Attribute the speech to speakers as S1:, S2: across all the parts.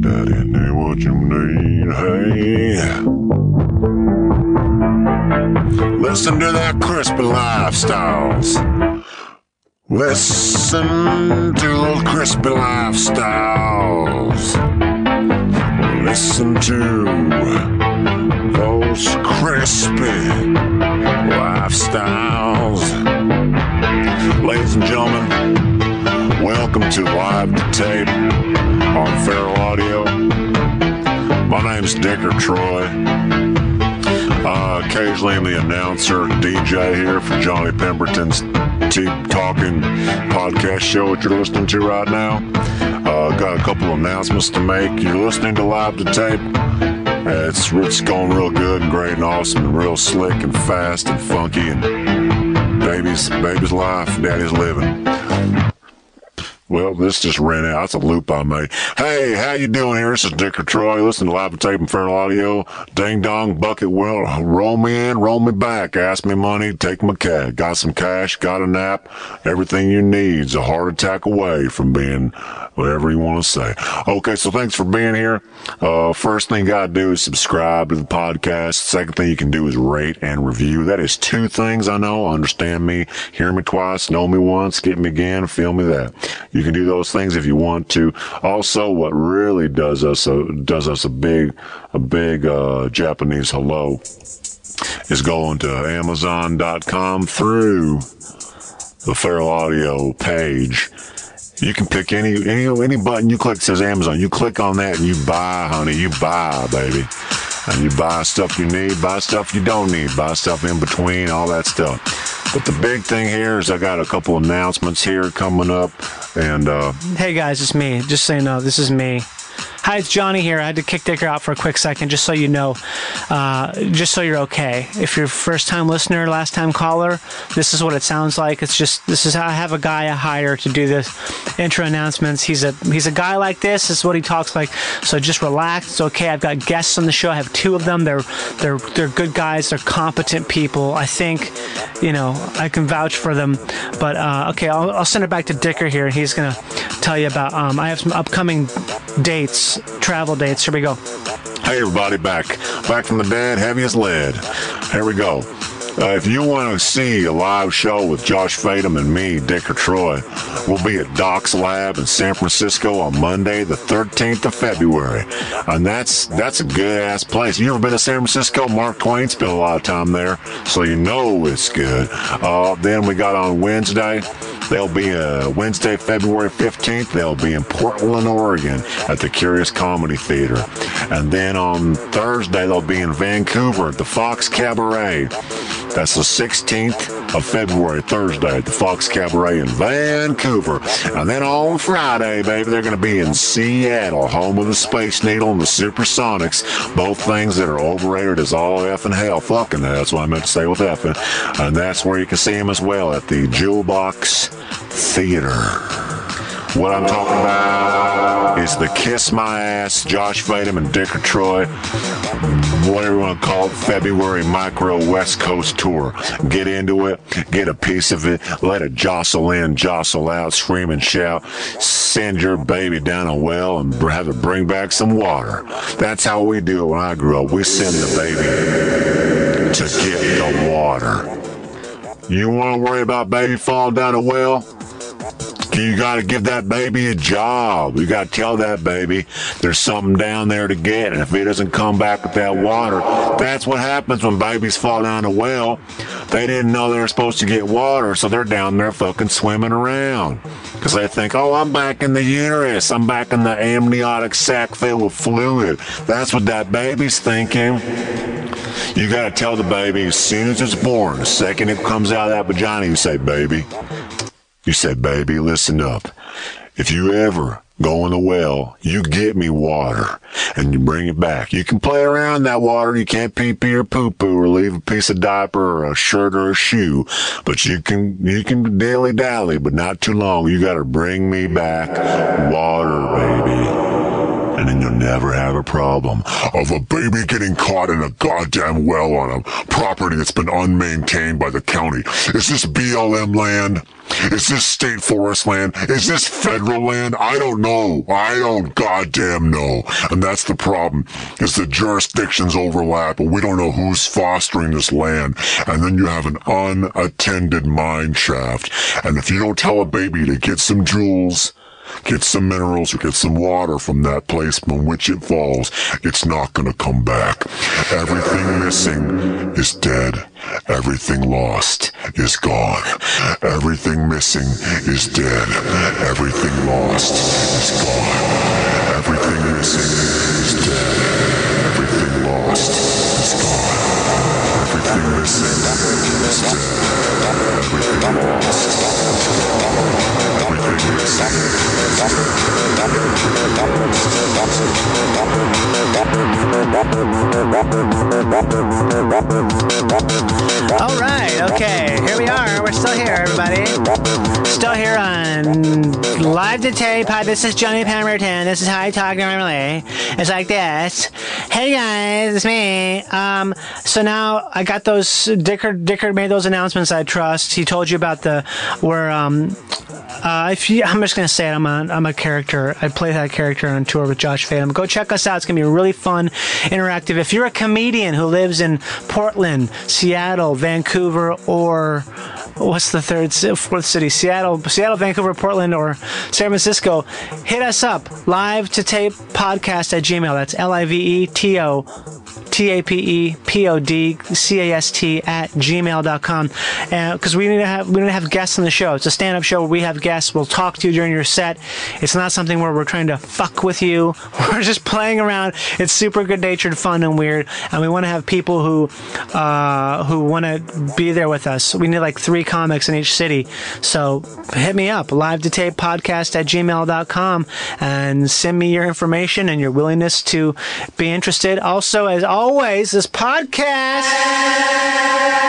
S1: Daddy knew what you need, hey. Listen to their crispy lifestyles. Listen to the crispy lifestyles. Listen to those crispy lifestyles. Ladies and gentlemen, welcome to Live to Tape on Feral Audio. My name's Dick or Troy. Uh, occasionally, I'm the announcer, DJ here for Johnny Pemberton's Tea Talking podcast show that you're listening to right now. Uh, got a couple announcements to make. You're listening to Live to Tape. Uh, It's, it's going real good and great and awesome and real slick and fast and funky and baby's, baby's life, daddy's living. Well, this just ran out. That's a loop I made. Hey, how you doing here? This is Dick or Troy. Listen to live tape and feral audio. Ding dong, bucket will roll me in, roll me back. Ask me money, take my cash. Got some cash, got a nap, everything you need's a heart attack away from being whatever you want to say. Okay, so thanks for being here. Uh, first thing you gotta do is subscribe to the podcast. Second thing you can do is rate and review. That is two things I know. Understand me, hear me twice, know me once, get me again, feel me that. You can do those things if you want to. Also, what really does us a, does us a big, a big, uh, Japanese hello is going to Amazon.com through the Feral Audio page. You can pick any any any button you click says Amazon. You click on that and you buy, honey. You buy, baby. And you buy stuff you need, buy stuff you don't need, buy stuff in between, all that stuff. But the big thing here is I got a couple announcements here coming up, and uh,
S2: Hey guys, it's me. Just so you know, this is me. Hi, it's Johnny here. I had to kick Dicker out for a quick second, just so you know, uh, just so you're okay. If you're a first-time listener, last-time caller, this is what it sounds like. It's just this is how I have a guy I hire to do this intro announcements. He's a he's a guy like this. This is what he talks like. So just relax. It's okay. I've got guests on the show. I have two of them. They're they're they're good guys. They're competent people. I think, you know, I can vouch for them. But uh, okay, I'll, I'll send it back to Dicker here, and he's gonna tell you about. Um, I have some upcoming dates, travel dates. Here we go.
S1: Hey, everybody, back. Back from the dead, heavy as lead. Here we go. Uh, if you want to see a live show with Josh Fadem and me, Dick or Troy, we'll be at Doc's Lab in San Francisco on Monday, the 13th of February. And that's that's a good ass place. You ever been to San Francisco? Mark Twain spent a lot of time there, so you know it's good. Uh, then we got on Wednesday. They'll be uh, Wednesday, February 15th. They'll be in Portland, Oregon at the Curious Comedy Theater. And then on Thursday, they'll be in Vancouver at the Fox Cabaret. That's the 16th of February, Thursday, at the Fox Cabaret in Vancouver. And then on Friday, baby, they're going to be in Seattle, home of the Space Needle and the Supersonics, both things that are overrated as all F and hell. Fucking hell, that's what I meant to say with F. And that's where you can see them as well at the Jewel Box Theater. What I'm talking about is the Kiss My Ass, Josh Fadem and Dick Troy, whatever you want to call it, February Micro West Coast Tour. Get into it, get a piece of it, let it jostle in, jostle out, scream and shout, send your baby down a well and br- have it bring back some water. That's how we do it when I grew up. We send the baby to get the water. You want to worry about baby falling down a well? You got to give that baby a job. You got to tell that baby there's something down there to get. And if it doesn't come back with that water, that's what happens when babies fall down a well. They didn't know they were supposed to get water, so they're down there fucking swimming around. Because they think, oh, I'm back in the uterus. I'm back in the amniotic sac filled with fluid. That's what that baby's thinking. You got to tell the baby as soon as it's born, the second it comes out of that vagina, you say, baby. You said, baby, listen up. If you ever go in the well, you get me water and you bring it back. You can play around that water. You can't pee pee or poo poo or leave a piece of diaper or a shirt or a shoe, but you can, you can dilly dally, but not too long. You got to bring me back water, baby. and then you'll never have a problem of a baby getting caught in a goddamn well on a property that's been unmaintained by the county. Is this BLM land? Is this state forest land? Is this federal land? I don't know. I don't goddamn know. And that's the problem is the jurisdictions overlap and we don't know who's fostering this land. And then you have an unattended mine shaft. And if you don't tell a baby to get some jewels, get some minerals or get some water from that place from which it falls, it's not going to come back. Everything missing is dead. Everything lost is gone. Everything missing is dead. Everything lost is gone. Everything missing is dead. Everything lost is gone. Everything missing is dead. Everything lost is gone. Everything missing
S2: All right, okay, here we are. We're still here, everybody. Still here on Live to Tape. Hi, this is Johnny Pemberton. This is how I talk normally. It's like this. Hey guys, it's me. Um, so now I got those. Dickard, Dickard made those announcements. I trust. He told you about the where. Um, uh, if you, I'm just gonna say it, I'm on. I'm a character. I play that character on tour with Josh Fadum. Go check us out. It's gonna be really fun, interactive. If you're a comedian who lives in Portland, Seattle, Vancouver, or what's the third, ci- fourth city? Seattle, Seattle, Vancouver, Portland, or San Francisco. Hit us up live to tape podcast at Gmail. That's L I V E T O T A P E P O D C A S T at gmail.com. Because we need to have we need to have guests on the show. It's a stand up show where we have guests. We'll talk to you during your set. It's not something where we're trying to fuck with you. We're just playing around. It's super good natured, fun, and weird. And we want to have people who uh, who want to be there with us. We need like three comics in each city. So hit me up live to tape podcast at gmail.com and send me your information and your willingness to be interested. Also, as always, this podcast.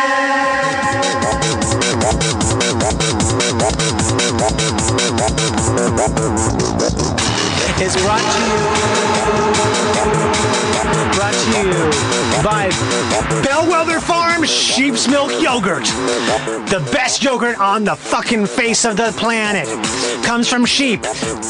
S2: is brought to you brought to you by Bellwether Farm Sheep's Milk Yogurt. The best yogurt on the fucking face of the planet. Comes from sheep.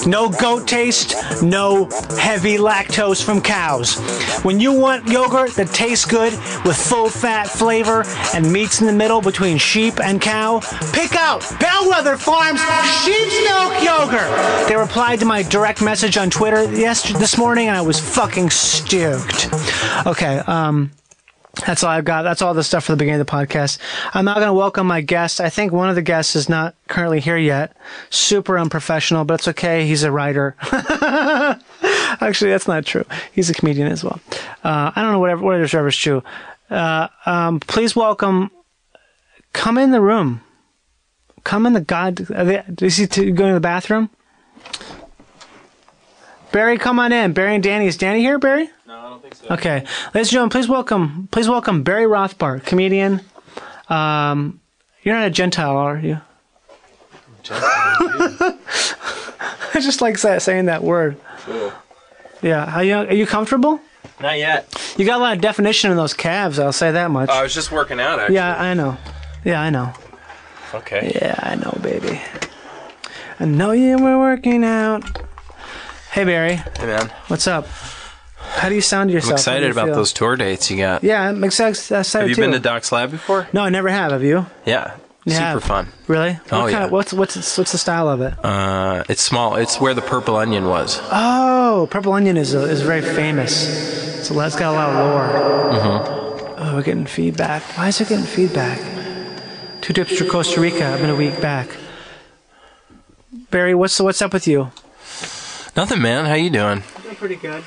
S2: No goat taste, no heavy lactose from cows. When you want yogurt that tastes good with full fat flavor and meats in the middle between sheep and cow, pick out Bellwether Farms Sheep's Milk Yogurt. They replied to my direct message on Twitter yesterday this morning and I was fucking stoked. Okay, um that's all I've got. That's all the stuff for the beginning of the podcast. I'm not going to welcome my guest. I think one of the guests is not currently here yet. Super unprofessional, but it's okay. He's a writer. Actually, that's not true. He's a comedian as well. Uh, I don't know whatever whatever's true. Uh, um, please welcome. Come in the room. Come in the god. Are they, is he t- going to the bathroom? Barry, come on in. Barry and Danny. Is Danny here, Barry? No, I don't think so. Okay. Ladies and gentlemen, please welcome, please welcome Barry Rothbart, comedian. Um, you're not a Gentile, are you? I just like sa- saying that word. Yeah. Are you, are you comfortable?
S3: Not yet.
S2: You got a lot of definition in those calves, I'll say that much.
S3: Oh, I was just working out, actually.
S2: yeah, I know. Yeah, I know.
S3: Okay.
S2: Yeah, I know, baby. I know you were working out. Hey, Barry.
S3: Hey, man.
S2: What's up? How do you sound to yourself?
S3: I'm
S2: How do
S3: excited
S2: you
S3: about
S2: feel?
S3: those tour dates you got.
S2: Yeah, I'm exci- excited
S3: Have you
S2: too.
S3: been to Doc's Lab before?
S2: no, I never have. Have you?
S3: Yeah.
S2: Yeah.
S3: Super fun.
S2: Really?
S3: Oh,
S2: what
S3: yeah.
S2: Of, what's what's its- what's the style of it?
S3: Uh, it's small. It's where the Purple Onion was.
S2: oh, Purple Onion is a, is very famous. So that's got a lot of lore. Mm-hmm. Oh, we're getting feedback. Why is it getting feedback? Two trips to Costa Rica. I've been a week back. Barry, what's what's up with you?
S3: Nothing, man. How you doing?
S2: I'm pretty good.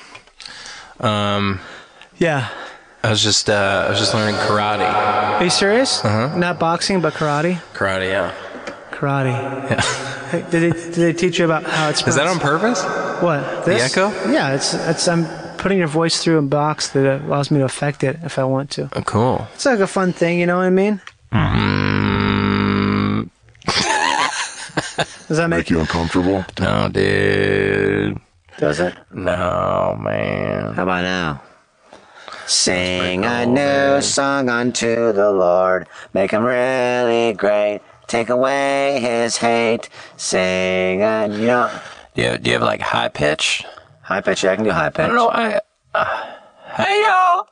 S3: Um,
S2: Yeah.
S3: I was just uh, I was just learning karate.
S2: Are you serious? Uh-huh. Not boxing, but karate.
S3: Karate, yeah.
S2: Karate. Hey, did they did they teach you about how it's?
S3: Is that on purpose?
S2: What? This?
S3: echo?
S2: Yeah, it's it's I'm putting your voice through a box that allows me to affect it if I want to.
S3: Oh, cool.
S2: It's like a fun thing, you know what I mean? Does that make
S3: Mm,
S1: Make you uncomfortable?
S3: No, dude.
S4: Does it?
S3: No, man.
S4: How about now? Sing a new song unto the Lord. Make him really great. Take away his hate. Sing a new.
S3: Do you, do you have like high pitch?
S4: High pitch, yeah, I can do high pitch.
S3: I don't know. I. Uh, hey y'all.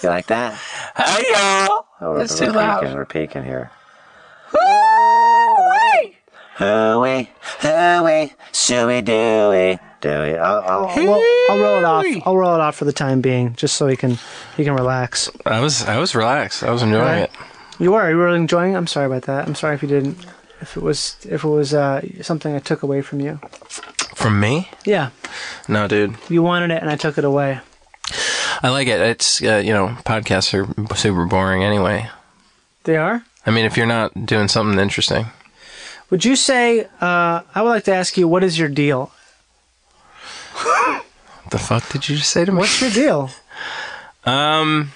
S4: You like that?
S3: Hey y'all.
S4: Oh,
S3: That's too
S4: we're peaking,
S3: loud.
S4: we're peaking here.
S3: Woo-wee.
S4: Hooey, hooey, suey, dooey, dooey. I'll, I'll,
S2: Well, I'll roll it off. I'll roll it off for the time being, just so he can he can relax.
S3: I was I was relaxed. I was enjoying
S2: Right.
S3: it.
S2: You were you were enjoying. it? I'm sorry about that. I'm sorry if you didn't. If it was if it was uh, something I took away from you.
S3: From me?
S2: Yeah,
S3: No, dude.
S2: you wanted it and I took it away.
S3: I like it. It's uh, you know, podcasts are super boring anyway.
S2: They are.
S3: I mean, if you're not doing something interesting,
S2: Would you say? Uh, I would like to ask you, what is your deal?
S3: the fuck did you just say to me?
S2: What's your deal?
S3: Um,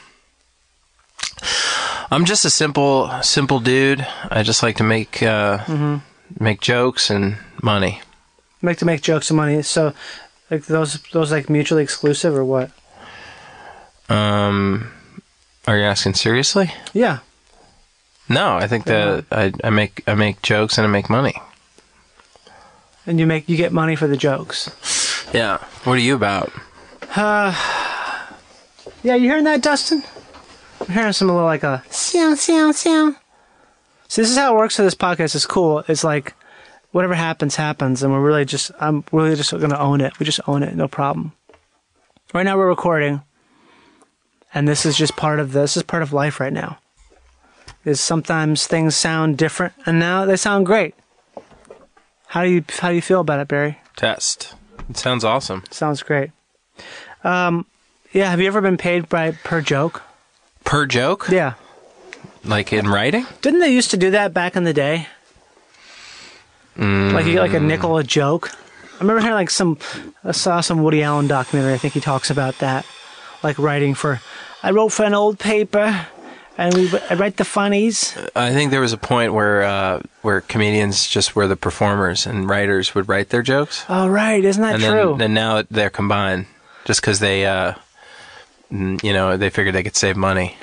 S3: I'm just a simple, simple dude. I just like to make uh, make jokes and money.
S2: Make to make jokes and money. So, like those those like mutually exclusive or what?
S3: Um, are you asking seriously?
S2: Yeah.
S3: No, I think that I, I make I make jokes and I make money.
S2: And you make you get money for the jokes.
S3: Yeah. What are you about?
S2: Yeah, you hearing that, Dustin? I'm hearing some a little like a sound, sound, sound. So this is how it works for this podcast. It's cool. It's like whatever happens, happens, and we're really just I'm really just gonna own it. We just own it, no problem. Right now we're recording, and this is just part of this is part of life right now. Is sometimes things sound different, and now they sound great. How do you how do you feel about it, Barry?
S3: Test. It sounds awesome.
S2: Sounds great. Um, yeah, have you ever been paid by per joke?
S3: Per joke,
S2: Yeah.
S3: like in writing.
S2: Didn't they used to do that back in the day?
S3: Mm.
S2: Like you get like a nickel a joke. I remember hearing like some I saw some Woody Allen documentary. I think he talks about that, like writing for. I wrote for an old paper, and we I write the funnies.
S3: I think there was a point where uh, where comedians just were the performers and writers would write their jokes.
S2: All right, isn't that
S3: and
S2: Oh, true?
S3: then and now they're combined just because they uh n- you know they figured they could save money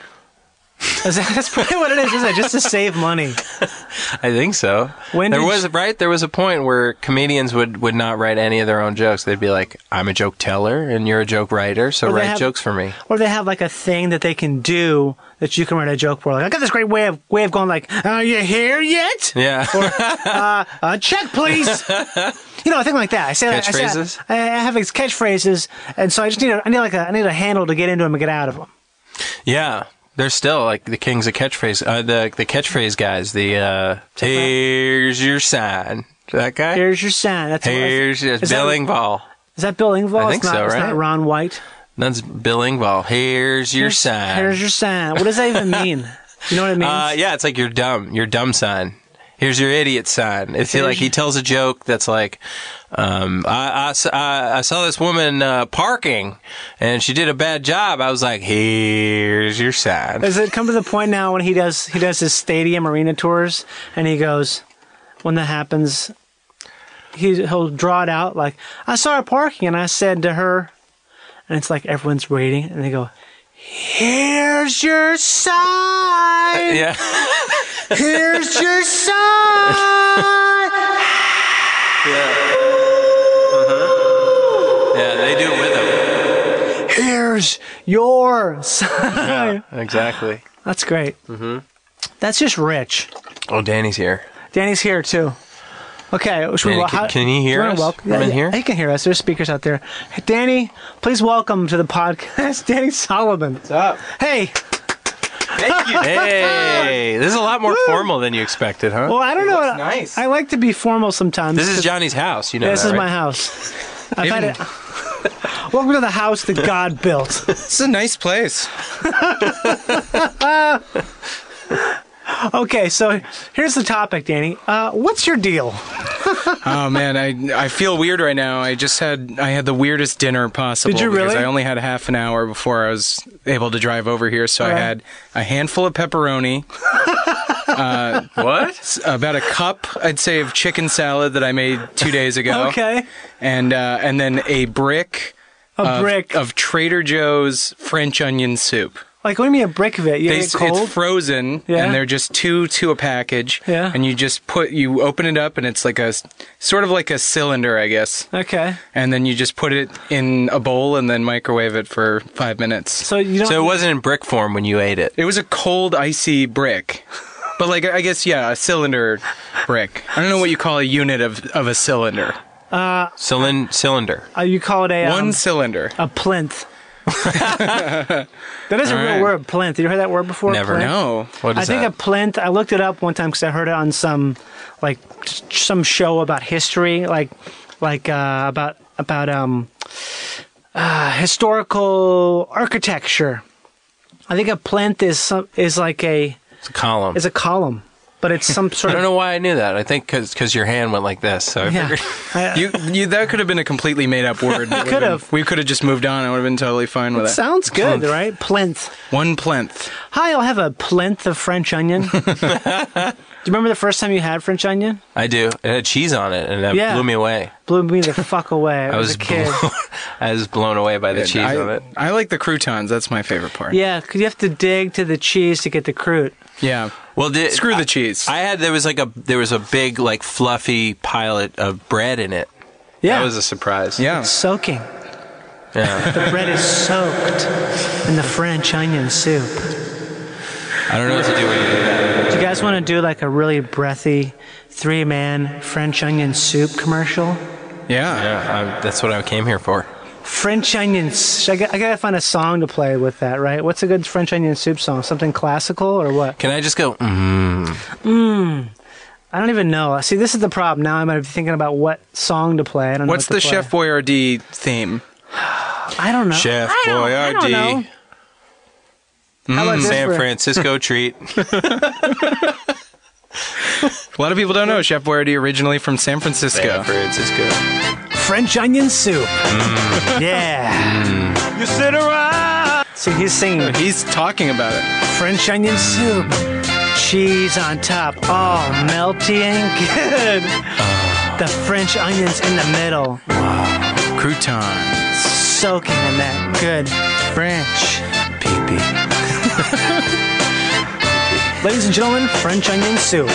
S2: Is that- that's probably what it is, isn't it? Just to save money.
S3: i think so
S2: When
S3: there
S2: did
S3: was
S2: you-
S3: right there was a point where comedians would would not write any of their own jokes they'd be like i'm a joke teller and you're a joke writer so
S2: Well, they
S3: write
S2: have-
S3: jokes for me
S2: Or they have like a thing that they can do that you can write a joke for. Like I got this great way of way of going. Like, are you here yet?
S3: yeah
S2: uh, check, please. you know, a thing like that. I say I say-
S3: Catchphrases?
S2: I, I have these catchphrases, and so I just need a, I need like a I need a handle to get into them and get out of them.
S3: yeah they're still like the kings of catchphrase uh, the the catchphrase guys the uh here's your sign that guy
S2: Here's your sign. That's
S3: here's your
S2: is that-
S3: bill ingvall
S2: Is that Bill Ingvall? It's
S3: I think
S2: not,
S3: so,
S2: It's not
S3: right?
S2: Ron White.
S3: that's bill ingvall here's your sign
S2: Here's your sign. What does that even mean? You know what it means?
S3: Uh, yeah, it's like your dumb, your dumb sign. Here's your idiot sign. If he like he tells a joke that's like, um, I, I s- I- I saw this woman uh, parking and she did a bad job. I was like, here's your sign.
S2: Does it come to the point now when he does he does his stadium arena tours and he goes when that happens he he'll draw it out like I saw her parking and I said to her and it's like everyone's waiting and they go here's your sign
S3: Yeah,
S2: here's your sign
S3: yeah, they do it with him.
S2: here's your sign
S3: Exactly.
S2: that's great mm-hmm. that's just rich
S3: Oh, Danny's here.
S2: Danny's here too. Okay, should
S3: Danny,
S2: we, wel-
S3: can- can he
S2: do you
S3: hear
S2: wanna
S3: us
S2: welcome-
S3: from in here?
S2: He can hear us. There's speakers out there. Hey, Danny, please welcome to the podcast, Danny Solomon. What's up? Hey,
S3: Hey, this is a lot more formal than you expected, huh?
S2: well, I don't know. what-
S5: nice.
S2: I like to be formal sometimes.
S3: this is Johnny's house. You know.
S2: This
S3: that,
S2: is
S3: right?
S2: my house. I've had it. welcome to the house that God built.
S5: This is a nice place.
S2: Okay, so here's the topic, Danny. Uh, what's your deal?
S5: Oh man, I I feel weird right now. I just had I had the weirdest dinner possible.
S2: Did you
S5: because
S2: really?
S5: I only had half an hour before I was able to drive over here, so I
S2: Alright.
S5: had a handful of pepperoni, What? uh, About a cup, I'd say, of chicken salad that I made two days ago.
S2: Okay.
S5: And uh, and then a brick
S2: A
S3: uh,
S5: of,
S2: brick.
S5: of Trader Joe's French onion soup.
S2: like, what do you mean a brick of it? You
S5: They,
S2: get it
S5: s-
S2: cold?
S5: it's frozen,
S2: Yeah.
S5: and they're just two to a package.
S2: Yeah.
S5: And you just put you open it up, and it's like a s- sort of like a cylinder, I guess.
S2: okay.
S5: And then you just put it in a bowl and then microwave it for five minutes.
S2: So you don't.
S3: So it wasn't in brick form when you ate it.
S5: It was a cold, icy brick. But like I guess yeah, a cylinder brick. I don't know what you call a unit of, of a cylinder.
S3: Cylin- cylinder.
S2: uh, you call it a Uh, um,
S5: One cylinder.
S2: a plinth. that is a real
S5: right.
S2: word, plinth. You heard that word before?
S3: Never.
S2: Plinth?
S5: No.
S3: What
S2: I
S3: is
S2: think
S3: that?
S2: a plinth. I looked it up one time because I heard it on some, like, s- some show about history, like, like uh, about about um, uh, historical architecture. I think a plinth is some is like a
S3: It's a column.
S2: is a column, but it's some sort
S3: I don't
S2: of.
S3: know why I knew that. I think because your hand went like this. So I
S2: Yeah,
S3: figured.
S2: I-
S5: You, you that could have been a completely made up word. It
S2: Could have.
S5: We could have just moved on. I would have been totally fine with that.
S2: sounds good, right? Plinth.
S5: One plinth.
S2: Hi, I'll have a plinth of French onion. Do you remember the first time you had French onion?
S3: I do. It had cheese on it, and that
S2: Yeah.
S3: blew me away.
S2: Blew me the fuck away. I was, a kid.
S3: blown, I was blown away by the cheese
S5: I,
S3: on it.
S5: I like the croutons. That's my favorite part.
S2: Yeah, 'cause you have to dig to the cheese to get the croute.
S5: Yeah.
S3: Well, did,
S5: Screw the
S3: I-
S5: cheese.
S3: I had there was like a there was a big like fluffy pilot of bread in it.
S2: Yeah,
S3: That was a surprise.
S5: Yeah.
S2: soaking.
S3: Yeah.
S2: The bread is soaked in the French onion soup.
S3: I don't know what to do when you do that.
S2: Do you guys want to do like a really breathy three-man French onion soup commercial?
S5: Yeah.
S3: Yeah, I, that's what I came here for.
S2: French onions. I, got, I gotta find a song to play with that, right? What's a good French onion soup song? Something classical or what?
S3: Can I just go? Mm.
S2: I don't even know. See, this is the problem. Now I'm gonna be thinking about what song to play. I don't know
S5: What's
S2: what
S5: the
S2: to play.
S5: Chef Boyardee theme?
S2: I don't know.
S3: Chef
S2: I don't, I don't
S3: Boyardee.
S2: know.
S5: Hmm,
S2: How about this
S3: San
S2: for-
S3: Francisco treat.
S5: A lot of people don't know Chef Boyardee originally from San Francisco.
S3: San Francisco.
S2: French onion soup.
S3: Hmm.
S2: Yeah. You sit around. See, he's singing
S5: He's talking about it.
S2: French onion soup. Cheese on top, all melty and good. The French onions in the middle,
S5: Crouton.
S2: soaking in that good French.
S3: Pee pee.
S2: Ladies and gentlemen, French onion soup.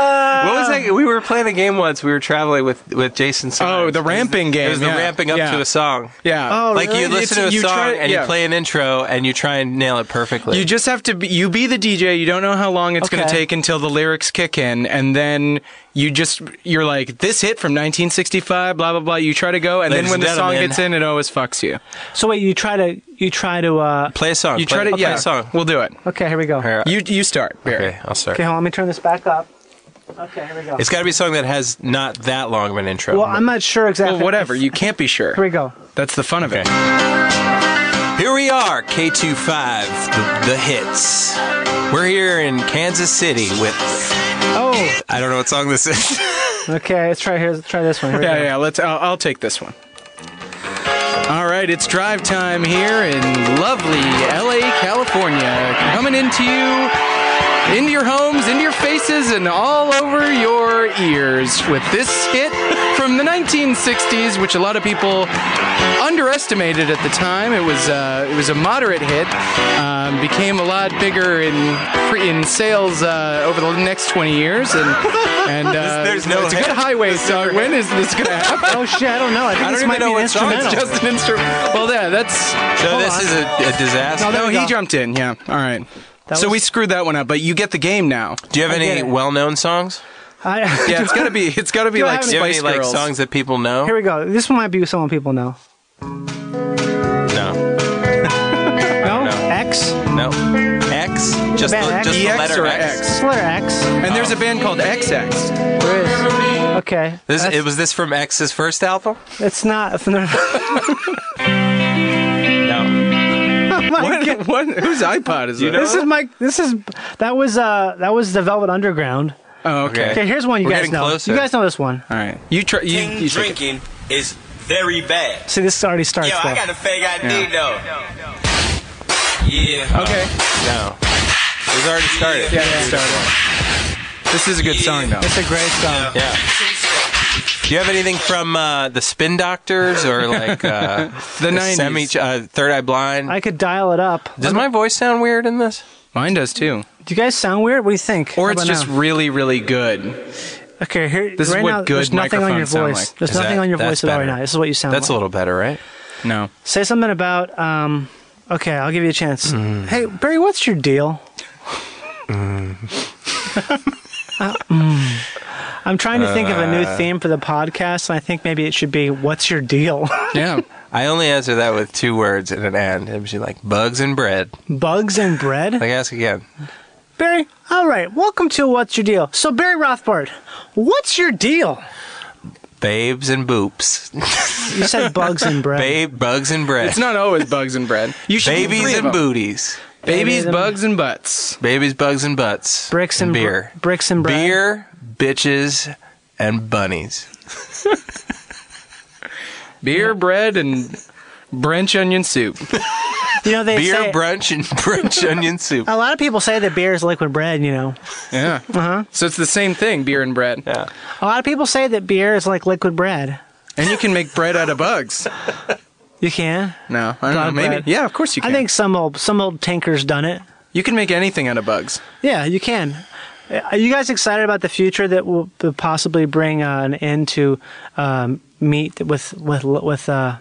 S2: Uh,
S3: What was that? We were playing a game once. We were traveling with with Jason. Summers.
S5: Oh, the ramping game,
S3: It was the
S5: yeah.
S3: ramping up
S5: Yeah.
S3: to a song.
S5: Yeah.
S2: Oh,
S3: Like
S2: really?
S3: you listen
S5: It's-
S3: to a
S5: you
S3: song
S5: try-
S3: and you
S5: yeah.
S3: play an intro and you try and nail it perfectly.
S5: You just have to be, you be the DJ. You don't know how long it's going
S2: Okay.
S5: to take until the lyrics kick in, and then you just you're like this hit from 1965, blah blah blah. You try to go, and then
S3: Ladies
S5: when
S3: and
S5: the song
S3: gentlemen.
S5: gets in, it always fucks you.
S2: So wait, you try to you try to uh
S3: play a song.
S5: You
S3: play,
S5: try to
S3: play
S5: yeah.
S3: a song.
S5: We'll do it.
S2: Okay, here we go.
S3: Here,
S5: You you start. Barry.
S3: okay, I'll start.
S2: Okay, hold on, let me turn this back up. Okay, here we go.
S3: It's got to be a song that has not that long of an intro.
S2: well, I'm not sure exactly.
S5: Well, whatever. You can't be
S2: Here
S5: sure.
S2: we go.
S5: That's the fun of it.
S3: Here we are, K25, the, the hits. We're here in Kansas City with
S2: Oh,
S3: I don't know what song this is.
S2: okay. Let's try here. Let's try this one. Here we
S5: Yeah,
S2: go.
S5: yeah. Let's. I'll, I'll take this one. All right, it's drive time here in lovely LA, California. Coming into you, into your homes, into your faces, and all over your ears with this hit from the 1960s, which a lot of people underestimated at the time. It was uh, it was a moderate hit, um, became a lot bigger in in sales uh, over the next 20 years, and and uh,
S3: There's no
S5: it's a good
S3: hit.
S5: highway song. When is this gonna happen?
S2: Oh shit! I don't know. I think
S3: I
S2: this
S3: don't
S2: might
S3: even know
S2: be an
S3: what song it's
S2: instrumental.
S5: It's just an instrument. Well, yeah, that's.
S3: So
S2: Hold
S3: this
S2: on.
S3: is a, a disaster.
S5: No,
S2: Oh, we
S5: he
S2: go.
S5: jumped in. Yeah. All right.
S2: That
S5: so we
S2: was-
S5: screwed that one up, but you get the game now.
S3: Do you have
S2: I get
S3: any
S2: it.
S3: well-known songs?
S2: I-
S5: Yeah, it's gotta be. It's gotta be
S2: Do I
S5: like
S2: have
S3: Do you have any
S5: Spice
S3: like
S5: Girls.
S3: songs that people know?
S2: here we go. This one might be someone people know.
S3: No,
S2: No,
S3: know.
S2: X.
S3: no. X, just the,
S2: Bad X?
S3: just the
S5: EX
S3: letter
S5: or
S3: X.
S5: E X?
S2: This letter X.
S5: And there's a band called XX.
S2: There is. Okay.
S3: This
S2: That's-
S3: it was this from X's first album?
S2: It's not. It's not
S3: No.
S2: oh my God.
S5: What? what? Whose iPod is
S2: This
S5: this?
S2: is my. This is. That was. Uh. That was the Velvet Underground.
S5: Oh, okay.
S2: Okay. Here's one you
S3: We're
S2: guys
S3: getting
S2: know.
S3: closer.
S2: You guys know this one.
S5: All right. You try. You,
S6: Teen
S5: you take it.
S6: drinking is very bad.
S2: See, this already starts.
S6: Yo, I
S2: though.
S6: got a fake ID though. Yeah,
S3: idea.
S5: Okay.
S3: No. It was already started.
S5: Yeah, yeah, This is a good song, though.
S2: It's a great song.
S3: Yeah. Do you have anything from uh, the Spin Doctors or like uh,
S5: The 90s.
S3: semi uh, Third Eye Blind?
S2: I could dial it up.
S3: Does my voice sound weird in this?
S5: Mine does, too.
S2: Do you guys sound weird? What do you think?
S5: Or
S2: How
S5: it's
S2: about
S5: just
S2: now?
S5: really, really good.
S2: okay. Here,
S5: this is
S2: right
S5: what
S2: now,
S5: good
S2: there's nothing on your
S5: microphones sound
S2: voice.
S5: like.
S2: There's
S3: Is
S2: nothing
S3: that-
S2: on your
S3: that's
S2: voice at all right
S3: better.
S2: now. This is what you sound.
S3: That's a
S2: like.
S3: little better, right?
S5: No.
S2: Say something about. Um, okay, I'll give you a chance.
S5: Hmm.
S2: Hey, Barry, what's your deal? Uh, mm. I'm trying to think of a new
S5: Uh,
S2: theme for the podcast, and I think maybe it should be "What's your deal?"
S5: Yeah.
S3: I only answer that with two words at an end. And she's like, bugs and bread.
S2: Bugs and bread.
S3: Like, ask again.
S2: Barry, all right. Welcome to What's Your Deal. So, Barry Rothbard, what's your deal?
S3: Babes and boops.
S2: You said bugs and bread.
S3: Babe, bugs and bread.
S5: It's not always bugs and bread.
S2: you should do
S3: Babies
S2: three of
S3: and
S2: them.
S3: booties.
S5: Babies,
S2: Babies and-
S5: bugs, and butts.
S3: Babies, bugs, and butts.
S2: Bricks and br-
S3: beer.
S2: bricks and bread.
S3: Beer, bitches, and bunnies.
S5: Beer, bread, and brunch onion soup.
S2: You know they
S3: Beer,
S2: say
S3: brunch, and brunch onion soup.
S2: a lot of people say that beer is liquid bread. You know,
S5: Yeah. Uh-huh. So it's the same thing, beer and bread.
S2: a lot of people say that beer is like liquid bread.
S5: And you can make bread out of bugs.
S2: You can.
S5: No, I don't know.
S2: Dog
S5: Maybe.
S2: bread.
S5: Yeah, of course you can.
S2: I think some old some old tinker's done it.
S5: you can make anything out of bugs.
S2: Yeah, you can. Are you guys excited about the future that will will possibly bring uh, an end to um, meat with with with uh,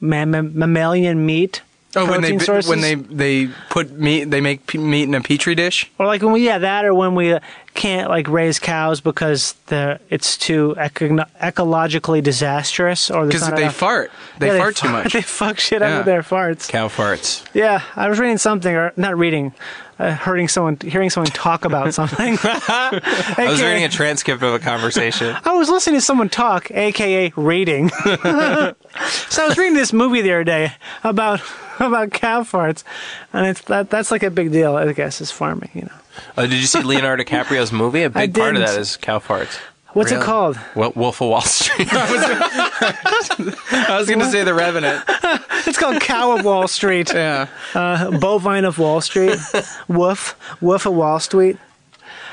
S2: mam- mam- mammalian meat?
S5: Oh, when they
S2: protein
S5: bi-
S2: sources?
S5: when they they put meat, they make p- meat in a petri dish.
S2: or like when we yeah that or when we uh, can't like raise cows because the it's too eco- ecologically disastrous or there's
S5: Because
S2: not
S5: they
S2: enough-
S5: fart. They
S2: Yeah,
S5: fart too
S2: fu-
S5: much.
S2: they fuck shit out of
S5: Yeah.
S2: their farts
S3: Cow farts.
S2: yeah i was reading something or not reading uh, hearing someone hearing someone talk about something
S3: I was reading a transcript of a conversation.
S2: I was listening to someone talk, aka reading. so I was reading this movie the other day about about cow farts, and it's that that's like a big deal, I guess, is farming. You know,
S3: Oh, did you see Leonardo DiCaprio's movie? A big part of
S2: didn't.
S3: that is cow farts.
S2: what's it
S5: Really?
S2: called?
S3: Well, Wolf of Wall Street.
S5: I was going to say the revenant.
S2: It's called Cow of Wall Street,
S5: Yeah.
S2: uh, Bovine of Wall Street, Woof, Woof of Wall Street.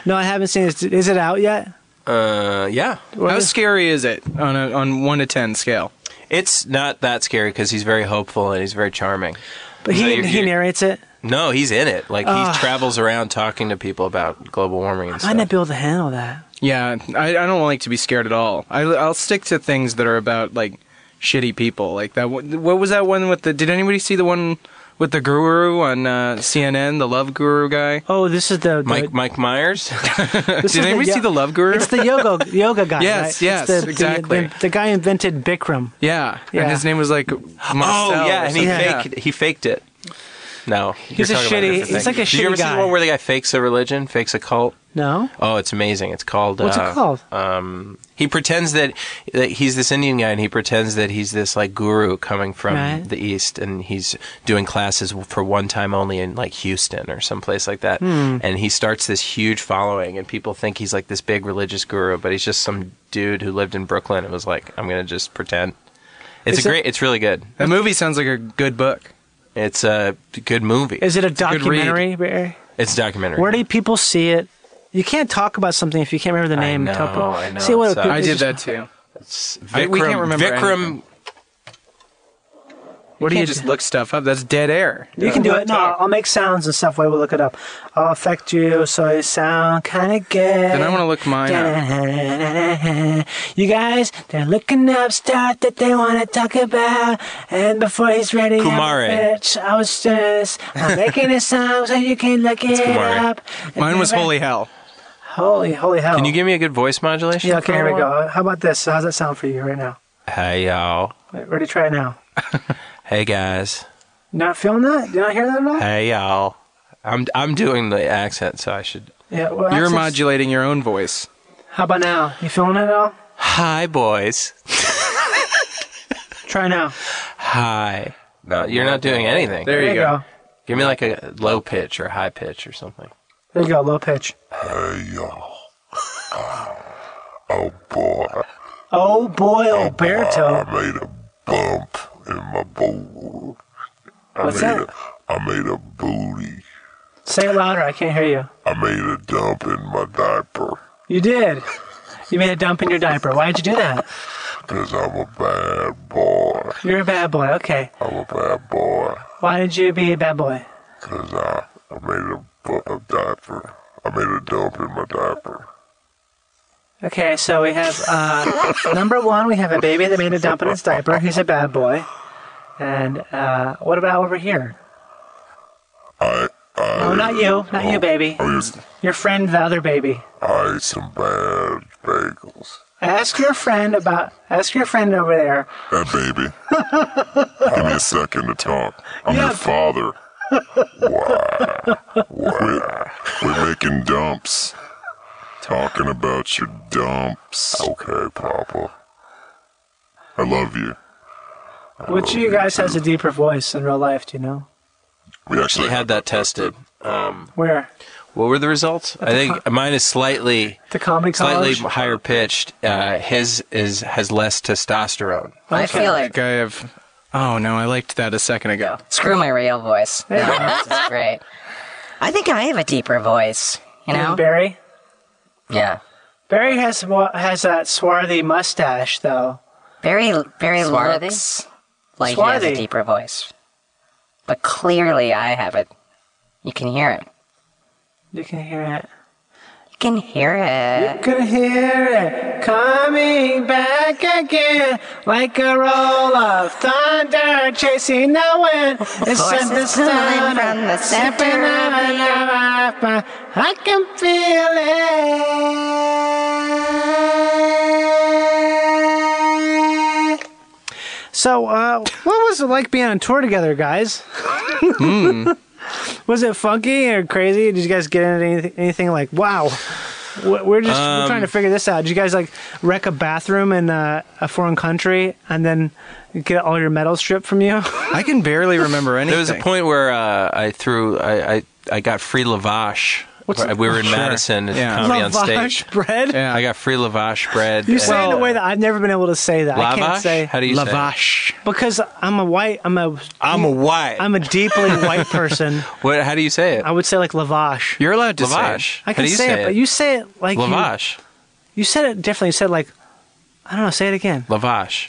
S2: No, I haven't seen it. Is it out yet?
S3: uh, yeah.
S5: How scary is it on a on one to ten scale?
S3: It's not that scary because he's very hopeful and he's very charming.
S2: But
S3: No,
S2: he
S3: you're-
S2: he
S3: you're-
S2: narrates it.
S3: No, he's in it. Like, he travels around talking to people about global warming and
S2: Might
S3: stuff.
S2: not be able to handle that.
S5: Yeah, I, I don't like to be scared at all. I, I'll stick to things that are about like shitty people. Like that. One, what was that one with the? Did anybody see the one with the guru on uh, CNN? The love guru guy.
S2: Oh, this is the, the
S3: Mike, Mike Myers?
S2: this
S5: Did
S2: is
S5: anybody
S2: yo-
S5: see the love guru?
S2: It's the yoga yoga guy.
S5: Yes,
S2: right? It's
S5: yes,
S2: the- the-
S5: exactly.
S2: The, the guy invented Bikram.
S5: yeah.
S2: Yeah.
S5: And his name was like. Marcel
S3: Oh
S5: or
S3: yeah, and he
S5: something. Yeah.
S3: faked he faked it. No,
S2: He's
S3: you're
S2: a
S3: talking about
S2: shitty-
S3: different
S2: he's
S3: thing.
S2: like a
S3: Did you ever
S2: shitty
S3: see
S2: guy.
S3: the one where the guy fakes a religion, fakes a cult?
S2: No.
S3: Oh, it's amazing. It's called.
S2: What's it
S3: uh,
S2: called?
S3: Um, he pretends that, that he's this Indian guy, and he pretends that he's this like guru coming from
S2: Right.
S3: the east, and he's doing classes for one time only in like Houston or someplace like that.
S2: Hmm.
S3: And he starts this huge following, and people think he's like this big religious guru, but he's just some dude who lived in Brooklyn and was like, "I'm gonna just pretend." It's
S2: Is
S3: a
S2: it-
S3: great. It's really good.
S5: That movie sounds like a good book.
S3: It's a good movie.
S2: Is it a
S5: good read.
S2: documentary? Barry?
S3: It's a documentary.
S2: Where do people see it? You can't talk about something if you can't remember the
S3: I
S2: name.
S3: know,
S2: Tupper.
S3: I know,
S2: See what
S3: so-
S2: people
S5: I did
S2: just-
S5: that too.
S3: Vikram,
S5: I- we can't remember
S3: Vikram.
S5: anything. What do you
S2: can't
S5: just
S2: do-
S5: look stuff up? That's dead air.
S2: You can do it. No, I'll make sounds and stuff. Wait, we'll look it up. I'll affect you so you sound kind of gay.
S5: Then I want to look mine up.
S2: You guys, they're looking up stuff that they want to talk about. And before he's ready, I'm a
S3: Kumare.
S2: bitch, I was just, I'm making a song so you can look it
S3: Kumare.
S2: up.
S5: Mine was
S2: Never-
S5: holy hell.
S2: Holy, holy hell.
S3: Can you give me a good voice modulation?
S2: Yeah, okay,
S3: for
S2: here we
S3: one?
S2: go. How about this? How's that sound for you right now?
S3: Hey y'all.
S2: Wait, Ready, try it now.
S3: Hey guys.
S2: Not feeling that? Did I hear that at all?
S3: Hey y'all. I'm I'm doing the accent, so I should.
S2: Yeah, well,
S5: You're
S2: that's-
S5: modulating your own voice.
S2: How about now? You feeling it at all?
S3: Hi boys.
S2: Try now.
S3: Hi. No, you're not doing anything.
S5: There, you go.
S3: Give me like a low pitch or high pitch or something.
S2: There you go, low pitch.
S1: Hey, y'all. Oh, boy.
S2: Oh boy, Alberto.
S1: I made a bump in my bowl. I
S2: What's
S1: made
S2: that?
S1: a
S6: I made a booty.
S2: Say it louder. I can't hear you.
S6: I made a dump in my diaper.
S2: You did. You made a dump in your diaper. Why'd you do that?
S6: Cause I'm a bad boy.
S2: You're a bad boy. Okay.
S6: I'm a bad boy.
S2: Why did you be a bad boy?
S6: Cause I, I made a, bu- a diaper. I made a dump in my diaper.
S2: Okay, so we have uh, number one, we have a baby that made a dump in his diaper. He's a bad boy. And uh, what about over here?
S6: I, I,
S2: No, not you. Not you, baby.
S6: I,
S2: Your friend, the other baby.
S6: I ate some bad bagels.
S2: Ask your friend about. Ask your friend over there.
S6: That baby. Give me a second to talk. I'm
S2: Yeah.
S6: your father. Wow. Wow. We're, we're making dumps. Talking about your dumps. Okay, Papa. I love you.
S2: Which of you guys has a deeper voice in real life? Do you know?
S6: We actually
S3: They had that tested.
S2: Where?
S3: What were the results? I think mine is slightly
S2: The comedy
S3: slightly
S2: college.
S3: higher pitched. Uh, his is has less testosterone.
S7: I feel like
S5: I have. Oh no, I liked that a second ago.
S7: screw my real voice. No, this is great. I think I have a deeper voice. You
S2: And
S7: know?
S2: Barry.
S7: Yeah.
S2: Barry has wa- has that swarthy mustache though.
S7: Barry Barry
S4: Swarthy?
S7: looks like he
S2: Swarthy.
S7: has a deeper voice, but clearly I have it. You can hear it.
S2: You can hear it.
S7: You can hear it.
S2: You can hear it coming back again like a roll of thunder chasing the wind. It sent
S7: Voices
S2: the sun
S7: pulling from the
S2: sipping
S7: center
S2: on
S7: of
S2: and off, but I can feel it. So, uh, what was it like being on tour together, guys? Was it funky or crazy? Did you guys get into anything, anything like, wow, w- we're just we're
S3: Um,
S2: trying to figure this out? Did you guys like wreck a bathroom in uh, a foreign country and then get all your metal stripped from you?
S5: I can barely remember anything.
S3: There was a point where uh, I threw I, I I got free lavash. we were in Madison at
S5: Yeah.
S3: comedy on stage.
S2: Lavash bread?
S5: Yeah.
S3: I got free lavash bread.
S2: You
S3: and-
S2: say it in a way that I've never been able to say that. I can't
S3: lavash.
S2: say
S3: How do you say? it?
S5: lavash.
S2: because I'm a white. I'm a
S3: I'm a white.
S2: I'm a deeply white person.
S3: what? How do you say it?
S2: I would say like lavash.
S5: You're allowed to
S3: lavash.
S5: say.
S2: I
S3: how
S2: can
S3: do you
S2: say, it, but you say it like you-
S3: lavash.
S2: You, said it differently. You said like I don't know. Say it again.
S3: Lavash.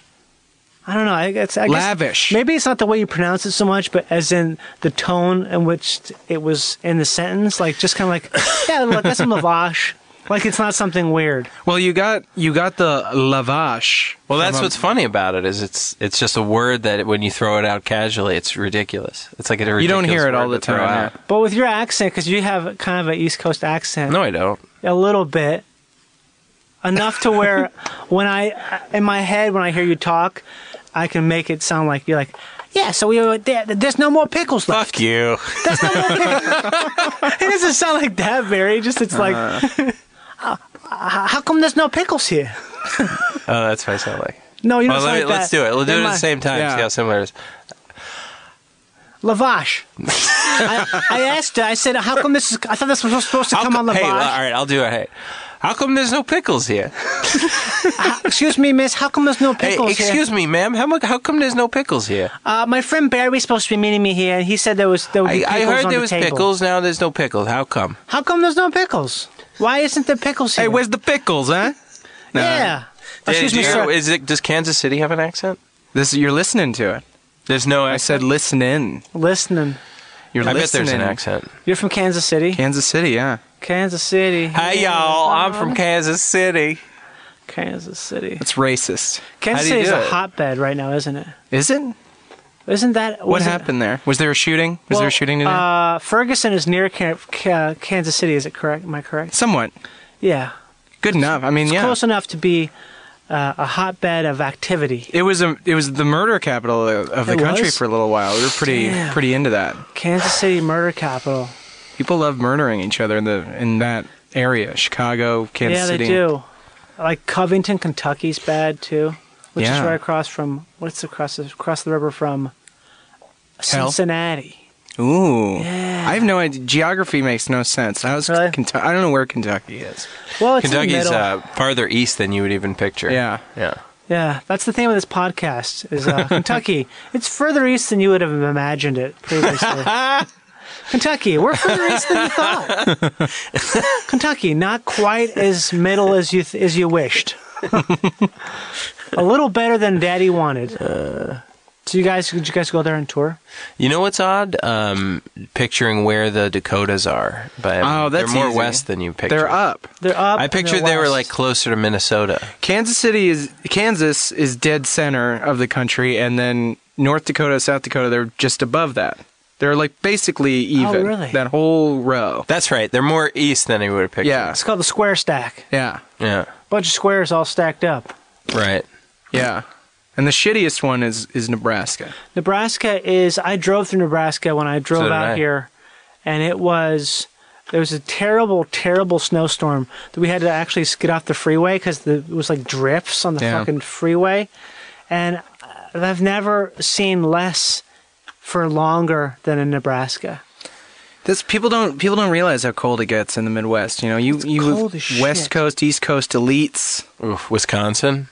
S2: I don't know. I, it's, I guess-
S5: Lavish.
S2: Maybe it's not the way you pronounce it so much, but as in the tone in which it was in the sentence. Like just kind of like yeah, well, that's some lavash. Like it's not something weird.
S5: Well, you got you got the lavash.
S3: Well, that's
S5: from a-
S3: what's funny about it is it's it's just a word that when you throw it out casually, it's ridiculous. It's like a ridiculous
S5: you don't hear it
S3: word
S5: all the
S3: to throw
S5: time.
S3: out.
S2: But with your accent, because you have kind of an East Coast accent.
S3: No, I don't.
S2: a little bit enough to where when i in my head when i hear you talk i can make it sound like you're like yeah so we were there, there's no more pickles left
S3: Fuck you.
S2: it doesn't sound like that barry just it's like
S3: Uh-huh.
S2: "Uh, how come there's no pickles here
S3: Oh, that's what I sound like.
S2: no you don't
S3: Well,
S2: sound
S3: let me,
S2: like that.
S3: let's do it. We'll
S2: In
S3: do it at
S2: my-
S3: the same time.
S5: yeah.
S3: See how similar it is.
S2: lavash I, I asked her i said how come this is i thought this was supposed to
S3: How
S2: come on
S3: co-
S2: lavash
S3: hey, all right, I'll do it. Hey, how come there's no pickles here?
S2: excuse me miss how come there's no
S3: Hey,
S2: pickles here?
S3: excuse me, ma'am. How, mu- how come there's no pickles here?
S2: uh, my friend barry's supposed to be meeting me here and he said there was there would be
S3: I, I
S2: pickles
S3: heard
S2: on
S3: there
S2: the
S3: was
S2: table.
S3: pickles. Now there's no pickles. How come?
S2: How come there's no pickles? Why isn't there pickles here?
S5: Hey, where's the pickles, huh? No.
S2: yeah. Oh, Excuse
S3: Do
S2: me,
S3: you-
S2: sir.
S3: Is it, does Kansas City have an accent?
S5: This you're listening to it.
S3: There's no.
S5: I said listen in.
S2: Listening.
S5: You're
S3: I
S5: listening.
S3: bet there's an accent.
S2: You're from Kansas City.
S5: Kansas City, yeah.
S2: Kansas City.
S3: Hey y'all, I'm from Kansas City.
S2: Kansas City.
S5: It's racist.
S2: Kansas
S3: do
S2: City
S3: you
S2: is
S3: do
S2: a
S3: it?
S2: hotbed right now, isn't it?
S5: Is it?
S2: Isn't that
S5: What
S2: wasn't-
S5: happened there? Was there a shooting? Was there
S2: Well,
S5: a shooting today?
S2: Uh, Ferguson is near Ca- Ca- Kansas City. Is it correct? Am I correct?
S5: Somewhat.
S2: Yeah,
S5: Good enough. I mean, yeah.
S2: close enough to be uh, a hotbed of activity.
S5: It was a, it was the murder capital of of the
S2: It
S5: country
S2: was?
S5: for a little while. We were pretty
S2: Damn.
S5: pretty into that.
S2: Kansas City murder capital.
S5: People love murdering each other in the in that area, Chicago, Kansas
S2: yeah,
S5: City.
S2: they do. Like Covington, Kentucky's bad too, which is
S5: Yeah.
S2: right across from what's across the, across the river from
S5: Hell?
S2: Cincinnati.
S5: Ooh, I have no idea. Geography makes no sense. I was
S2: Really?
S5: Kentucky. I don't know where Kentucky is.
S2: Well, it's in the
S5: uh,
S3: Kentucky's
S2: middle.
S3: uh, farther east than you would even picture.
S5: Yeah,
S3: yeah.
S2: Yeah, that's the theme of this podcast is uh, Kentucky. It's further east than you would have imagined it previously. Kentucky, we're further east than you thought. Kentucky, not quite as middle as you th- as you wished. A little better than Daddy wanted.
S5: Uh,
S2: so you guys, did you guys go there and tour?
S3: You know what's odd? Um, picturing where the Dakotas are, but
S5: Oh, that's
S3: they're more
S5: easy.
S3: west than you picture.
S5: They're up.
S2: They're up.
S3: I
S2: and they're
S3: pictured they were
S2: west.
S3: like closer to Minnesota.
S5: Kansas City is Kansas is dead center of the country, and then North Dakota, South Dakota, they're just above that. They're like basically even.
S2: really?
S5: That whole row.
S3: That's right. They're more east than I would have pictured.
S5: Yeah,
S2: It's called the square stack.
S5: yeah,
S3: Yeah.
S2: Bunch of squares all stacked up.
S3: Right.
S5: yeah. And the shittiest one is is Nebraska.
S2: Nebraska is. I drove through Nebraska when I drove
S3: So did
S2: out
S3: I.
S2: here, and it was there was a terrible, terrible snowstorm that we had to actually get off the freeway because it was like drifts on the
S5: Yeah.
S2: fucking freeway, and I've never seen less for longer than in Nebraska.
S5: This people don't people don't realize how cold it gets in the Midwest. You know, you you
S2: cold
S5: West
S2: as shit.
S5: Coast, East Coast elites.
S3: Oof, Wisconsin.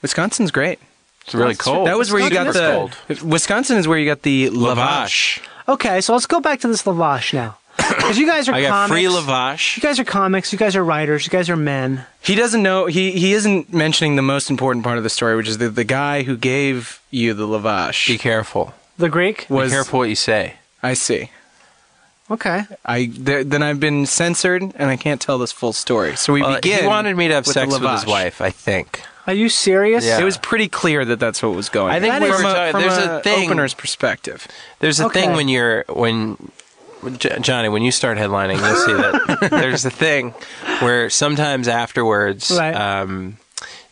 S5: Wisconsin's great.
S3: It's really cold.
S2: Oh,
S5: that was where you got the Wisconsin is where you got the lavash.
S3: Lavash.
S2: Okay, so let's go back to this lavash now, because you guys are
S3: I got
S2: comics.
S3: free
S2: You
S3: lavash.
S2: guys are comics. You guys are writers. You guys are men.
S5: He doesn't know. He he isn't mentioning the most important part of the story, which is that the guy who gave you the
S3: Be
S5: lavash
S3: careful.
S2: The Greek.
S3: Be
S5: was.
S3: careful what you say.
S5: I see.
S2: Okay.
S5: I th- then I've been censored and I can't tell this full story. So we
S3: Uh,
S5: begin.
S3: he wanted me to have
S5: with
S3: sex
S5: the
S3: with his
S5: lavash.
S3: wife. I think.
S2: Are you serious?
S3: Yeah.
S5: It was pretty clear that that's what was going.
S3: I think
S5: on.
S3: we
S5: from
S3: were
S5: a,
S3: talking-
S5: from
S3: there's
S5: a
S3: a thing-
S5: opener's perspective.
S3: There's a
S2: Okay.
S3: thing when you're when J- Johnny when you start headlining, you'll see that there's a thing where sometimes afterwards,
S2: Right.
S3: um,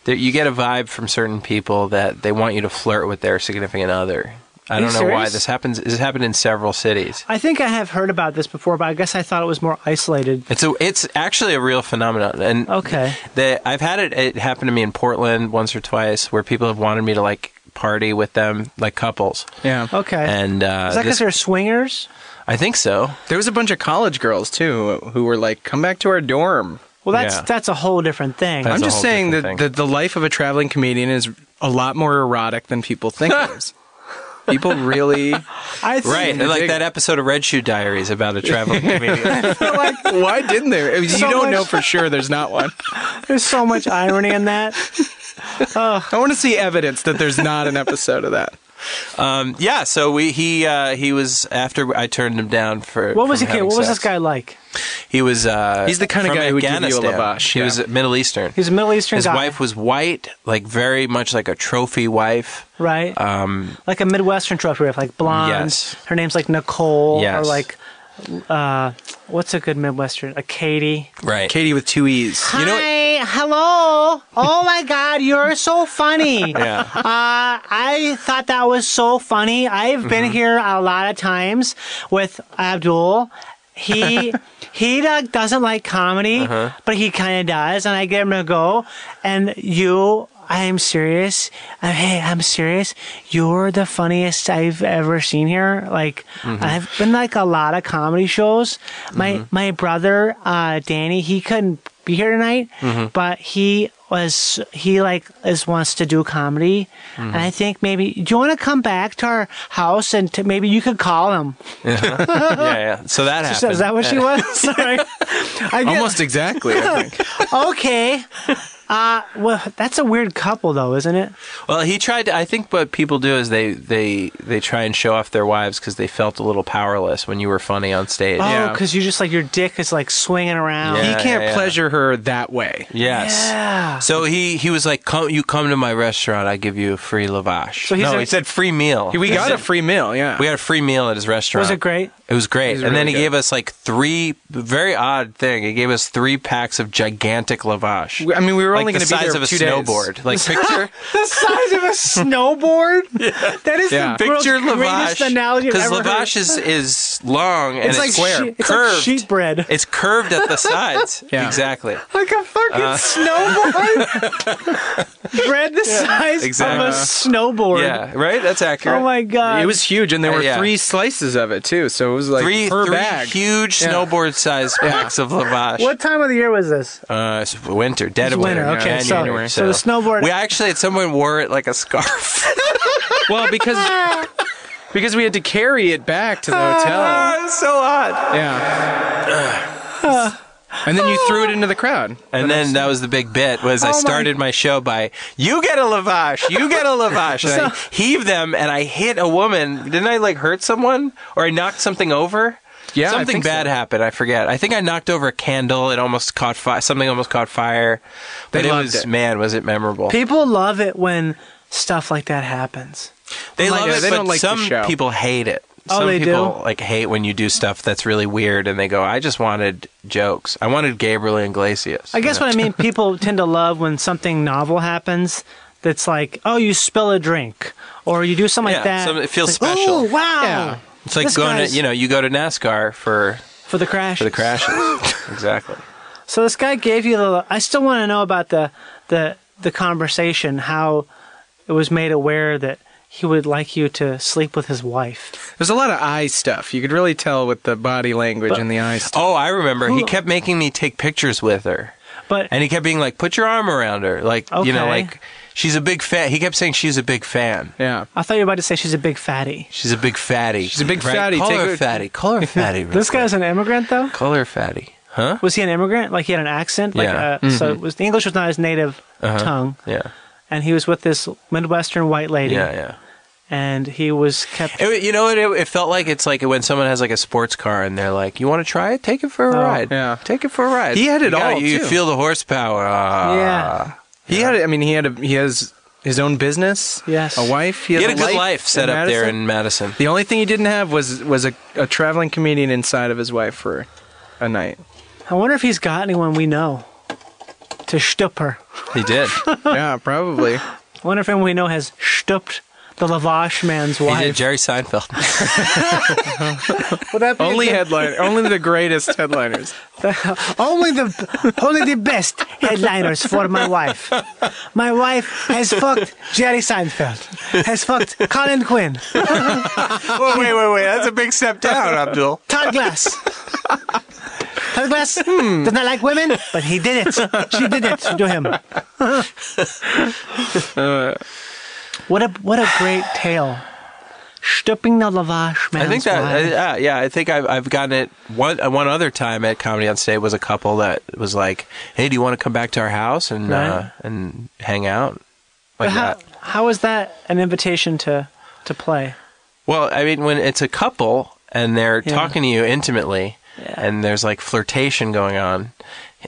S3: that you get a vibe from certain people that they want you to flirt with their significant other. I
S2: Are you
S3: don't know why
S2: serious?
S3: this happens. This happened in several cities.
S2: I think I have heard about this before, but I guess I thought it was more isolated.
S3: It's a, it's actually a real phenomenon, and
S2: Okay.
S3: the, I've had it. It happened to me in Portland once or twice, where people have wanted me to like party with them, like couples.
S5: Yeah.
S2: Okay.
S3: And uh,
S2: Is that because
S3: this-
S2: they're swingers?
S3: I think so.
S5: There was a bunch of college girls too who were like, "Come back to our dorm."
S2: Well, that's
S3: Yeah.
S2: that's a whole different thing.
S3: That's
S5: I'm
S3: a
S5: just
S3: whole
S5: saying that,
S3: different
S5: that the life of a traveling comedian is a lot more erotic than people think it is. People really.
S2: I think,
S3: Right, like
S5: dig
S3: that
S5: it.
S3: episode of Red Shoe Diaries about a traveling comedian.
S5: Why didn't there? I mean,
S2: So
S5: you don't
S2: much-
S5: know for sure. There's not one.
S2: There's so much irony in that.
S5: I want to see evidence that there's not an episode of that.
S3: um, yeah, so we he uh, he was after I turned him down for
S2: What was
S3: from
S2: he? What
S3: having
S2: was this
S3: sex.
S2: guy like?
S3: He was uh,
S5: He's the kind of
S3: from
S5: guy who would give you a
S3: Afghanistan.
S5: lavash,
S3: He
S5: yeah.
S3: was Middle Eastern.
S2: He's a Middle Eastern
S3: His
S2: guy,
S3: wife was white, like very much like a trophy wife.
S2: right?
S3: Um,
S2: like a Midwestern trophy wife, like blonde.
S3: Yes.
S2: Her name's like Nicole, or
S3: Yes.
S2: like uh, what's a good Midwestern? A Katie.
S3: right.
S5: Katie with two E's.
S3: You know what-
S2: Hi, hello. Oh my God, you're so funny.
S3: Yeah.
S2: Uh, I thought that was so funny. I've been
S3: Mm-hmm.
S2: here a lot of times with Abdul. He he uh, doesn't like comedy,
S3: Uh-huh.
S2: but he kind of does, and I get him to go. And you, I am serious. Uh, hey, I'm serious. You're the funniest I've ever seen here. Like I've been like a lot of comedy shows. My my brother uh, Danny, he couldn't be here tonight, but he was he like is wants to do comedy, and I think maybe do you want to come back to our house and to, maybe you could call him.
S3: yeah, yeah. So that
S2: So
S3: happened.
S2: is that what she was? Sorry, I get,
S5: Almost exactly. I think.
S2: okay. Uh, well, that's a weird couple though, isn't it?
S3: Well, he tried to. I think what people do is they they they try and show off their wives because they felt a little powerless when you were funny on stage.
S2: Oh,
S5: Yeah.
S2: because you just like your dick is like swinging around.
S5: he
S3: Yeah.
S5: can't
S3: yeah.
S5: pleasure her that way.
S3: Yes.
S2: Yeah.
S3: So he he was like, "Come, you come to my restaurant, I give you a free lavash."
S2: So he's
S3: no,
S2: a-
S3: he said free meal.
S5: We got a free meal. Yeah.
S3: we got a free meal at his restaurant.
S2: Was it great?
S3: It was great.
S5: was
S3: and then
S5: really
S3: he
S5: good.
S3: gave us like three very odd thing. He gave us three packs of gigantic lavash.
S5: I mean, we were
S3: like
S5: only
S3: the
S5: going to be
S3: size
S5: there
S3: of a
S5: two
S3: snowboard.
S5: Days.
S3: Like picture
S2: The size of a snowboard. That is
S5: Yeah.
S2: the world's
S3: picture
S2: greatest analogy
S3: lavash
S2: I've
S3: because
S2: ever heard.
S3: lavash is is long and
S2: It's
S3: it's,
S2: like
S3: square,
S2: she- it's like
S3: curved.
S2: sheet bread.
S3: It's curved at the sides.
S5: Yeah.
S3: Exactly.
S2: like a fucking
S3: Uh.
S2: snowboard. Bread the size
S3: exactly.
S2: of a snowboard.
S3: Yeah. Right. That's accurate.
S2: Oh my god.
S5: It was huge, and there
S3: Uh,
S5: were
S3: yeah.
S5: three slices of it too. So it was like
S3: Three,
S5: per
S3: three
S5: bag.
S3: huge
S5: Yeah.
S3: snowboard-sized packs of lavash.
S2: What time of the year was this?
S3: Uh, it's winter, dead
S2: It's
S3: of winter.
S2: winter, Okay, so-
S3: January,
S2: so the snowboard-
S3: We actually had someone wore it like a scarf.
S5: Well, because because we had to carry it back to the hotel.
S3: it's so hot.
S5: Yeah. And then you threw it into the crowd.
S3: And then that was the big bit was
S2: Oh
S3: I
S5: my-
S3: started my show by you get a lavash, you get a lavash. and I heave them and I hit a woman. Didn't I like hurt someone or I knocked something over?
S5: Yeah, I
S3: something
S5: think so.
S3: bad happened. I forget. I think I knocked over a candle. It almost caught fire. Something almost caught fire. But
S5: They
S3: it
S5: loved
S3: was
S5: it.
S3: man, was it memorable?
S2: People love it when stuff like that happens.
S3: They
S5: Like,
S3: love
S5: yeah,
S3: it,
S5: they
S3: but
S5: don't like the
S3: some
S5: show.
S3: people hate it.
S2: Oh,
S3: some
S2: they do?
S3: people like hate when you do stuff that's really weird, and they go, "I just wanted jokes. I wanted Gabriel Iglesias."
S2: I guess what I mean, people tend to love when something novel happens. That's like, oh, you spill a drink, or you do something
S3: Yeah,
S2: like that.
S3: some- it feels
S2: It's like,
S3: special.
S2: Oh wow!
S5: Yeah.
S3: It's like
S2: This
S3: going to
S2: guy's-
S3: you know you go to NASCAR for
S2: For the crash.
S3: for the crashes. exactly.
S2: So this guy gave you the. I still want to know about the the the conversation. How it was made aware that he would like you to sleep with his wife.
S5: There's a lot of eye stuff. You could really tell with the body language and the eye stuff.
S3: Oh, I remember. He kept making me take pictures with her,
S2: But
S3: and he kept being like, "Put your arm around her," like you know,
S2: Okay.
S3: like she's a big fan. He kept saying she's a big fan.
S5: Yeah.
S2: I thought you were about to say she's a big fatty.
S3: She's a big fatty. She's
S5: a big fatty.
S3: Call
S5: Take
S3: her
S5: her-
S3: fatty. Call her fatty. real
S2: This
S3: quick.
S2: guy's an immigrant though.
S3: call her fatty. Huh?
S2: Was he an immigrant? Like he had an accent. Like,
S3: Yeah. Mm-hmm. Uh-huh.
S2: Uh, So it was the English was not his native tongue,
S3: Yeah.
S2: and he was with this Midwestern white lady.
S3: Yeah. Yeah.
S2: and he was kept.
S3: It, wa- you know what? It, it felt like it's like when someone has like a sports car and they're like, "You want to try it? Take it for a ride.
S5: yeah.
S3: Take it for a ride."
S5: He had it
S3: You got-
S5: all,
S3: Oh, You
S5: too.
S3: feel the horsepower. Ah.
S2: yeah,
S5: He had. I mean, he had. A, he has his own business.
S2: Yes.
S5: A wife.
S3: He
S5: has
S3: had a good life set up there
S5: Madison.
S3: in Madison.
S5: the only thing he didn't have was was a, a traveling comedian inside of his wife for a night.
S2: I wonder if he's got anyone we know to shtup her.
S3: He did.
S5: yeah, probably.
S2: I wonder if anyone we know has shtupped the Lavash man's
S3: He did
S2: wife.
S3: Jerry Seinfeld.
S2: Would that be a
S5: only
S2: good-
S5: headline. Only the greatest headliners.
S2: only the only the best headliners for my wife. My wife has fucked Jerry Seinfeld, has fucked Colin Quinn,
S3: Whoa, wait, wait, wait. That's a big step down, Abdul.
S2: Todd Glass. Todd Glass
S3: Hmm.
S2: does not like women, but he did it. She did it to him. what a what a great tale. Stupping the lavash man.
S3: I think that uh, yeah, I think I've, I've gotten it one uh, one other time at comedy on stage was a couple that was like, "Hey, do you want to come back to our house and uh,
S2: Right.
S3: and hang out?" Like
S2: how,
S3: that.
S2: how is that an invitation to to play?
S3: Well, I mean, when it's a couple and they're
S2: Yeah.
S3: talking to you intimately, and there's like flirtation going on,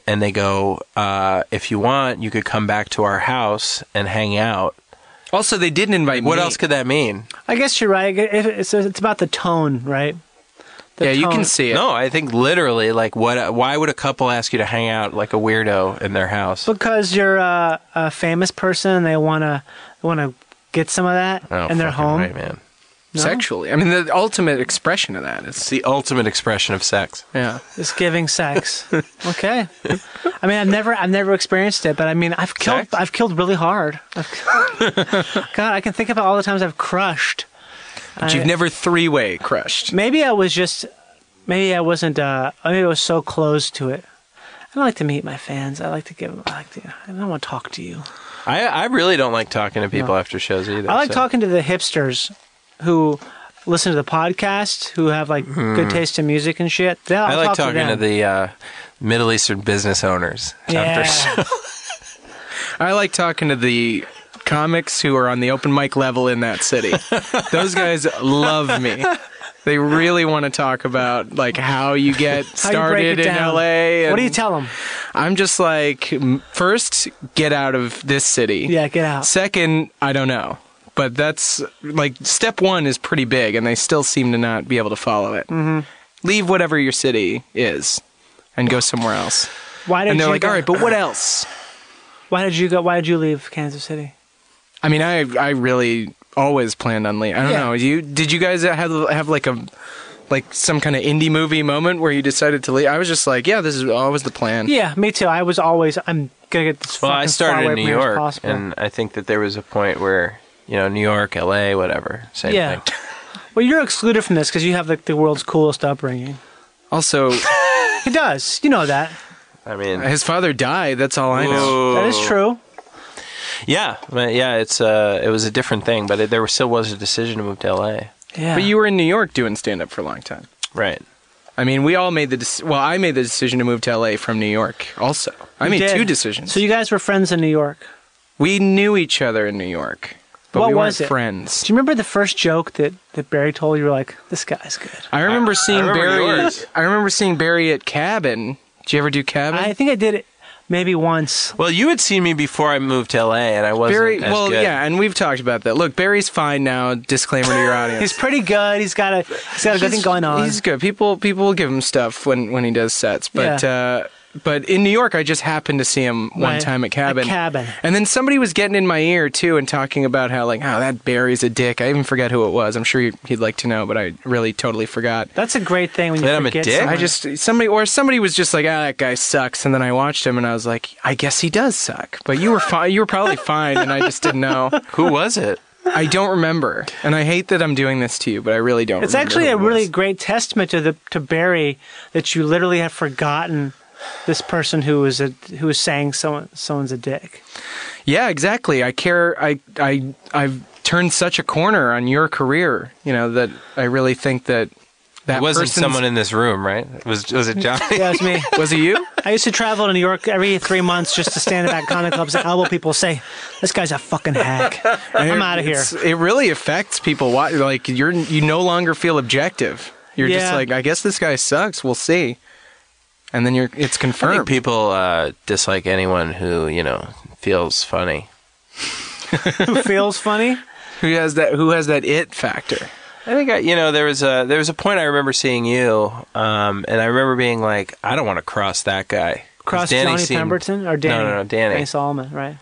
S3: and they go, uh, "If you want, you could come back to our house and hang out."
S5: Also, they didn't invite
S3: What
S5: me.
S3: else could that mean?
S2: I guess you're right. It- It's, it's about the tone, right? The
S5: yeah, you
S2: tone.
S5: can see it.
S3: No, I think literally, like, what? Why would a couple ask you to hang out like a weirdo in their house?
S2: because you're a, a famous person. and They wanna wanna get some of that
S3: Oh,
S2: in their
S3: fucking
S2: home.
S3: right, man.
S5: Sexually, I mean, the ultimate expression of that is.
S3: It's the ultimate expression of sex.
S5: Yeah.
S2: It's giving sex. okay. I mean, I've never, I've never experienced it, but I mean, I've killed,
S3: Sex?
S2: I've killed really hard. I've, God, I can think about all the times I've crushed.
S5: But you've never three way crushed.
S2: Maybe I was just, maybe I wasn't, uh, maybe I was so close to it. I don't like to meet my fans. I like to give them, I, like to, I don't want to talk to you.
S3: I, I really don't like talking to people after shows either.
S2: I like
S3: so-
S2: talking to the hipsters who listen to the podcast, who have like good taste in music and shit. Yeah,
S3: Hmm. I
S2: I'll
S3: like
S2: talk
S3: talking to,
S2: them.
S3: the uh, Middle Eastern business owners after shows.
S2: yeah.
S5: I like talking to the comics who are on the open mic level in that city. Those guys love me. They really want to talk about like how you
S2: How you
S5: get
S2: break it
S5: started in
S2: down.
S5: LA. And
S2: What do you tell them?
S5: I'm just like, m- first, get out of this city.
S2: Yeah, get out.
S5: Second, I don't know. But that's like step one is pretty big, and they still seem to not be able to follow it. Mm-hmm. Leave whatever your city is and go somewhere else.
S2: Why did
S5: And they're
S2: you
S5: like,
S2: go-
S5: all right, but what else?
S2: Why did you go? Why did you leave Kansas City?
S5: I mean, I I really always planned on leaving. I don't
S2: Yeah.
S5: know. You did you guys have have like a like some kind of indie movie moment where you decided to leave? I was just like, yeah, this is always the plan.
S2: Yeah, me too. I was always I'm gonna get this.
S3: Well,
S2: fucking
S3: I
S2: far away
S3: started in
S2: from
S3: New
S2: here as
S3: York,
S2: possible.
S3: and I think that there was a point where you know New York, L.A., whatever, same
S2: yeah.
S3: thing.
S2: Well, you're excluded from this because you have like the world's coolest upbringing.
S5: Also,
S2: He does. You know that.
S3: I mean,
S5: His father died. That's all I know.
S2: That is true.
S3: Yeah, but yeah, it's uh, it was a different thing, but it, there still was a decision to move to LA.
S2: Yeah.
S5: But you were in New York doing stand up for a long time.
S3: Right.
S5: I mean, we all made the dec- well. I made the decision to move to LA from New York. Also, I made
S2: did.
S5: two decisions.
S2: So you guys were friends in New York.
S5: we knew each other in New York, but
S2: What
S5: we weren't
S2: was it?
S5: friends.
S2: Do you remember the first joke that, that Barry told you? You were like, this guy's good.
S5: I remember seeing
S3: remember
S5: Barry.
S3: yours.
S5: I remember seeing Barry at Cabin. Did you ever do Cabin?
S2: I think I did it maybe once.
S3: Well, you had seen me before I moved to LA, and I wasn't
S5: Barry.
S3: as
S5: Well,
S3: good.
S5: yeah, and we've talked about that. Look, Barry's fine now. Disclaimer to your audience.
S2: He's pretty good. He's got a he's got a good thing going on.
S5: He's good. People people will give him stuff when when he does sets, but. uh but in New York, I just happened to see him one
S2: Right.
S5: time at
S2: At
S5: Cabin.
S2: Cabin.
S5: And then somebody was getting in my ear, too, and talking about how, like, oh, that Barry's a dick. I even forget who it was. I'm sure he- he'd like to know, but I really totally forgot.
S2: That's a great thing when you
S3: That I'm a
S2: forget
S3: dick?
S2: someone.
S5: I just, somebody, or somebody was just like, ah, that guy sucks. And then I watched him and I was like, I guess he does suck. But you were fine. You were probably fine, and I just didn't know.
S3: Who was it?
S5: I don't remember. And I hate that I'm doing this to you, but I really don't
S2: It's
S5: remember
S2: actually
S5: who
S2: a
S5: it was.
S2: really great testament to the to Barry that you literally have forgotten this person who was a who was saying someone someone's a dick.
S5: Yeah, exactly. I care. I I I've turned such a corner on your career. You know that I really think that that
S3: It wasn't
S5: person's-
S3: someone in this room, right? It was was it Johnny?
S2: Yeah, it's me.
S5: Was it you?
S2: I used to travel to New York every three months just to stand at comic clubs and elbow people say, "This guy's a fucking hack. I'm out of here."
S5: It's- It really affects people. Why? Like you're you no longer feel objective. You're just
S2: Yeah.
S5: like, I guess this guy sucks. We'll see. And then you're it's
S3: I
S5: confirmed.
S3: think people uh, dislike anyone who you know feels funny.
S2: Who feels funny?
S5: who has that who has that it factor.
S3: I think I, you know there was a there was a point I remember seeing you, um, and I remember being like, I don't want to cross that guy. 'Cause
S2: Cross
S3: Danny
S2: Johnny
S3: seemed-
S2: Pemberton or Danny?
S3: No, no, no, Danny.
S2: Danny Solomon, right?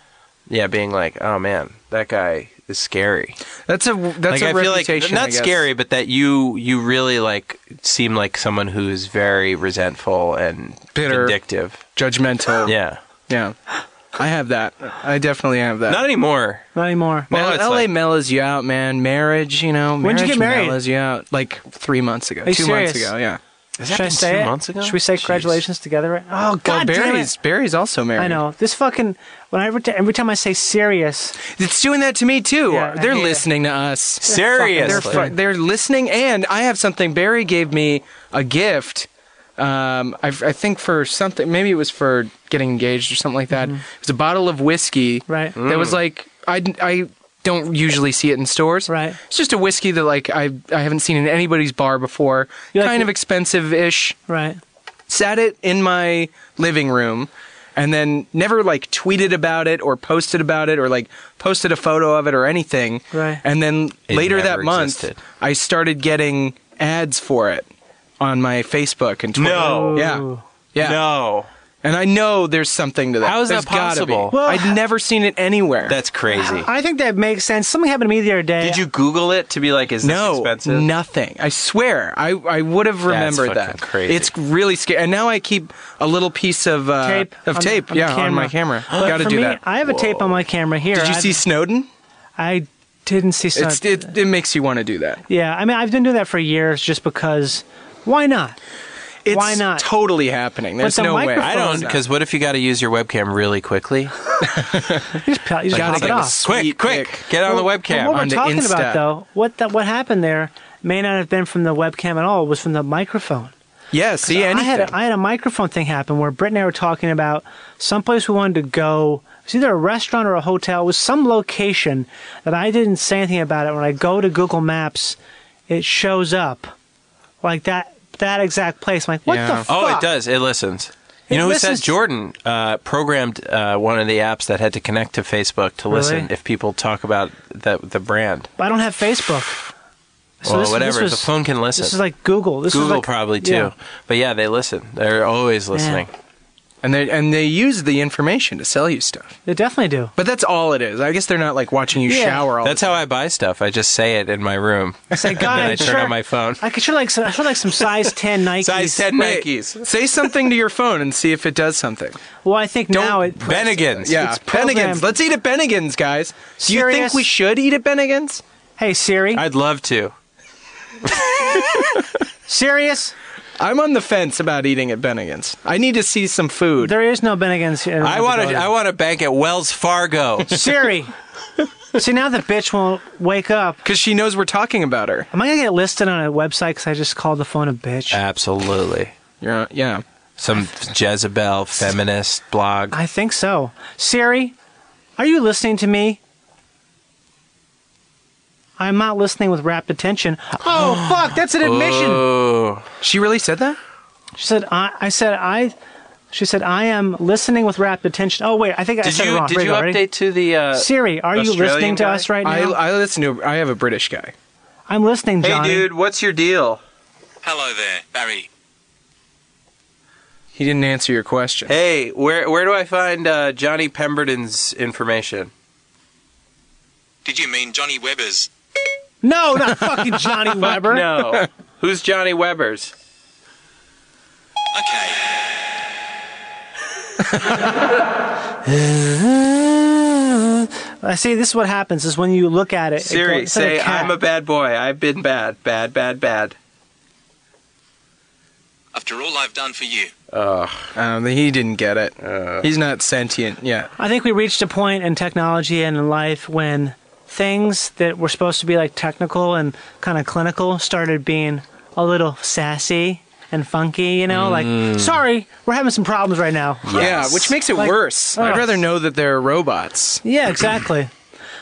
S3: Yeah, being like, oh man, that guy is scary.
S5: That's a that's
S3: like
S5: a
S3: I feel like
S5: reputation. I
S3: not
S5: guess.
S3: scary, but that you you really like seem like someone who's very resentful and
S5: Bitter.
S3: vindictive.
S5: judgmental.
S3: Yeah,
S5: yeah. I have that. I definitely have that.
S3: not anymore.
S2: Not anymore.
S3: Well,
S5: Well,
S3: it's
S5: LA
S3: like-
S5: mellows you out, man. Marriage, you know.
S2: When'd you
S5: marriage
S2: get married?
S5: Mellows you out like three months ago,
S2: you
S5: two months
S2: serious?
S5: ago. Yeah.
S3: Has that
S2: Should I
S3: been
S2: say
S3: two
S2: it?
S3: months ago?
S2: Should we say
S3: Jeez.
S2: congratulations together? Right? Oh
S5: Well,
S2: God, damn
S5: Barry's
S2: it!
S5: Barry's also married.
S2: I know this fucking. When I every, t- every time I say serious,
S5: It's doing that to me too.
S2: Yeah, I
S5: they're
S2: hate it.
S5: listening to us. They're
S3: Seriously,
S5: fu- they're listening, and I have something. Barry gave me a gift. Um, I, I think for something, maybe it was for getting engaged or something like that. It was a bottle of whiskey.
S2: Mm-hmm. Right.
S5: That was like I I don't usually see it in stores.
S2: Right.
S5: It's just a whiskey that like I I haven't seen in anybody's bar before.
S2: You like
S5: kind
S2: it?
S5: of expensive ish.
S2: right?
S5: Sat it in my living room. And then never like tweeted about it or posted about it or like posted a photo of it or anything.
S2: Right.
S5: And then
S3: It
S5: later
S3: never
S5: that month,
S3: existed.
S5: I started getting ads for it on my Facebook and Twitter.
S3: No.
S5: Yeah. Yeah.
S3: no,
S5: And I know there's something to that.
S3: How is
S5: There's
S3: that
S5: gotta be.
S3: possible?
S2: Well-
S5: I'd never seen it anywhere.
S3: that's crazy.
S2: I think that makes sense. Something happened to me the other day.
S3: Did you Google it to be like, is this
S5: no,
S3: expensive?
S5: nothing. I swear, I, I would have remembered
S3: fucking
S5: that.
S3: crazy.
S5: It's really scary. And now I keep a little piece of uh,
S2: Tape
S5: of
S2: on the-
S5: tape,
S2: on the
S5: yeah, on my
S2: camera.
S5: camera.
S2: But
S5: Got to
S2: for
S5: do
S2: me,
S5: that.
S2: I have a tape on my camera here.
S5: Did you
S2: I've-
S5: see Snowden?
S2: I didn't see. Some,
S5: It's, it it makes you want to do that.
S2: yeah, I mean, I've been doing that for years just because. Why not?
S5: It's
S2: Why not?
S5: Totally happening. There's
S2: the
S5: no way.
S2: microphone-
S3: I don't, because what if you got to use your webcam really quickly?
S2: You just, pop- you just
S5: Gotta
S2: pop it
S5: get
S2: off.
S5: this
S3: Quick,
S5: Sweet
S3: quick,
S5: pick.
S3: get on the
S2: Well,
S3: webcam.
S2: What we're
S5: on the
S2: talking
S5: Insta.
S2: about, though, what that what happened there may not have been from the webcam at all. It was from the microphone.
S5: Yeah. See
S2: I
S5: anything?
S2: had a, I had a microphone thing happen where Britt and I were talking about someplace we wanted to go. It was either a restaurant or a hotel. It was some location that I didn't say anything about it. When I go to Google Maps, it shows up like that that exact place. I'm like, what
S5: Yeah.
S2: the fuck?
S3: Oh, it does. It listens. You
S2: It
S3: know who
S2: listens-
S3: said Jordan uh, programmed uh, one of the apps that had to connect to Facebook to listen
S2: Really?
S3: if people talk about the, the brand.
S2: I don't have Facebook. So
S3: well,
S2: this-
S3: whatever.
S2: This was,
S3: the phone can listen.
S2: This is like Google. This is
S3: Google
S2: like-
S3: probably too.
S2: yeah.
S3: But yeah, they listen. They're always listening.
S5: and they and they use the information to sell you stuff.
S2: They definitely do.
S5: But that's all it is. I guess they're not like watching you
S2: Yeah.
S5: shower all.
S3: That's how I buy stuff. I just say it in my room.
S2: Say,
S3: and then I
S2: guys,
S3: turn
S2: sure.
S3: on my phone.
S2: I could sure like some, I sure like some size ten Nikes.
S3: Size 10
S5: Wait,
S3: Nikes.
S5: Say something to your phone and see if it does something.
S2: Well, I think now it
S3: Bennigan's.
S5: Yeah,
S2: It's programmed.
S5: Bennigan's. Let's eat at Bennigan's, guys. Do you think
S2: Serious?
S5: we should eat at Bennigan's?
S2: Hey Siri,
S3: I'd love to.
S2: Sirius,
S5: I'm on the fence about eating at Bennigan's. I need to see some food.
S2: There is no Bennigan's. here in
S3: I want to.
S2: Dakota.
S3: I want to bank at Wells Fargo.
S2: Siri. See now the bitch won't wake up.
S5: Because she knows we're talking about her.
S2: Am I gonna get listed on a website because I just called the phone a bitch?
S3: Uh, Absolutely.
S5: You're, yeah.
S3: Some Jezebel feminist blog.
S2: I think so. Siri, are you listening to me? I'm not listening with rapt attention. Oh fuck, that's an admission.
S3: Oh,
S5: She really said that?
S2: She said I, I said I she said I am listening with rapt attention. Oh wait, I think I
S3: did
S2: said it
S3: you
S2: wrong.
S3: did
S2: Here we
S3: you
S2: go, ready?
S3: update to the uh,
S2: Siri, are you
S3: Australian
S2: listening to
S3: guy?
S2: us right
S5: I,
S2: now?
S5: I listen to. I have a British guy.
S2: I, am listening,
S3: Hey,
S2: Johnny.
S3: dude, what's your deal?
S8: Hello there, Barry.
S5: He didn't answer your question.
S3: Hey, where where do I find uh, Johnny Pemberton's information?
S8: Did you mean Johnny Weber's?
S2: No, not fucking Johnny Weber.
S3: No, who's Johnny Weber's?
S8: Okay.
S2: I see. This is what happens: is when you look at it. it
S3: Siri,
S2: goes- it's like
S3: say
S2: cat.
S3: I'm a bad boy. I've been bad, bad, bad, bad.
S8: After all I've done for you.
S5: Um, he didn't get it.
S3: Uh.
S5: He's not sentient yet.
S2: I think we reached a point in technology and in life when things that were supposed to be like technical and kind of clinical started being a little sassy and funky. You know,
S3: Mm.
S2: like sorry, we're having some problems right now.
S5: Yeah, which makes it
S2: Like-
S5: worse. I'd
S2: Ugh.
S5: rather know that they're robots.
S2: Yeah, exactly.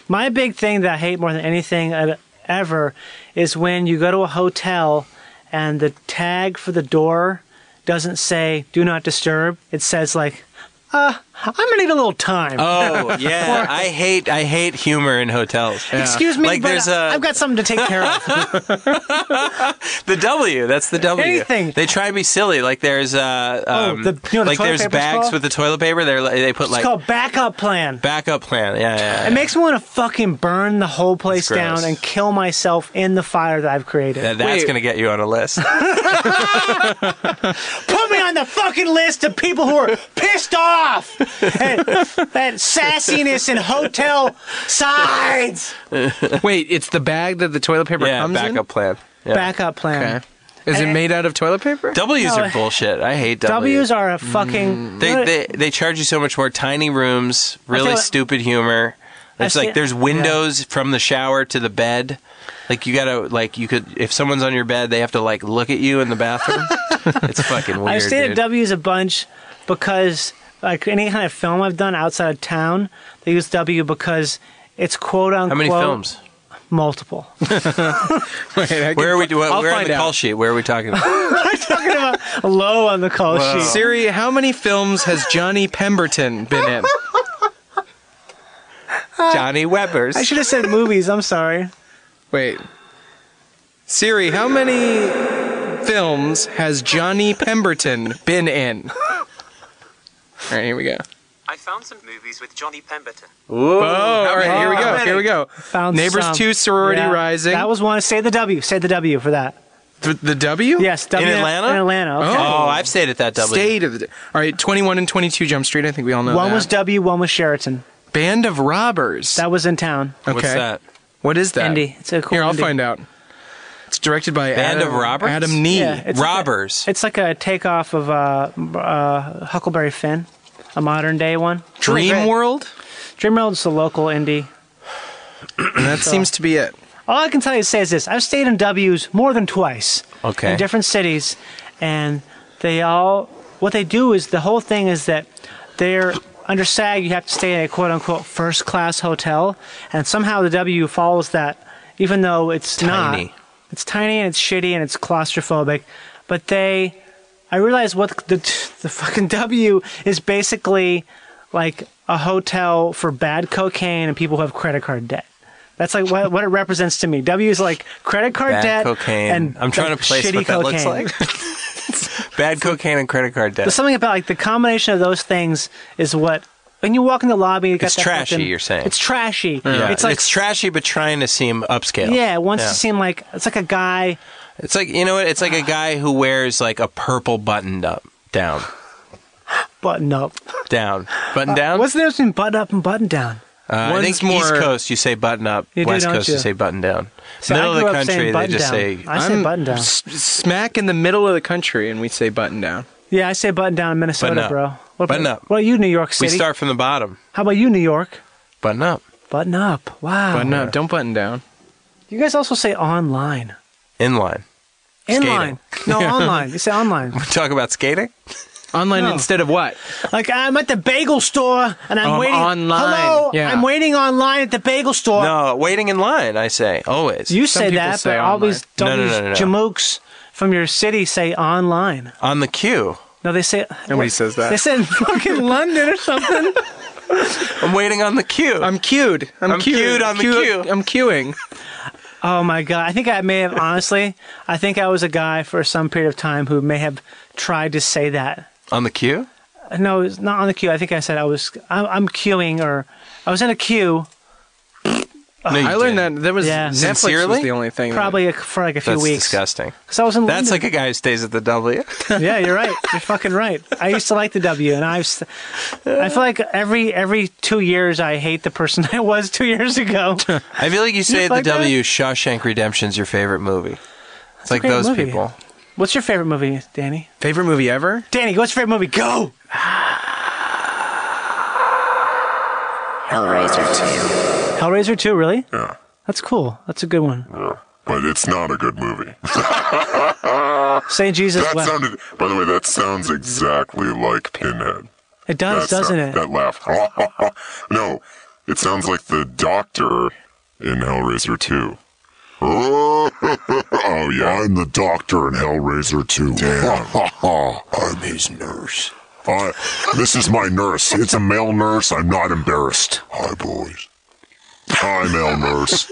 S2: My big thing that I hate more than anything e- ever is when you go to a hotel and the tag for the door doesn't say "Do not disturb." It says like, "Uh, I'm gonna need a little time."
S3: Oh yeah, I hate I hate humor in hotels.
S2: Excuse me,
S3: Like,
S2: but
S3: there's a-
S2: i I've got something to take care of.
S3: The W, that's the W.
S2: Anything. Oh,
S3: They try to be silly. Like there's uh, um,
S2: the- you know what toilet
S3: like there's
S2: paper's
S3: bags
S2: called?
S3: with the toilet paper. They're like, they put
S2: It's
S3: like
S2: called backup plan.
S3: backup plan. Yeah, yeah.
S2: It
S3: yeah.
S2: makes me want to fucking burn the whole place
S3: gross.
S2: down and kill myself in the fire that I've created.
S3: That- that's
S5: Wait.
S3: gonna get you on a list.
S2: Put me on the fucking list of people who are pissed off at that sassiness and hotel signs.
S5: Wait, it's the bag that the toilet paper
S3: yeah,
S5: comes in.
S3: backup plan. Yeah.
S2: Backup plan.
S5: Okay. Is it made out of toilet paper?
S3: W's
S2: No,
S3: are bullshit. I hate
S2: W's are a fucking.
S3: Mm. They, they they charge you so much more. Tiny rooms, really
S2: like-
S3: stupid humor. It's
S2: I've
S3: like
S2: seen-
S3: there's windows from the shower to the bed. Like you gotta like you could if someone's on your bed they have to like look at you in the bathroom. it's fucking weird.
S2: I've stayed
S3: dude.
S2: at W's a bunch because, like, any kind of film I've done outside of town, they use W because it's quote unquote.
S3: How many films?
S2: Multiple.
S5: Wait, I can-
S3: Where are we? Where,
S5: I'll
S3: where on
S5: find
S3: the call
S5: out.
S3: sheet? Where are we talking about?
S2: Talking about low on the call sheet.
S5: Siri, how many films has Johnny Pemberton been in?
S3: Johnny Weber's.
S2: I should have said movies. I'm sorry.
S5: Wait. Siri, how many films has Johnny Pemberton been in? All right, here we go.
S9: I found some movies with Johnny Pemberton.
S5: Oh, all right, here we go. Here we go.
S2: Found
S5: Neighbors
S2: some.
S5: 2 Sorority
S2: Yeah.
S5: Rising.
S2: That was one. Say the W. Say the W for that.
S5: Th- the W?
S2: Yes. W
S3: Atlanta?
S2: In Atlanta. Okay.
S3: Oh, I've stayed at that W.
S5: State of the. All right, 21 and 22 Jump Street. I think we all know
S2: One
S5: that.
S2: was W. One was Sheraton.
S5: Band of Robbers.
S2: That was in town.
S5: okay.
S3: What's that?
S5: What is that?
S2: Indy. It's a cool.
S5: Here, I'll
S2: indie.
S5: find out. It's directed by
S3: Band
S5: Adam,
S3: of Robbers?
S5: Adam Nee.
S2: Yeah, it's
S3: Robbers.
S2: It's like a takeoff of uh, uh, Huckleberry Finn, a modern day one.
S5: Dream World.
S2: Dreamworld is a local indie.
S5: That seems to be it.
S2: All I can tell you say is this: I've stayed in W's more than twice.
S3: Okay.
S2: In different cities, and they all what they do is the whole thing is that they're under SAG you have to stay in a quote unquote first class hotel, and somehow the W follows that, even though it's
S3: Tiny.
S2: not. It's tiny and it's shitty and it's claustrophobic, but they. I realize what the the fucking W is basically like a hotel for bad cocaine and people who have credit card debt. That's like what, what it represents to me. W is like credit card
S3: Bad
S2: debt
S3: cocaine.
S2: and
S3: I'm trying
S2: like,
S3: to place
S2: shitty
S3: what that
S2: cocaine.
S3: looks like. Bad cocaine and credit card
S2: There's
S3: debt.
S2: something about like the combination of those things is what. When you walk in the lobby, you got
S3: It's
S2: that
S3: trashy,
S2: fucking-
S3: you're saying.
S2: it's trashy.
S3: Yeah.
S2: It's like
S3: it's trashy, but trying to seem upscale.
S2: yeah, it wants
S3: Yeah.
S2: to seem like it's like a guy.
S3: It's like you know what? It's like a guy who wears like a purple buttoned up down
S2: Button up.
S3: down button down.
S2: Uh, What's the difference between button up and button down?
S3: Uh, I
S5: One's
S3: think East
S5: more-
S3: Coast you say button up,
S2: You do,
S3: West
S2: don't
S3: Coast you?
S2: you?
S3: say button down.
S2: See, I
S3: Middle of
S2: grew
S3: the
S2: up saying
S3: country they
S2: button
S3: just
S2: down.
S3: say
S2: I say
S5: I'm
S2: button down.
S5: s- smack in the middle of the country, and we say button down.
S2: Yeah, I say button down in Minnesota,
S3: Button up.
S2: bro. What about,
S3: Button up.
S2: What about you, New York
S3: we
S2: City?
S3: start from the bottom.
S2: How about you, New York?
S3: Button up.
S2: Button up. Wow.
S5: Button up. Don't button down.
S2: You guys also say online.
S3: Inline. Skating.
S2: Inline. No, online. You say online.
S3: Talk about skating?
S5: Online
S2: No.
S5: instead of what?
S2: Like I'm at the bagel store and I'm
S5: Oh, I'm
S2: waiting
S5: online.
S2: Hello,
S5: Yeah.
S2: I'm waiting online at the bagel store.
S3: No, waiting in line, I say, always.
S2: you
S5: some
S2: say
S5: people
S2: that,
S5: say
S2: but all
S5: online.
S2: these
S3: No,
S2: all
S3: no,
S2: these
S3: no, no, no.
S2: jamooks from your city say online.
S3: On the queue.
S2: No, they say
S5: Nobody says that.
S2: They said fucking London or something.
S3: I'm waiting on the queue.
S5: I'm queued. I'm,
S3: I'm queued on the
S5: Queue-
S3: queue.
S5: I'm queuing.
S2: Oh my god! I think I may have honestly. I think I was a guy for some period of time who may have tried to say that.
S3: on the queue?
S2: No, it's not on the queue. I think I said I was. I'm, I'm queuing, or I was in a queue, Uh,
S3: No, you
S5: I learned
S3: didn't.
S5: that there was
S2: Yeah.
S5: Netflix
S3: Sincerely?
S5: was the only thing. that-
S2: probably a, for like a few
S3: That's
S2: weeks.
S3: disgusting.
S2: 'Cause I was in
S3: That's
S2: London.
S3: like a guy who stays at the W.
S2: yeah, you're right. You're fucking right. I used to like the W, and I was, I feel like every every two years I hate the person I was two years ago.
S3: I feel like you say at the
S2: like that?
S3: W, Shawshank Redemption's your favorite movie. It's like
S2: great
S3: those
S2: movie.
S3: people.
S2: What's your favorite movie, Danny?
S5: favorite movie ever.
S2: Danny, what's your favorite movie? Go.
S4: Hellraiser 2.
S2: Hellraiser two, really?
S6: Yeah,
S2: That's cool. That's a good one.
S6: yeah. But it's not a good movie.
S2: Say Jesus
S6: That
S2: wept.
S6: sounded. By the way, that sounds exactly like Pinhead.
S2: It does,
S6: That
S2: doesn't
S6: sound-
S2: it?
S6: That laugh. no, it sounds like the Doctor in Hellraiser Two. Oh, yeah, I'm the Doctor in Hellraiser Two. I'm his nurse.
S1: this is my nurse. It's a male nurse. I'm not embarrassed.
S6: Hi, boys.
S1: Hi, male nurse.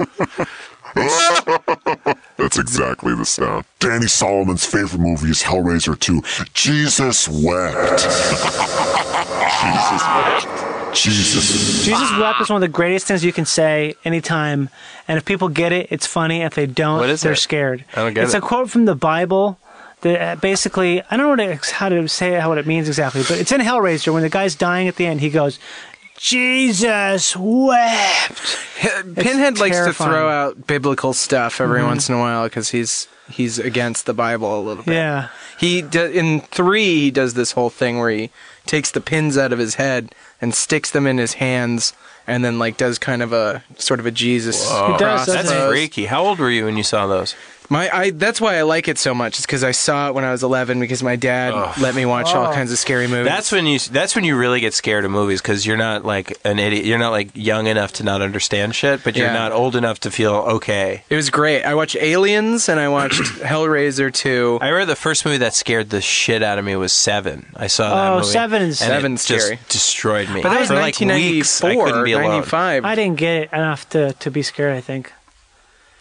S6: That's exactly the sound.
S1: Danny Solomon's favorite movie is Hellraiser 2. Jesus wept. Jesus wept. Jesus.
S2: Jesus wept is one of the greatest things you can say anytime, and if people get it, it's funny. If they don't,
S3: What is
S2: they're
S3: it?
S2: scared.
S3: I don't get
S2: it's
S3: it.
S2: a quote from the Bible. That uh, basically, I don't know what it, how to say it, how what it means exactly, but it's in Hellraiser when the guy's dying at the end. He goes, "Jesus wept."
S5: Pinhead likes to
S2: terrifying. Mm-hmm.
S5: throw out biblical stuff every once in a while because he's he's against the Bible a little bit.
S2: Yeah,
S5: He do, in three he does this whole thing where he takes the pins out of his head and sticks them in his hands, and then like does kind of a sort of a Jesus.
S2: He does,
S5: cross
S2: doesn't
S3: That's
S2: he?
S5: pose.
S3: freaky. How old were you when you saw those?
S5: My I that's why I like it so much is because I saw it when I was 11 because my dad let me watch all kinds of scary movies.
S3: That's when you. That's when you really get scared of movies because you're not like an idiot. You're not like young enough to not understand shit, but you're
S5: Yeah.
S3: not old enough to feel okay.
S5: it was great. I watched Aliens and I watched Hellraiser 2.
S3: I remember the first movie that scared the shit out of me. Was Seven. I saw that
S2: Oh,
S3: movie.
S2: Seven is-
S3: and it
S5: Seven's
S3: just
S5: scary.
S3: destroyed me.
S5: But that was
S3: For like weeks, I
S5: 1994,
S3: couldn't be alone.
S5: 95.
S2: I didn't get it enough to to be scared. I think.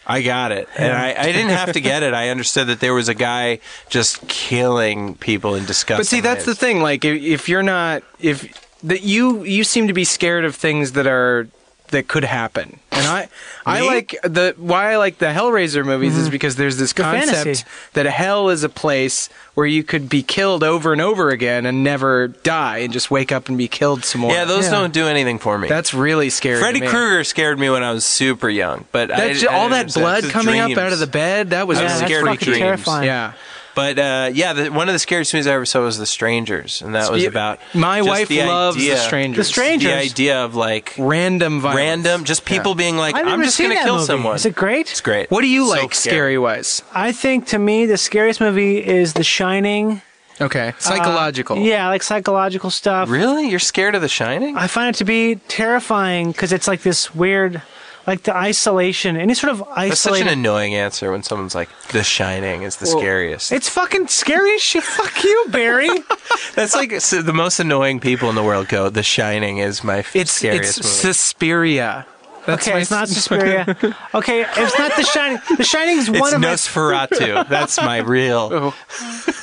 S3: I got it, and I, I didn't have to get it. I understood that there was a guy just killing people in disgusting.
S5: But see, that's the
S3: ways.
S5: thing. Like, if, if you're not, if that you you seem to be scared of things that are that could happen, and I I
S3: Me?
S5: like the why I like the Hellraiser movies is because there's this
S2: Mm-hmm. fantasy.
S5: concept that hell is a place where you could be killed over and over again and never die and just wake up and be killed some more.
S3: Yeah, those
S2: Yeah.
S3: don't do anything for me.
S5: that's really scary. to
S3: Freddy
S5: me.
S3: Krueger scared me when I was super young, but I-
S5: That,
S3: I
S5: all
S3: didn't
S5: that
S3: understand.
S5: blood
S3: It's
S5: coming
S3: dreams.
S5: up out of the bed. That was
S3: I
S2: Yeah,
S3: was
S5: really
S2: that's
S3: scared of
S2: fucking
S3: dreams.
S2: terrifying.
S5: Yeah.
S3: But uh, yeah, the, one of the scariest movies I ever saw was The Strangers, and that was
S5: You-
S3: about
S5: my
S3: just
S5: wife
S3: the
S5: loves
S3: idea,
S5: the strangers.
S2: The Strangers.
S3: The idea of like
S5: Random violence.
S3: random, just people being like,
S2: I've never
S3: "I'm just
S2: seen
S3: gonna
S2: that
S3: kill
S2: movie.
S3: someone."
S2: Is it great?
S3: It's great.
S5: What do you
S3: So
S5: like scary wise?
S2: I think to me the scariest movie is The Shining.
S5: Okay. Psychological.
S2: Yeah, I like psychological stuff.
S3: Really, you're scared of The Shining?
S2: I find it to be terrifying because it's like this weird, like the isolation, any sort of
S3: That's such an
S2: isolation.
S3: annoying answer when someone's like, "The Shining is the scariest."
S2: it's fucking scary as shit. Fuck you, Barry.
S3: That's like so the most annoying people in the world go, "The Shining is my f-
S5: It's
S3: scariest
S5: it's
S3: movie."
S5: Suspiria. That's
S2: okay,
S5: my-
S2: it's not Suspiria. Okay, it's not The Shining. The Shining is one
S3: It's
S2: of my. Oh.
S3: Nosferatu. That's my real.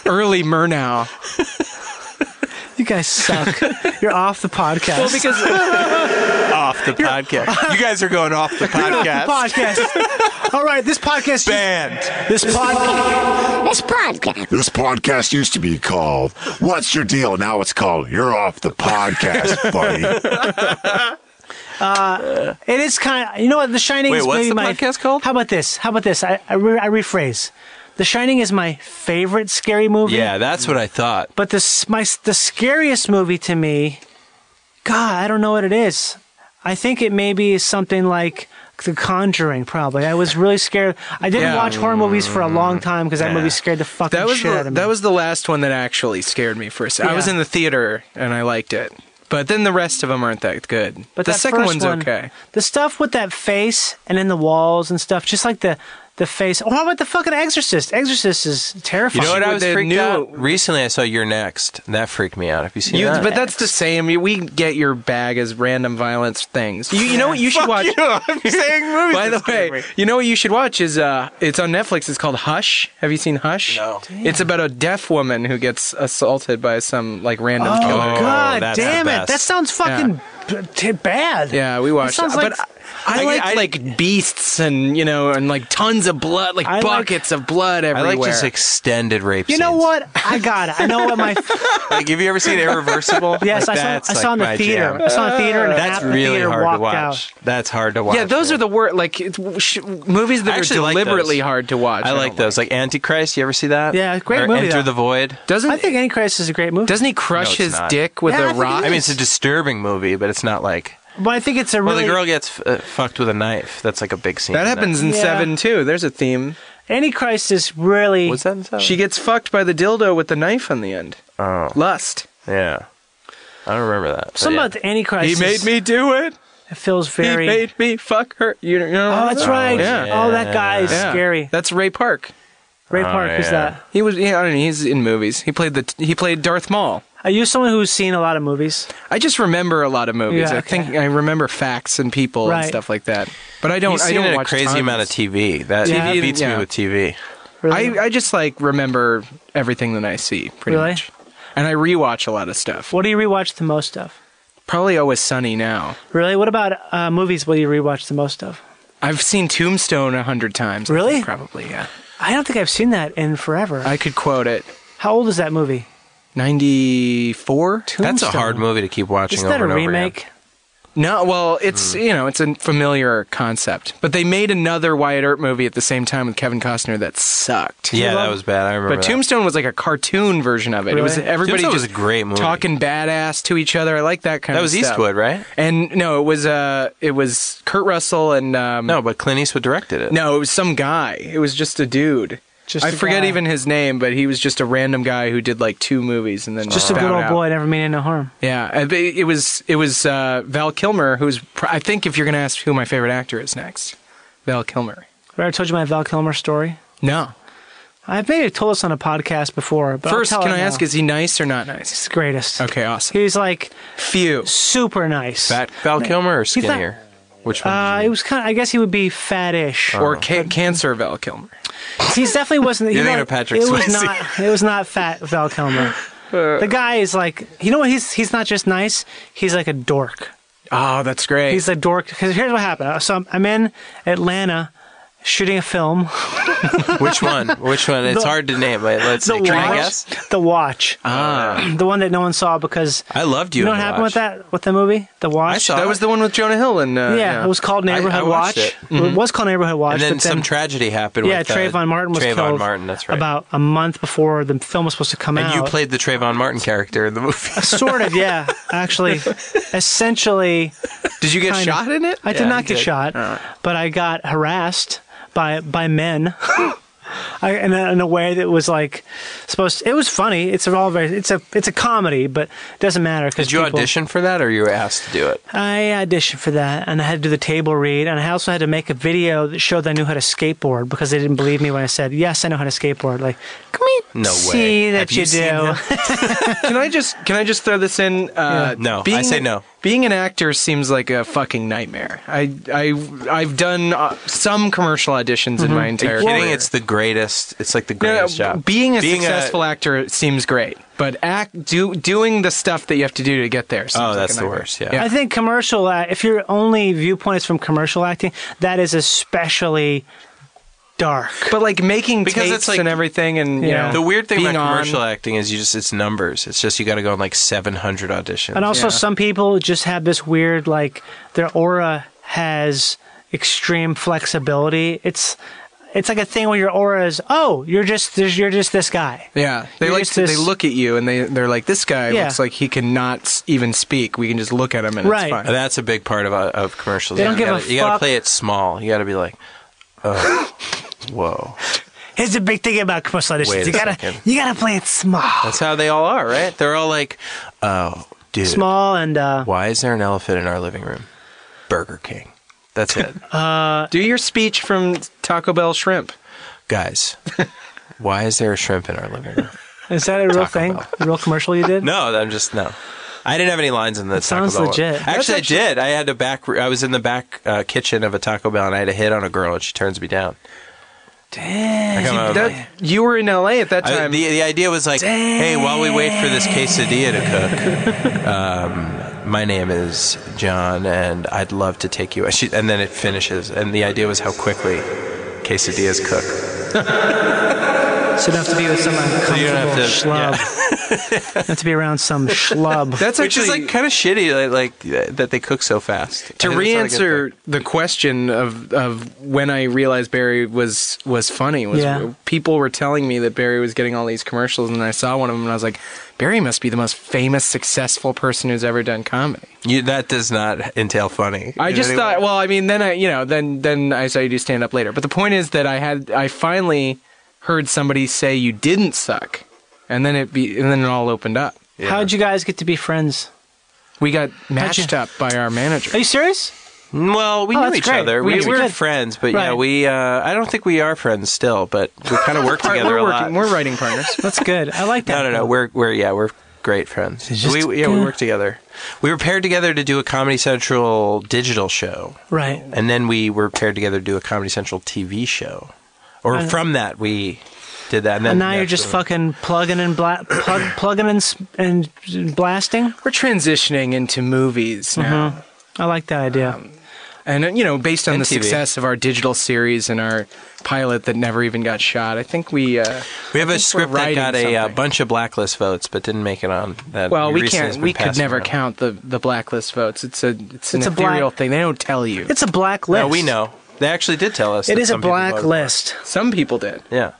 S5: early Murnau.
S2: you guys suck. You're off the podcast.
S5: Well, because
S3: off the podcast. You guys are going off the
S2: You're off
S3: podcast.
S2: the podcast. All right, this podcast.
S3: Banned.
S2: This podcast.
S10: This podcast.
S1: This podcast used to be called What's Your Deal? Now it's called You're Off the Podcast, buddy.
S2: Uh, it is kind of, you know what? The Shining
S3: Wait,
S2: is
S3: what's
S2: maybe
S3: the
S2: my.
S3: podcast called?
S2: How about this? How about this? I, I, re- I rephrase. The Shining is my favorite scary movie.
S3: Yeah, that's what I thought.
S2: But this my the scariest movie to me, God, I don't know what it is. I think it may be something like The Conjuring. Probably, I was really scared. I didn't
S5: Yeah.
S2: watch horror movies for a long time because that
S5: Yeah.
S2: movie scared the fucking
S5: That was
S2: shit out
S5: the,
S2: of me.
S5: that was the last one that actually scared me for a second. I was
S2: Yeah.
S5: in the theater and I liked it, but then the rest of them aren't that good.
S2: But
S5: the
S2: that
S5: second
S2: first
S5: one's
S2: one-
S5: okay.
S2: The stuff with that face and in the walls and stuff, just like the the face. Or how about the fucking Exorcist? Exorcist is
S3: You
S2: terrifying.
S3: know what? I was
S5: the
S3: freaked
S5: new-
S3: out. Recently, I saw You're Next. That freaked me out. Have you seen
S5: You,
S3: that?
S5: but that's the same. You- We get your bag as random violence things. You, you know what you should watch.
S3: I'm saying movies.
S5: By the way, you know what you should watch is uh, it's on Netflix. It's called Hush. Have you seen Hush?
S3: No.
S5: It's about a deaf woman who gets assaulted by some like random
S2: Oh,
S5: killer.
S2: God
S3: that's the
S2: damn it!
S3: best.
S2: That sounds fucking b- t- bad.
S5: Yeah, we watched.
S2: sounds
S5: That
S2: like-
S5: but I, I
S3: I-
S5: like
S3: I-
S5: like beasts and you know and like tons of blood, like
S2: I like-
S5: buckets of blood
S3: I
S5: everywhere.
S3: like just extended rape.
S2: You know
S3: scenes.
S2: what? I got it. I know what my
S3: Like, have you ever seen Irreversible?
S2: yes.
S3: Like,
S2: I
S3: that's,
S2: saw. I saw
S3: like,
S2: in the
S3: my
S2: theater.
S3: jam.
S2: I saw in the theater, and half
S3: That's
S2: the
S3: really
S2: theater
S3: hard
S2: walked
S3: to watch.
S2: out.
S3: That's hard to watch.
S5: yeah, those are the wor Like it's, sh- movies
S3: I
S5: that are
S3: actually like those.
S5: deliberately hard to watch.
S3: I
S5: don't
S3: like those. Like Antichrist. You ever see that?
S2: Yeah, great
S3: Or
S2: movie,
S3: Enter
S2: though.
S3: the Void.
S5: Doesn't
S2: I think Antichrist is a great movie.
S5: doesn't he
S3: No,
S5: crush
S3: it's
S5: his
S3: not.
S5: dick with
S2: Yeah, I
S5: a
S2: think he
S5: rock?
S3: I mean, it's a disturbing movie, but it's not like.
S2: but I think it's a
S3: Well,
S2: really
S3: the girl gets uh, fucked with a knife. That's like a big scene.
S5: that happens in
S2: Yeah.
S5: Seven too. There's a theme.
S2: Antichrist is really.
S3: Was that in seven?
S5: She gets fucked by the dildo with the knife on the end.
S3: Oh,
S5: Lust.
S3: yeah. I don't remember that. but
S2: Something
S3: yeah.
S2: about the Antichrist.
S5: He
S2: is-
S5: made me do it.
S2: It feels very.
S5: He made me fuck her. You, you know.
S2: oh, that's right.
S5: yeah.
S2: Oh, that guy is
S5: Yeah.
S2: scary.
S5: That's Ray Park.
S2: Ray
S3: Oh,
S2: Park is
S3: yeah.
S2: that.
S5: He was. Yeah, I don't know. He's in movies. He played the. He played Darth Maul.
S2: Are you someone who's seen a lot of movies?
S5: I just remember a lot of movies.
S2: Yeah,
S5: I think I remember facts and people
S2: Right.
S5: and stuff like that. But I don't.
S3: He's
S5: I
S3: seen
S5: don't
S3: a
S5: watch
S3: crazy
S5: tons.
S3: amount of TV. That
S2: Yeah.
S3: beats
S5: Yeah.
S3: me with TV.
S2: Really?
S5: I, I just like remember everything that I see pretty
S2: Really?
S5: much, and I rewatch a lot of stuff.
S2: what do you rewatch the most of?
S5: Probably Always Sunny now.
S2: Really? What about uh, movies? Will you rewatch the most of?
S5: I've seen Tombstone a hundred times. I
S2: Really?
S5: think, probably. Yeah.
S2: I don't think I've seen that in forever.
S5: I could quote it.
S2: How old is that movie?
S5: Ninety four.
S3: That's a
S2: Tombstone.
S3: hard movie to keep watching
S2: Isn't that
S3: over
S2: a
S3: and over again.
S2: remake?
S5: No, well,
S3: Hmm.
S5: it's you know it's a familiar concept, but they made another Wyatt Earp movie at the same time with Kevin Costner that sucked.
S3: Yeah, that was bad. I remember.
S5: But
S3: that.
S5: Tombstone was like a cartoon version of it. It was
S2: Really?
S5: everybody
S3: Tombstone was
S5: just
S3: a great movie.
S5: talking badass to each other. I like that kind
S3: That
S5: of
S3: was
S5: stuff.
S3: Eastwood, right?
S5: And no, it was uh it was Kurt Russell and um
S3: No, but Clint Eastwood directed it.
S5: no, it was some guy. It was just a dude.
S2: Just
S5: I
S2: a
S5: forget
S2: guy.
S5: even his name, but he was just a random guy who did like two movies and then
S2: Just a
S5: bowed
S2: good old
S5: out.
S2: boy, never meaning no harm.
S5: Yeah, and it it was it was uh, Val Kilmer who's pr- I think if you're gonna ask who my favorite actor is next, Val Kilmer.
S2: Remember I told you my Val Kilmer story?
S5: No,
S2: I maybe told this on a podcast before, but I'll
S5: first
S2: tell
S5: can
S2: it
S5: I
S2: now.
S5: ask is he nice or not nice?
S2: He's the greatest.
S5: Okay, awesome.
S2: He's like
S5: Few.
S2: super nice.
S3: Fat Val Kilmer or
S2: not-
S3: skinnier? Which one?
S2: Uh, it was kind. Of, I guess he would be fat-ish.
S3: Uh-huh.
S5: Or ca- cancer Val Kilmer.
S2: He's definitely wasn't. you
S3: You're thinking
S2: know,
S3: of Patrick
S2: It was
S3: Swayze.
S2: not. It was not fat Val Kilmer. the guy is like, you know what? He's he's not just nice. He's like a dork.
S5: Oh, that's great.
S2: He's a dork. Because here's what happened. So I'm, I'm in Atlanta shooting a film.
S3: Which one? Which one? It's
S2: The-
S3: hard to name. But let's
S2: The
S3: see. Can I
S2: watch.
S3: guess? Ah.
S2: The watch. the one that no one saw because
S3: I loved you.
S2: you know what
S3: in The
S2: happened
S3: Watch.
S2: with that with the movie The Watch.
S3: I saw
S5: that was the one with Jonah Hill and uh,
S2: Yeah, it was called Neighborhood
S3: I
S2: Watch.
S3: watched it. Mm-hmm.
S2: It was called Neighborhood Watch.
S3: And then,
S2: but
S3: some tragedy happened.
S2: yeah,
S3: with, uh,
S2: Trayvon Martin was
S3: Trayvon
S2: killed
S3: Martin. That's right.
S2: about a month before the film was supposed to come
S3: and
S2: out.
S3: you played the Trayvon Martin character in the movie.
S2: sort of, yeah. Actually, essentially,
S5: Did you get
S2: Kinda.
S5: shot in it?
S2: I
S3: Yeah,
S2: did not
S3: you
S2: get
S3: did.
S2: shot, but I got harassed by by men. I, in, a, in a way that was like supposed. it was funny. It's all very. It's a it's a comedy, but it doesn't matter because
S3: Did you audition for that, or you were asked to do it?
S2: I auditioned for that, and I had to do the table read, and I also had to make a video that showed that I knew how to skateboard because they didn't believe me when I said yes, I know how to skateboard. Like, come here,
S3: No way.
S2: see that
S3: Have you
S2: you,
S3: seen
S2: do.
S5: can I just can I just throw this in? Uh,
S3: Yeah. No, I say no.
S5: Being an actor seems like a fucking nightmare. I I I've done uh, some commercial auditions
S2: Mm-hmm.
S5: in my
S3: Are
S5: entire.
S3: you kidding?
S5: career.
S3: It's the greatest. It's like the
S5: No, no,
S3: greatest job.
S5: Being a successful actor seems great, but act do doing the stuff that you have to do to get there. seems
S3: Oh,
S5: like
S3: that's
S5: a
S3: the
S5: nightmare.
S3: worst, yeah.
S2: I think commercial. Uh, if your only viewpoint is from commercial acting, that is especially dark.
S5: But like making
S3: Because
S5: tapes
S3: it's like-
S5: and everything, and you
S2: Yeah.
S5: know,
S3: The weird thing
S5: being
S3: about commercial
S5: on,
S3: acting is you just it's numbers. It's just you got to go on like 700 auditions.
S2: And also,
S5: Yeah.
S2: some people just have this weird, like their aura has extreme flexibility. It's it's like a thing where your aura is, oh, you're just you're just this guy.
S5: yeah, they
S2: You're
S5: like
S2: just
S5: to- they
S2: this-
S5: look at you and they they're like, this guy
S2: Yeah.
S5: looks like he cannot s- even speak. We can just look at him and
S2: Right.
S5: it's fine.
S3: That's a big part of uh, of commercials.
S2: They don't
S3: you
S2: give a
S3: gotta, you gotta
S2: fuck.
S3: play it small. You got to be like, oh, whoa.
S2: Here's the big thing about commercial auditions.
S3: Wait a
S2: you gotta
S3: second.
S2: you gotta play it small,
S3: That's how they all are, right? They're all like, oh, dude,
S2: small, and uh,
S3: why is there an elephant in our living room? Burger King. That's it,
S5: Do your speech from Taco Bell shrimp.
S3: guys. Why is there a shrimp in our living room?
S2: is that a real
S3: Taco
S2: thing?
S3: Bell.
S2: A real commercial you did?
S3: No, I'm just no. I didn't have any lines in the Taco
S2: sounds
S3: Bell. one.
S2: legit.
S3: Actually,
S2: That's
S3: I did. I had to back. I was in the back uh, kitchen of a Taco Bell, and I had a hit on a girl, and she turns me down. Damn. I come out,
S5: That-
S3: like-
S5: you were in L.A. at that
S3: Um, I-
S5: time.
S3: the, the idea was like, hey, while we wait for this quesadilla to cook, um, my name is John, and I'd love to take you. She, and then it finishes, and the idea was how quickly quesadillas cook.
S2: So you don't have to be with some uncomfortable
S3: you don't have to-
S2: schlub. You don't have to be around some schlub.
S5: That's
S3: Which
S5: actually
S3: is like kind of shitty, like, like that they cook so
S5: to
S3: fast. I think that's not a good
S5: re-answer the question of of when I realized Barry was was funny was
S2: Yeah.
S5: people were telling me that Barry was getting all these commercials and I saw one of them and I was like Barry must be the most famous successful person who's ever done comedy.
S3: thing. You, that does not entail funny.
S5: I
S3: in
S5: just
S3: any
S5: thought
S3: way.
S5: well I mean then I you know then then I saw you do stand up later. But the point is that I had I finally heard somebody say you didn't suck and then it be and then it all opened up.
S2: How'd you guys get to be friends?
S5: We got matched up by our manager.
S2: Are you serious?
S3: Well, we
S2: Oh,
S3: knew
S2: that's
S3: each
S2: great.
S3: other. We,
S2: We-
S3: we
S2: we
S3: were
S2: did.
S3: friends, but yeah,
S2: Right.
S3: we. Uh, I don't think we are friends still, but we kind of work together
S5: we're
S3: a lot.
S5: working, we're writing partners.
S2: That's good. I like that.
S3: No, no, no. We're we're yeah, we're great friends.
S2: just-
S3: we yeah, we work together. We were paired together to do a Comedy Central digital show,
S2: right.
S3: and then we were paired together to do a Comedy Central TV show. Or
S2: And-
S3: from that we did that, and then
S2: And now you're just
S3: naturally-
S2: fucking plugging and bla- plug, plugging and s- and blasting.
S5: we're transitioning into movies now.
S2: I like that idea.
S3: Um,
S5: And uh, you know, based on
S3: And
S5: the
S3: TV.
S5: success of our digital series and our pilot that never even got shot, I think we uh,
S3: We have
S5: I
S3: a
S5: think
S3: script
S5: we're
S3: that
S5: writing
S3: got a uh,
S5: something.
S3: bunch of blacklist votes, but didn't make it on. That
S5: well, we
S3: recently has
S5: can't,
S3: been
S5: we could
S3: passed
S5: never
S3: around.
S5: count the the blacklist votes. It's a it's an
S2: It's a black-
S5: ethereal thing. They don't tell you.
S2: It's a black list.
S3: No, we know. They actually did tell us.
S2: It
S3: that
S2: is a
S3: some people
S2: black
S3: voted.
S2: list.
S5: Some people did.
S3: Yeah,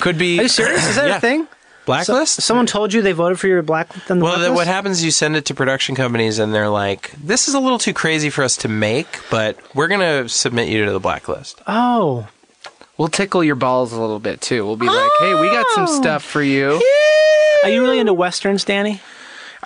S5: Could be.
S2: Are you serious? Is that
S3: Yeah.
S2: a thing? So-
S3: blacklist.
S2: someone told you they voted for your black. On the
S3: Well,
S2: black
S3: then
S2: list?
S3: what happens is you send it to production companies, and they're like, "This is a little too crazy for us to make, but we're gonna submit you to the blacklist."
S2: Oh,
S5: We'll tickle your balls a little bit too. We'll be like, hey, we got some stuff for you.
S2: are you really into westerns, Danny?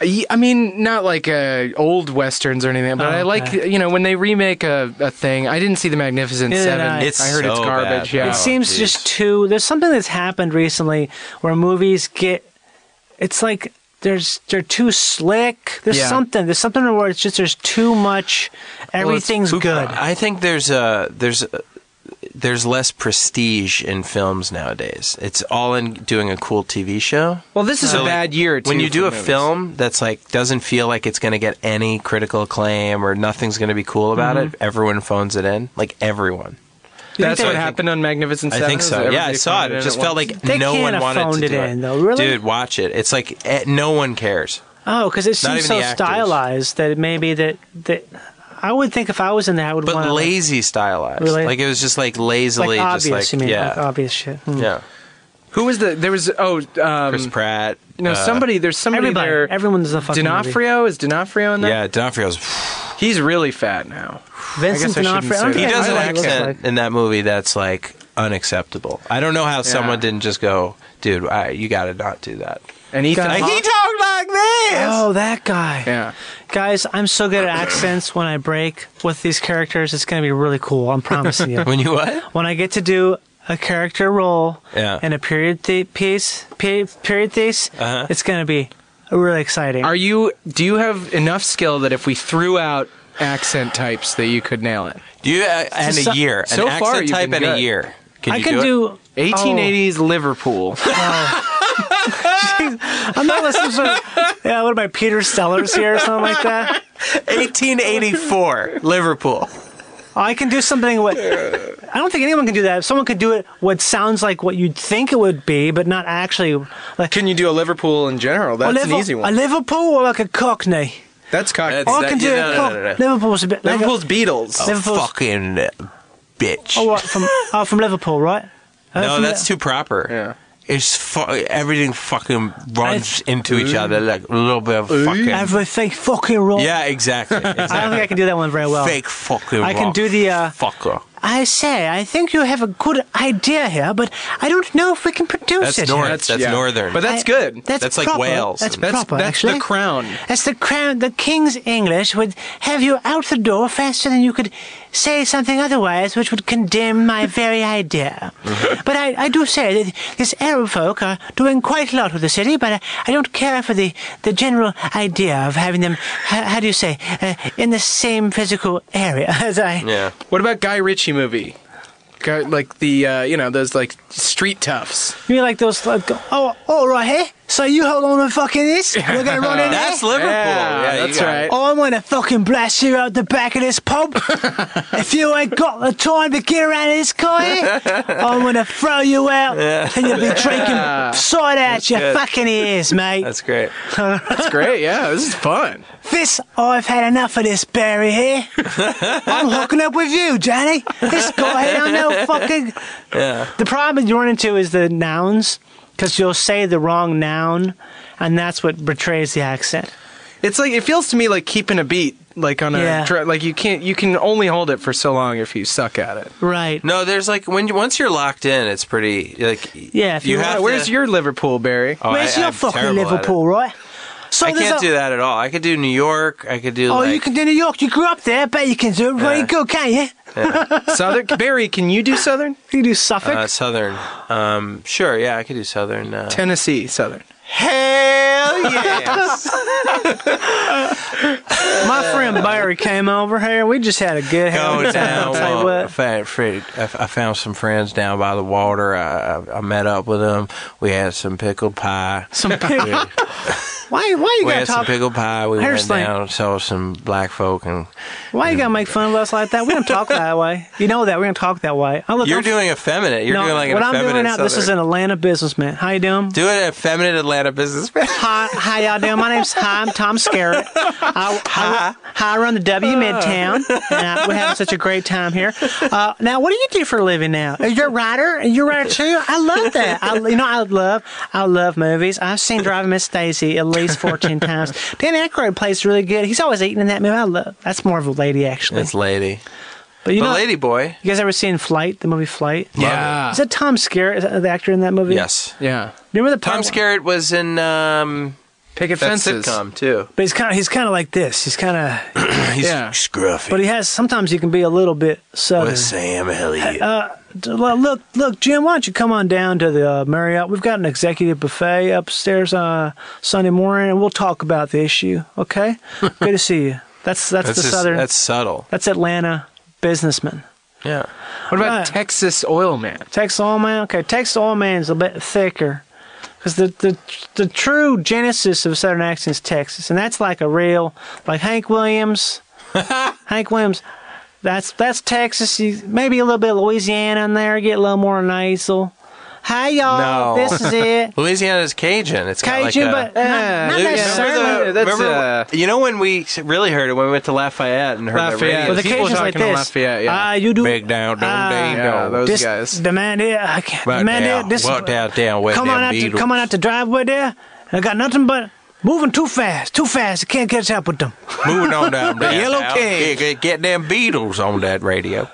S5: I, I mean, not like uh, old westerns or anything, but
S2: Oh,
S5: I like
S2: okay.
S5: you know when they remake a, a thing. I didn't see the Magnificent
S2: Neither did
S5: Seven.
S2: I. It's
S5: I heard it's
S3: so bad.
S5: garbage. Yeah.
S3: Oh,
S2: it seems
S3: geez.
S2: just too. There's something that's happened recently where movies get. It's like there's they're too slick. There's
S5: Yeah.
S2: something. There's something where it's just there's too much. Everything's Oh, good.
S3: I think there's a there's a, there's less prestige in films nowadays. It's all in doing a cool TV show.
S5: Well, this is
S3: So,
S5: a
S3: like,
S5: bad year. Too
S3: when you do
S5: for
S3: a
S5: movies.
S3: film that's like doesn't feel like it's going to get any critical acclaim or nothing's going to be cool about it, everyone phones it in. Like everyone.
S2: You
S5: That's
S2: think
S5: what
S2: they-
S5: happened on Magnificent Seven.
S3: I think
S5: Is
S3: so.
S5: everybody
S3: Yeah, I saw it.
S5: phoned
S3: It
S5: in
S3: just
S5: at
S3: felt
S5: once?
S3: like
S2: They
S3: no
S2: can't
S3: one
S2: have
S3: wanted
S2: phoned
S3: to
S2: it
S3: do
S2: in, though, really?
S3: Dude, watch it. It's like eh, no one cares.
S2: Oh, because it seems
S3: Not even
S2: so
S3: the actors.
S2: stylized that it may be that that I would think if I was in there, I would
S3: But
S2: want
S3: lazy stylized.
S2: Really?
S3: Like it was just like
S2: like,
S3: lazily,
S2: like obvious.
S3: just
S2: you
S3: like
S2: mean
S3: yeah,
S2: like obvious shit? Hmm.
S3: yeah.
S5: Who was the? There was oh, um,
S3: Chris Pratt.
S5: no,
S3: uh,
S5: somebody. There's somebody
S2: Everybody,
S5: there.
S2: everyone's a fucking movie.
S5: D'Onofrio is D'Onofrio in that?
S3: Yeah, D'Onofrio's.
S5: he's really fat now.
S2: Vincent
S5: I guess I shouldn't
S2: D'Onofrio. I don't
S5: say
S3: He
S2: think
S5: that.
S2: I
S3: does
S2: know
S3: an
S2: what he looks
S3: accent
S2: like.
S3: in that movie that's like unacceptable. I don't know how someone didn't just go, dude. I, you got to not do that.
S5: And Ethan
S2: Guy-
S5: Hawke.
S3: talked like this.
S2: Uh-huh. Oh, that guy.
S5: yeah,
S2: Guys, I'm so good at accents. When I break with these characters, it's gonna be really cool. I'm promising you.
S3: When you what?
S2: when I get to do a character role
S3: Yeah.
S2: in a period thi- piece, pe- period piece,
S3: Uh-huh.
S2: it's gonna be really exciting.
S5: are you? Do you have enough skill that if we threw out accent types that you could nail it?
S3: Do you uh, and
S2: So-
S3: a year?
S5: so
S3: an
S5: far,
S3: accent
S5: you've
S3: type
S5: been
S3: and a
S5: good.
S3: year. Can
S2: I
S3: you
S2: can
S3: do, it?
S2: do
S5: 1880s Liverpool.
S2: I'm not listening to. Yeah, what about Peter Sellers here or something like that?
S3: 1884, Liverpool.
S2: Oh, I can do something what I don't think anyone can do that. Someone could do it what sounds like what you'd think it would be, but not actually. Like
S5: Can you do a Liverpool in general? That's
S2: a Liver-
S5: an easy
S2: A
S5: one.
S2: Liverpool or like a Cockney.
S5: That's cock.
S3: That's-
S2: I
S3: that-
S2: can do
S3: yeah,
S2: a
S3: no,
S2: Cock-
S3: no, no, no.
S2: Liverpool's a bit. like a-
S5: Liverpool's Beatles.
S3: Oh,
S2: Liverpool's.
S3: Fucking bitch.
S2: Oh, what from? Oh, from Liverpool, right? Uh,
S3: no,
S2: from
S3: that's
S2: Li-
S3: too proper.
S5: Yeah.
S3: It's fu- everything fucking runs into each other like a little bit of fucking.
S2: everything fucking wrong.
S3: yeah, exactly. exactly.
S2: I don't think I can do that one very well.
S3: Fake fucking.
S2: I can
S3: rock
S2: do the, uh,
S3: fucker.
S2: I say, I think you have a good idea here, but I don't know if we can produce
S3: That's
S2: it.
S3: north.
S2: here.
S3: That's, northern.
S5: But that's
S2: I-
S5: good.
S2: That's,
S3: That's like
S2: proper.
S3: Wales.
S2: That's,
S5: That's-
S2: proper.
S5: that's the
S2: actually.
S5: crown.
S2: That's the crown. The king's English would have you out the door faster than you could say something otherwise, which would condemn my very idea. but I, I do say that this Arab folk are doing quite a lot with the city, but I, I don't care for the, the general idea of having them, how, how do you say, uh, in the same physical area as I.
S3: yeah.
S5: What about Guy Ritchie movie? Guy, like the uh, you know those like street toughs.
S2: You mean like those, like, oh, all right, hey, so you hold on to fucking this, we're gonna run in there.
S3: That's Liverpool.
S5: Yeah,
S3: Yeah, you
S5: Uh, that's
S3: got
S5: right.
S3: it.
S2: I'm gonna fucking blast you out the back of this pub. if you ain't got the time to get around this car, I'm gonna throw you out and you'll be drinking side out your
S3: good.
S2: fucking ears, mate.
S3: That's great.
S5: That's great. Yeah, this is fun.
S2: This, I've had enough of this, Barry here. I'm hooking up with you, Johnny. This guy here, don't know fucking. The problem you run into is the nouns, because you'll say the wrong noun, and that's what betrays the accent.
S5: It's like it feels to me like keeping a beat, like on a
S2: Yeah.
S5: dr- like you can't you can only hold it for so long if you suck at it.
S2: Right.
S3: No, there's like when you, once you're locked in, it's pretty like.
S2: Yeah, if you
S3: have.
S5: Yeah,
S3: to-
S5: where's your Liverpool, Barry?
S3: Oh,
S2: Where's
S3: I-
S2: your
S3: I'm
S2: fucking
S3: terrible at it.
S2: Liverpool, right? So
S3: I
S2: oh, there's
S3: can't
S2: a-
S3: do that at all. I could do New York. I could do.
S2: Oh,
S3: like,
S2: you can do New York. You grew up there. I bet you can do it pretty
S3: Yeah.
S2: good, can you?
S5: Southern Barry, can you do Southern?
S2: You can do Suffolk.
S3: uh, Southern. Um, sure. Yeah, I could do Southern. Uh,
S5: Tennessee Southern.
S3: hell yeah!
S2: My friend Barry came over here. We just had a good
S3: Go
S2: hell time.
S3: down.
S2: I'll tell you
S3: well, I,
S2: what.
S3: found, Fred- I I found some friends down by the water. I, I- I met up with them. We had some pickled pie.
S2: Some pig- why? Why you
S3: we
S2: gotta
S3: had some
S2: talk?
S3: pickled pie. We
S2: Here's
S3: went
S2: the thing.
S3: down, saw some black folk, and
S2: Why you gotta make fun of us like that? We don't talk that way. You know that. We don't talk that way. Oh, look,
S3: you're
S2: I'm-
S3: doing effeminate. You're
S2: no,
S3: doing like an
S2: what I'm
S3: effeminate.
S2: doing now. This is
S3: Southern-
S2: an Atlanta businessman. How you doing?
S3: do an effeminate Atlanta businessman.
S2: Hi, how y'all doing? My name's Hi. I'm Tom Skerritt. I, hi. hi, I run the W Midtown, and uh we're having such a great time here. Uh, now, what do you do for a living now? Are you a writer? Are you a writer too? I love that. I, you know, I love, I love movies. I've seen Driving Miss Daisy at least 14 times. Dan Aykroyd plays really good. He's always eating in that movie. I love. That's more of a lady actually.
S3: It's lady,
S2: But you
S3: but
S2: know,
S3: lady boy.
S2: you guys ever seen Flight? The movie Flight.
S5: Yeah.
S2: Is that Tom Skerritt? Is that the actor in that movie?
S3: Yes,
S5: Yeah.
S2: Remember the part
S3: Tom Skerritt was in um,
S5: Picket
S3: that
S5: fences.
S3: sitcom too.
S2: But he's kind of he's kind of like this. He's kind of
S3: He's
S5: Yeah.
S3: scruffy.
S2: But he has sometimes he can be a little bit southern. Uh,
S3: with Sam Elliott.
S2: D- lo- Look, look, Jim, why don't you come on down to the uh, Marriott? We've got an executive buffet upstairs on Sunday morning, and we'll talk about the issue. Okay, good to see you. That's that's,
S3: that's
S2: the
S3: just-
S2: southern.
S3: That's
S2: That's,
S3: subtle.
S2: Atlanta businessman.
S3: Yeah.
S5: What about
S2: Right.
S5: Texas Oil Man?
S2: Texas oil man. Okay, Texas oil man's a bit thicker because the, the the true genesis of southern accent is Texas, and that's like a real like Hank Williams. Hank Williams. That's that's Texas. You, maybe a little bit of Louisiana in there. Get a little more nasal. Hi y'all.
S3: No.
S2: This is it.
S3: Louisiana's Cajun. It's got
S2: Cajun,
S3: like a,
S2: but not, not
S3: Lu-
S2: necessarily.
S5: That's,
S3: remember,
S5: uh,
S3: you know when we really heard it when we went to Lafayette and heard
S5: Lafayette.
S3: the radio.
S5: Well,
S2: But the
S5: people
S2: Cajun's like
S5: talking to
S2: this.
S5: Lafayette, yeah.
S2: Ah, you do.
S3: big down, down,
S2: Ah,
S3: down,
S5: Yeah,
S3: down.
S5: those
S2: this,
S5: guys.
S2: The man there, I can't.
S3: Right
S2: man
S3: now,
S2: there, this
S3: walk down, down with
S2: come
S3: them
S2: on out, to,
S3: Beatles.
S2: come on out the driveway there. I got nothing but moving too fast, too fast. I can't catch up with them.
S3: Moving on down, the
S5: Yellow Cage.
S3: Get, get, get them Beatles on that radio.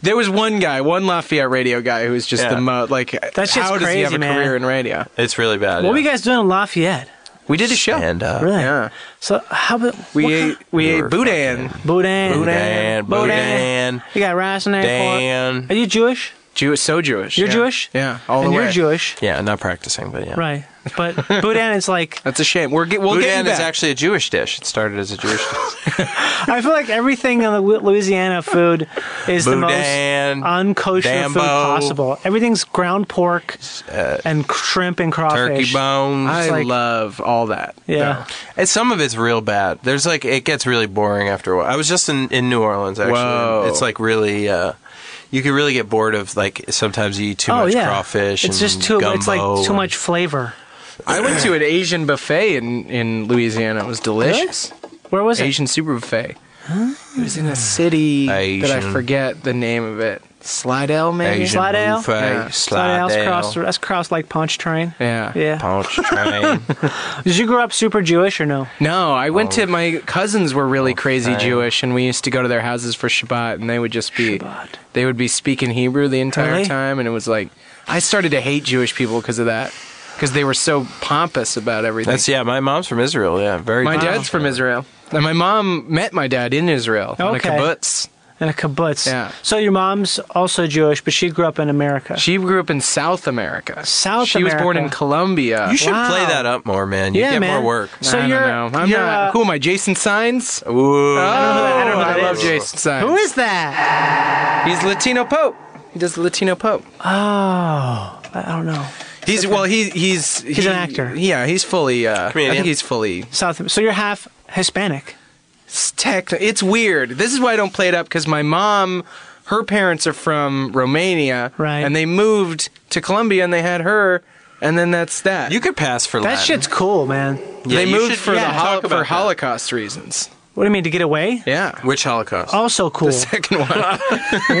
S5: There was one guy, one Lafayette radio guy who was just
S3: Yeah.
S5: the most like.
S2: That's just
S5: how does he have
S2: crazy,
S5: a
S2: man.
S5: career in radio?
S3: It's really bad.
S2: What
S3: yeah.
S2: were you guys doing in Lafayette?
S5: We did a show.
S3: And uh,
S2: Really?
S5: Yeah.
S2: So how about
S5: We
S2: what
S5: ate
S2: kind-
S5: we
S3: We
S5: ate
S3: were
S5: boudin.
S2: boudin,
S3: Boudin, Boudin,
S2: You got rice in there. for it.
S3: Dan.
S2: Are you Jewish?
S5: Jewish, so Jewish.
S2: You're
S5: yeah.
S2: Jewish?
S5: Yeah, all
S2: and
S5: the way.
S2: you're Jewish,
S3: Yeah, not practicing, but yeah.
S2: right? But Boudin is like
S5: That's a shame. We're get, we'll get you
S3: Boudin is
S5: back.
S3: actually a Jewish dish. It started as a Jewish dish.
S2: I feel like everything on the Lu- Louisiana food is
S3: Boudin,
S2: the most unkosher
S3: Dambo. Uh,
S2: food possible. Everything's ground pork and shrimp and
S3: Turkey
S2: crawfish.
S3: bones.
S5: I
S2: like-
S5: love all that.
S2: Yeah.
S5: though.
S3: And some of it's real bad. There's like it gets really boring after a while. I was just in, in New Orleans actually.
S5: Whoa.
S3: It's like really uh you can really get bored of like sometimes you eat too
S2: oh
S3: much
S2: yeah,
S3: crawfish.
S2: It's
S3: and
S2: just too.
S3: Gumbo
S2: It's like too
S3: and-
S2: much flavor.
S5: I went to an Asian buffet in, in Louisiana. It was delicious.
S2: Where was it?
S5: Asian super buffet. It was in a city that I
S3: Asian.
S5: forget the name of it. Slidell, maybe.
S3: Asian
S2: Slidell?
S3: buffet,
S5: Yeah.
S2: Slidell's
S3: Slidell,
S2: cross. That's cross like Pontchartrain.
S5: Yeah.
S2: Yeah.
S3: Punch train.
S2: Did you grow up super Jewish or no?
S5: No, I went
S3: Oh.
S5: to my cousins were really crazy
S3: fine.
S5: Jewish, and we used to go to their houses for Shabbat, and they would just be they would be speaking Hebrew the entire
S2: Really?
S5: time, and it was like I started to hate Jewish people because of that, because they were so pompous about everything.
S3: That's yeah, my mom's from Israel, yeah. Very
S5: my
S3: Jewish.
S5: dad's from Israel, and my mom met my dad in Israel on a
S2: Okay.
S5: kibbutz.
S2: And a kibbutz.
S5: Yeah.
S2: So your mom's also Jewish, but she grew up in America.
S5: She grew up in South America.
S2: South
S5: She was born in
S2: America.
S5: Colombia.
S3: You should
S2: Wow.
S3: play that up more, man. You
S2: yeah,
S3: get
S2: man.
S3: more work.
S5: I
S2: So
S5: don't
S2: you're,
S5: know. I'm
S2: you're,
S5: not.
S2: uh,
S5: Who am I? Jason Signs. Oh,
S3: Ooh.
S5: I,
S2: know who that
S5: love
S2: is.
S5: Jason Signs.
S2: Who is that?
S5: He's Latino Pope. He does the Latino Pope.
S2: Oh, I don't know.
S5: He's well. He, he's he's
S2: an actor.
S5: Yeah, he's fully. Uh, I
S3: Comedian.
S5: think he's fully.
S2: South. So you're half Hispanic.
S5: It's tech. It's weird. This is why I don't play it up because my mom, her parents are from Romania,
S2: Right.
S5: And they moved to Colombia and they had her, and then that's that.
S3: You could pass for
S2: That
S3: Latin.
S2: shit's cool, man.
S3: Yeah,
S5: they
S3: you
S5: moved
S3: should-
S5: for
S3: yeah,
S5: the
S3: talk
S5: hol-
S3: about
S5: for
S3: that.
S5: Holocaust reasons.
S2: What do you mean to get away?
S5: Yeah.
S3: Which Holocaust?
S2: Also cool.
S5: The second one.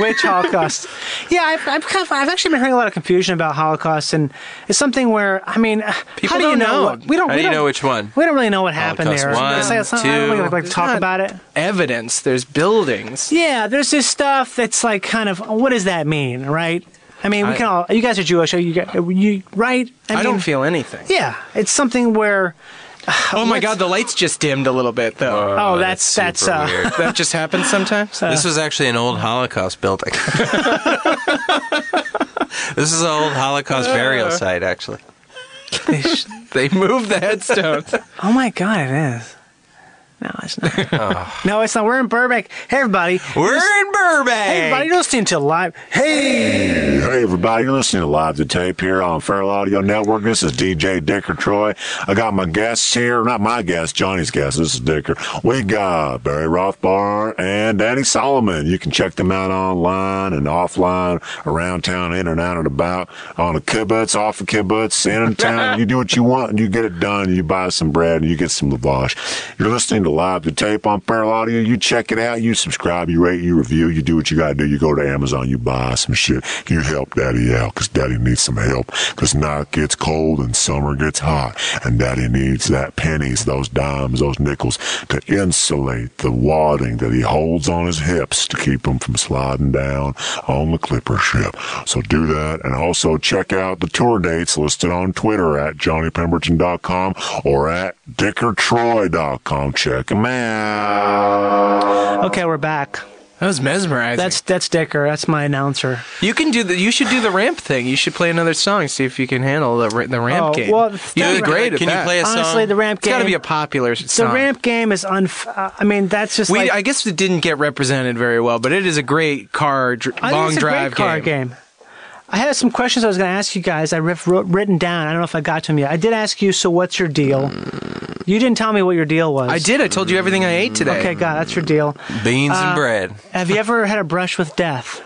S2: Which Holocaust? Yeah, I've, I've, kind of, I've actually been hearing a lot of confusion about Holocaust, and it's something where I mean,
S5: People
S2: how do you
S5: don't
S2: know?
S5: know.
S2: What, we don't.
S3: How
S2: we
S3: do you
S2: don't,
S3: know which one?
S2: We don't really know what happened
S3: Holocaust
S2: there.
S3: one,
S2: It's like, it's not- I don't really
S3: two.
S2: like to talk
S5: Not-
S2: about it.
S5: Evidence. There's buildings.
S2: Yeah, there's this stuff that's like kind of what does that mean, right? I mean, we
S5: I-
S2: can all. You guys are Jewish, are you, guys- you right?
S5: I,
S2: mean,
S5: don't feel anything.
S2: Yeah, it's something where.
S5: Oh my
S2: What's-
S5: God, the lights just dimmed a little bit though. Oh.
S2: Oh, that's that's,
S3: super
S2: uh,
S3: weird.
S5: that just happens sometimes.
S3: This was actually an old Holocaust building. this is an old Holocaust burial site, actually.
S5: they moved the headstone.
S2: Oh my god, it is. No, it's not.
S5: Ah.
S2: No, it's not. We're in Burbank. Hey, everybody.
S3: We're in Burbank.
S2: Hey, everybody, you're listening to live. Hey,
S1: Hey, everybody, you're listening to Live to Tape here on Feral Audio Network. This is DJ Dicker Troy. I got my guests here. Not my guest, Johnny's guest. This is Dicker. We got Barry Rothbard and Danny Solomon. You can check them out online and offline, around town, in and out and about, on the kibbutz, off the kibbutz, in and town. you do what you want and you get it done. You buy some bread and you get some lavash. You're listening to Live to Tape on Feral Audio. You check it out. You subscribe, you rate, you review, you do what you got to do. You go to Amazon, you buy some shit. You help daddy out because daddy needs some help because now it gets cold and summer gets hot. And daddy needs that pennies, those dimes, those nickels to insulate the wadding that he holds on his hips to keep him from sliding down on the clipper ship. So do that. And also check out the tour dates listed on Twitter at johnnypemberton.com or at dickertroy.com. Check them out.
S2: Okay, we're back.
S5: That was mesmerizing.
S2: That's that's Dicker. That's my announcer.
S5: you can do the. You should do the ramp thing. You should play another song. See if you can handle the ra- the ramp
S2: Oh,
S5: game.
S2: well,
S5: you
S2: it's
S5: did
S2: not-
S5: great at
S3: Can you
S5: that. Uh,
S3: play a song?
S2: Honestly, the ramp
S5: It's got
S2: game.
S5: to be a popular
S2: the
S5: song.
S2: ramp game is unf. Uh, I mean, that's just
S5: We,
S2: like
S5: I guess it didn't get represented very well, but it is a great car dr-
S2: I think
S5: long
S2: it's a
S5: drive
S2: great car game. I had some questions I was going to ask you guys. I riff- wrote, written down. I don't know if I got to them yet. I did ask you. So what's your deal? You didn't tell me what your deal was.
S5: Mm. I did. I told you everything I ate today.
S2: Okay, God, that's your deal.
S3: Beans
S5: Uh,
S3: and bread.
S2: Have you ever had a brush with death,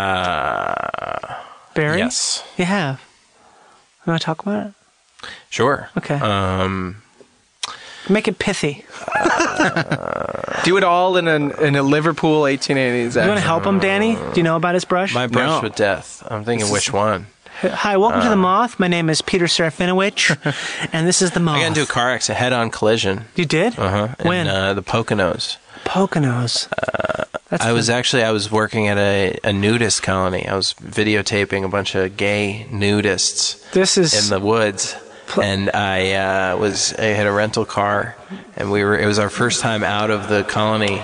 S3: Uh,
S2: Barry?
S3: yes.
S2: you have. You want to talk about it?
S3: Sure.
S2: Okay.
S3: Um,
S2: Make it pithy.
S5: Do it all in a in a Liverpool 1880s.
S2: You want to help him, Danny? Do you know about his brush?
S3: my
S5: No.
S3: brush with death. I'm thinking which one.
S2: Hi, welcome to the Moth. My name is Peter Serafinovich, and this is the Moth.
S3: uh, I got
S5: Oh.
S3: into a car accident, head-on collision.
S2: You did?
S3: Uh-huh.
S2: When?
S3: In, uh, the Poconos.
S2: Poconos. That's
S3: I was actually I was working at a, a nudist colony. I was videotaping a bunch of gay nudists
S2: This is
S3: in the woods, and I uh, was I had a rental car, and we were it was our first time out of the colony,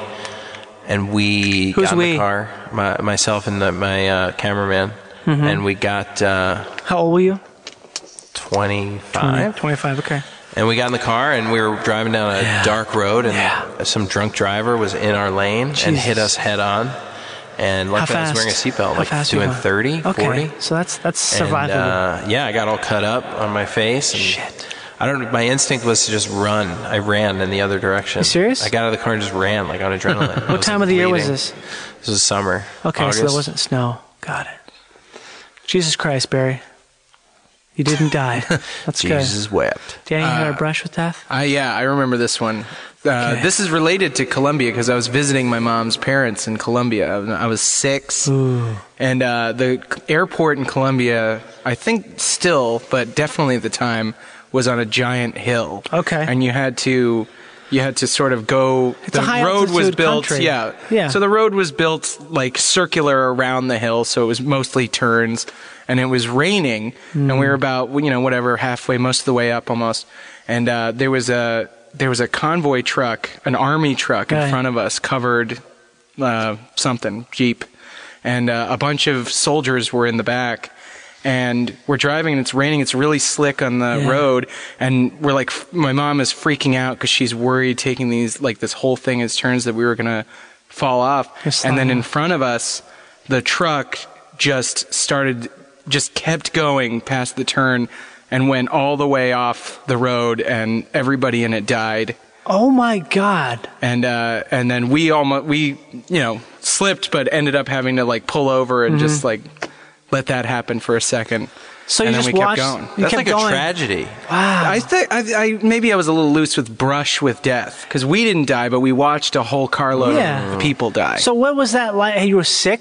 S3: and we
S2: Who's
S3: got in
S2: we?
S3: the car, my, myself and the, my uh, cameraman,
S2: Mhm.
S3: and we got uh,
S2: How old were you?
S3: 25.
S2: 25, okay.
S3: And we got in the car and we were driving down a dark road, and some drunk driver was in our lane and hit
S2: Jesus.
S3: us head on. And luckily, I was
S2: fast?
S3: wearing a seatbelt,
S2: How
S3: like
S2: fast you
S3: doing
S2: going?
S3: 30,
S2: Okay,
S3: 40.
S2: so that's that's
S3: And,
S2: survivable.
S3: uh, yeah, I got all cut up on my face. And Shit. I don't. My instinct was to just run. I ran in the other direction.
S2: You serious?
S3: I got out of the car and just ran, like on adrenaline. I
S2: What
S3: was,
S2: time
S3: like,
S2: of the year was
S3: bleeding.
S2: this?
S3: This was summer.
S2: Okay, so there
S3: August.
S2: wasn't snow. Got it. Jesus Christ, Barry. You didn't die. That's
S5: Jesus
S2: good.
S3: wept.
S2: Danny, you had
S5: Uh,
S2: a brush with death?
S5: Uh, yeah, I remember this one. Uh, This is related to Colombia because I was visiting my mom's parents in Colombia. I was- I was six, and uh, the c- airport in Colombia, I think still, but definitely at the time, was on a giant hill.
S2: Okay.
S5: and you had to, you had to sort of go. the
S2: a high
S5: road was
S2: altitude
S5: built,
S2: country.
S5: yeah,
S2: Yeah.
S5: So the road was built like circular around the hill, so it was mostly turns, and it was raining, and we were about you know whatever halfway, most of the way up almost, and uh, there was a there was a convoy truck, an army truck in
S2: Right.
S5: front of us, covered uh, something jeep, and uh, a bunch of soldiers were in the back. And we're driving, and it's raining. It's really slick on the
S2: Yeah.
S5: road, and we're like, f- my mom is freaking out because she's worried taking these like this whole thing as turns that we were gonna fall off
S2: Just
S5: and then
S2: slide
S5: in
S2: off.
S5: front of us the truck just started just kept going past the turn and went all the way off the road and everybody in it died
S2: Oh my God.
S5: and uh and then we almost we you know slipped but ended up having to like pull over and just
S2: Mm-hmm.
S5: like let that happen for a second
S2: So you
S5: and then
S2: just
S5: we
S2: watched.
S5: kept going
S2: You
S3: That's
S2: kept
S3: like
S2: going.
S3: a tragedy.
S2: Wow.
S5: I think I, I maybe I was a little loose with brush with death because we didn't die, but we watched a whole carload
S2: Yeah.
S5: of people die.
S2: so what was that like? Hey, You were six?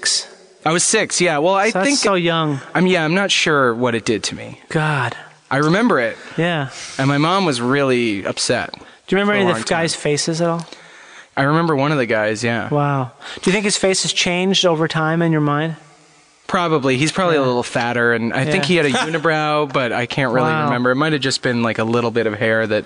S5: I was six. Yeah. Well, I
S2: So that's
S5: think
S2: so young.
S5: I'm. Yeah, I'm not sure what it did to me.
S2: God.
S5: I remember it,
S2: Yeah.
S5: and my mom was really upset.
S2: Do you remember
S5: For a
S2: any of
S5: long
S2: the
S5: time.
S2: guys' faces at all?
S5: I remember one of the guys. Yeah,
S2: Wow. Do you think his face has changed over time in your mind?
S5: probably. He's probably a little fatter, and I think
S2: Yeah.
S5: he had a unibrow, but I can't really
S2: Wow.
S5: remember. It might have just been like a little bit of hair that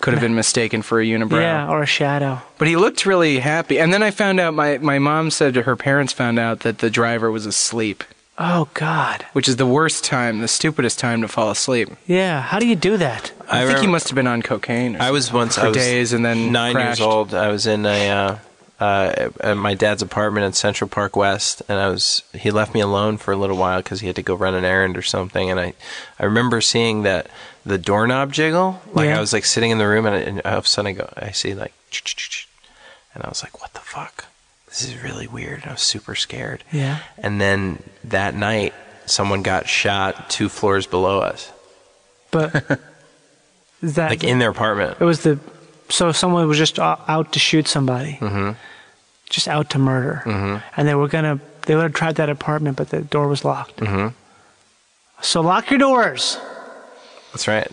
S5: could have been mistaken for a unibrow.
S2: Yeah, or a shadow.
S5: But he looked really happy. And then I found out my my mom said her parents found out that the driver was asleep,
S2: Oh God.
S5: which is the worst time, the stupidest time to fall asleep.
S2: Yeah. How do you do that?
S5: I, think
S3: remember-
S5: he must have been on cocaine. Or
S3: I was once
S5: for
S3: I was
S5: days and then
S3: nine
S5: crashed.
S3: years old. I was in a uh, uh, at my dad's apartment in Central Park West, and I was he left me alone for a little while because he had to go run an errand or something. And I I remember seeing that the doorknob jiggle. Like
S2: Yeah.
S3: I was like sitting in the room, and, I, and all of a sudden I go I see like, ch-ch-ch-ch, and I was like, what the fuck? This is really weird. And I was super scared.
S2: Yeah.
S3: And then that night, someone got shot two floors below us,
S2: But is that
S3: like in their apartment.
S2: it was the so someone was just o- out to shoot somebody,
S3: hmm
S2: just out to murder, and they were gonna they would have tried that apartment, but the door was locked.
S3: Mhm.
S2: So lock your doors.
S3: That's right.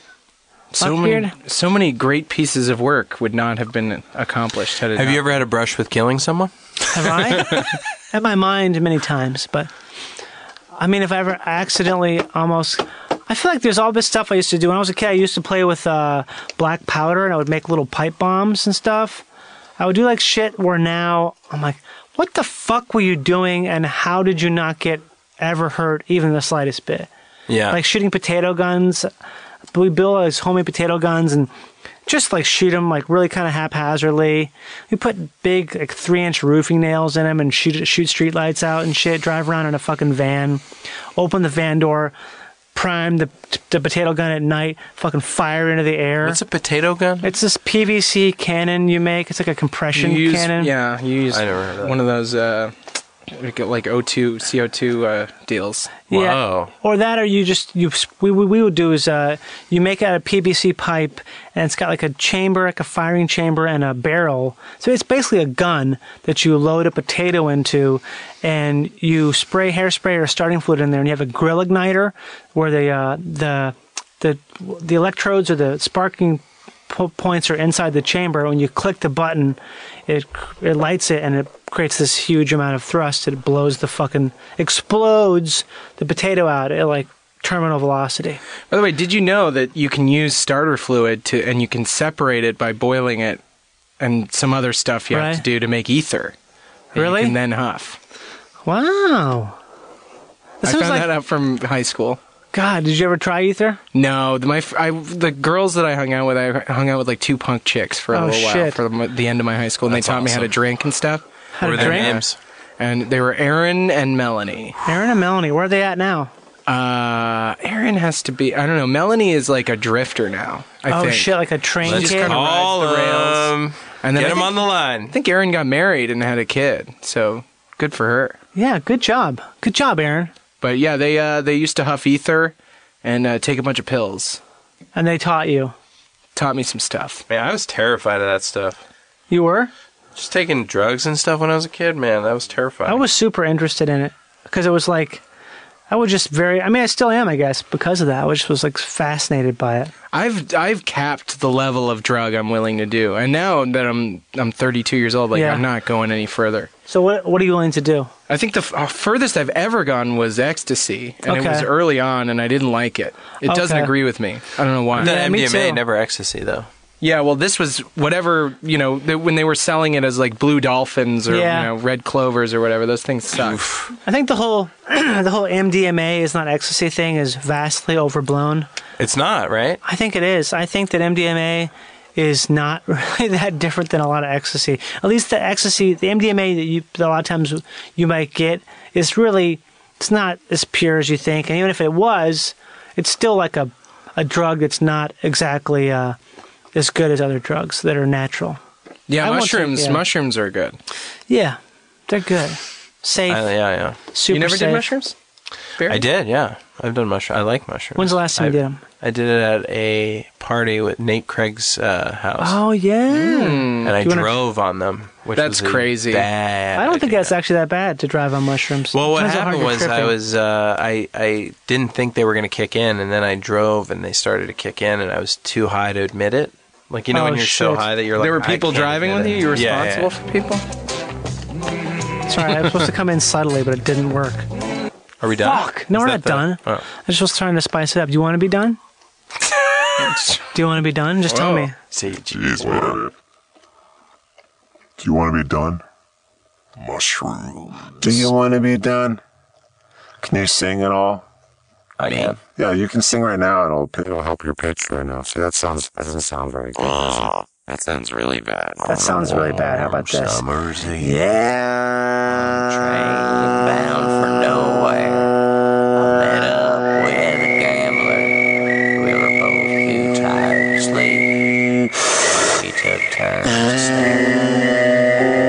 S5: so
S2: Fuck
S5: many,
S2: weird.
S5: so many great pieces of work would not have been accomplished had it
S3: Have
S5: not-
S3: you ever had a brush with killing someone?
S2: Have I? Had my mind many times, but I mean, if I ever accidentally almost. I feel like there's all this stuff I used to do. When I was a kid, I used to play with uh, black powder and I would make little pipe bombs and stuff. I would do like shit where now I'm like, what the fuck were you doing and how did you not get ever hurt even the slightest bit?
S3: Yeah.
S2: like shooting potato guns. We built his homemade potato guns and just like shoot them like really kind of haphazardly. We put big like three inch roofing nails in them and shoot shoot street lights out and shit. Drive around in a fucking van, open the van door, prime the the potato gun at night, fucking fire into the air.
S3: What's a potato gun?
S2: it's this PVC cannon you make. It's like a
S5: You
S2: compression
S5: use,
S2: cannon.
S5: Yeah, you use
S3: I never heard of that.
S5: one of those uh, like like O2 CO2 uh, deals.
S2: Yeah.
S3: Wow.
S2: Or that, or you just you we we, we would do is uh, you make out a PVC pipe, and it's got like a chamber, like a firing chamber, and a barrel. So it's basically a gun that you load a potato into, and you spray hairspray or starting fluid in there, and you have a grill igniter where the uh, the the the electrodes or the sparking po- points are inside the chamber. When you click the button, it it lights it and it creates this huge amount of thrust. It blows the fucking explodes the potato out at like terminal velocity.
S5: By the way, did you know that you can use starter fluid to and you can separate it by boiling it and some other stuff you have
S2: Right.
S5: to do to make ether?
S2: Really?
S5: You can then huff.
S2: Wow. That
S5: I
S2: sounds
S5: found
S2: like-
S5: that out from high school.
S2: God, did you ever try ether?
S5: No, the- my f- I- the girls that I hung out with, I hung out with like two punk chicks for a
S2: Oh,
S5: little while
S2: shit.
S5: for the, the end of my high school, and
S3: That's
S5: they taught me how to
S3: awesome.
S5: drink and stuff.
S2: How
S3: What
S2: to
S3: are their
S2: drink?
S3: names?
S5: And they were Aaron and Melanie.
S2: Aaron and Melanie, where are they at now?
S5: Uh, Aaron has to be. I don't know. Melanie is like a drifter now. I
S2: oh
S5: think.
S2: shit, like a train
S3: Let's
S2: kid.
S5: kinda ride
S3: call
S5: the rails.
S3: him.
S5: And then
S3: Get
S5: I
S3: him
S5: think-
S3: on the line.
S5: I think Aaron got married and had a kid, so good for her.
S2: Yeah, good job. Good job, Aaron.
S5: But yeah, they uh, they used to huff ether and uh, take a bunch of pills.
S2: And they taught you.
S5: Taught me some stuff.
S3: Man, I was terrified of that stuff.
S2: You were?
S3: Just taking drugs and stuff when I was a kid, man, that was terrifying.
S2: I was super interested in it because it was like I was just very. I mean, I still am, I guess, because of that. I just was like fascinated by it.
S5: I've I've capped the level of drug I'm willing to do, and now that I'm I'm 32 years old, like
S2: Yeah.
S5: I'm not going any further.
S2: So what what are you willing to do?
S5: I think the f- uh, furthest I've ever gone was ecstasy, and it
S2: Okay.
S5: was early on, and I didn't like it. It doesn't
S2: Okay.
S5: agree with me. I don't know why.
S3: the
S2: Yeah, me
S3: MDMA,
S2: too.
S3: never ecstasy though.
S5: Yeah, well, this was whatever you know th- when they were selling it as like blue dolphins or
S2: Yeah.
S5: you know red clovers or whatever. Those things suck.
S2: I think the whole the whole MDMA is not ecstasy thing is vastly overblown.
S3: It's not right.
S2: I think it is. I think that MDMA is not really that different than a lot of ecstasy. At least the ecstasy, the MDMA that you that a lot of times you might get is really it's not as pure as you think. And even if it was, it's still like a a drug that's not exactly uh, as good as other drugs that are natural.
S5: Yeah,
S2: I won't take-
S5: mushrooms.
S2: yeah.
S5: Mushrooms are good.
S2: Yeah, they're good, safe,
S3: I, yeah,
S2: super
S5: you never
S2: safe.
S5: did mushrooms?
S3: yeah. I did. Yeah, I've done mushrooms. I like mushrooms.
S2: When's the last time you did
S3: I-
S2: 'em?
S3: I did it at a party with Nate Craig's uh, house,
S2: Oh yeah.
S3: and I
S2: you wanna-
S3: drove on them. Which
S5: That's
S3: was a
S5: crazy.
S3: Bad
S2: I don't think
S3: idea.
S2: that's actually that bad to drive on mushrooms.
S3: Well, what
S2: Depends on how
S3: happened
S2: you're
S3: was I
S2: tripping.
S3: was uh, I I didn't think they were going to kick in, and then I drove, and they started to kick in, and I was too high to admit it. Like you know
S2: Oh,
S3: when you're so
S2: shit.
S3: high that you're like
S5: there were
S3: "I
S5: people
S3: can't
S5: driving
S3: admit
S5: with you.
S3: it."
S5: You were
S3: Yeah,
S5: responsible
S3: Yeah,
S5: for people.
S2: Sorry, I was supposed to come in subtly, but it didn't work.
S3: Are we done?
S2: Fuck. No,
S3: Is
S2: we're not
S3: that
S2: done.
S3: the- oh.
S2: I just was trying to spice it up. Do you want to be done? Do you want to be done? Just tell me.
S3: See, gee,
S6: Jeez, man.
S1: Do you want to be done?
S6: Mushroom.
S1: Do you want to be done? Can you sing at all?
S3: I can.
S1: Yeah, you can sing right now. It'll it'll help your pitch right now. See, that sounds that doesn't sound very good.
S10: That sounds really bad.
S4: That sounds really bad. How about this?
S10: Summer's Eve.
S4: Yeah.
S10: train bound for nowhere. I met up with a gambler. We were both too tired to sleep. We took turns staring.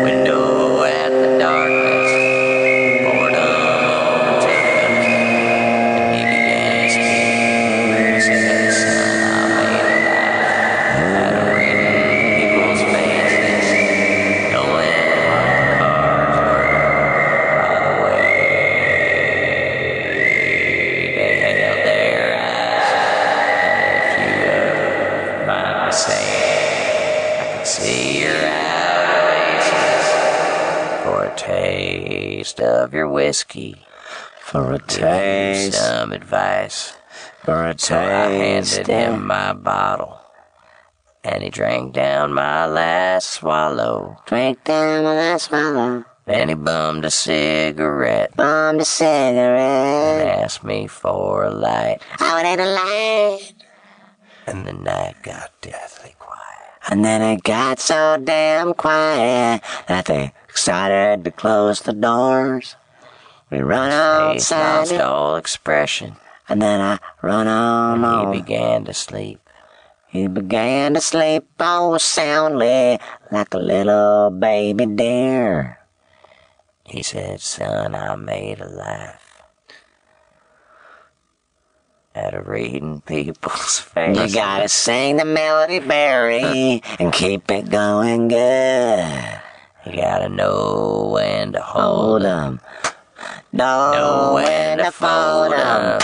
S10: Window at the darkness. Boredom took us. And he began his game. He said somehow made a laugh out of reading people's faces. Knowing the cards were Taste of your whiskey
S4: For a
S10: and
S4: taste.
S10: some advice.
S4: For a
S10: So I
S4: taste. eh?
S10: handed him my bottle, and he drank down my last swallow.
S4: Drink down my last swallow.
S10: Then he bummed a cigarette
S4: Bombed a cigarette.
S10: and asked me for a light.
S4: I wanted a light.
S10: And the night got deathly quiet.
S4: And then it got so damn quiet that they started to close the doors. We run
S10: He
S4: outside.
S10: lost all expression.
S4: And then I run on
S10: He
S4: over.
S10: began to sleep.
S4: He began to sleep oh soundly like a little baby deer.
S10: He said, Son, I made a life out of reading people's
S4: You
S10: faces.
S4: gotta sing the melody, Barry, and keep it going good.
S10: You gotta know when to
S4: Hold
S10: hold 'em.
S4: 'em. Know
S10: Know
S4: when to fold 'em.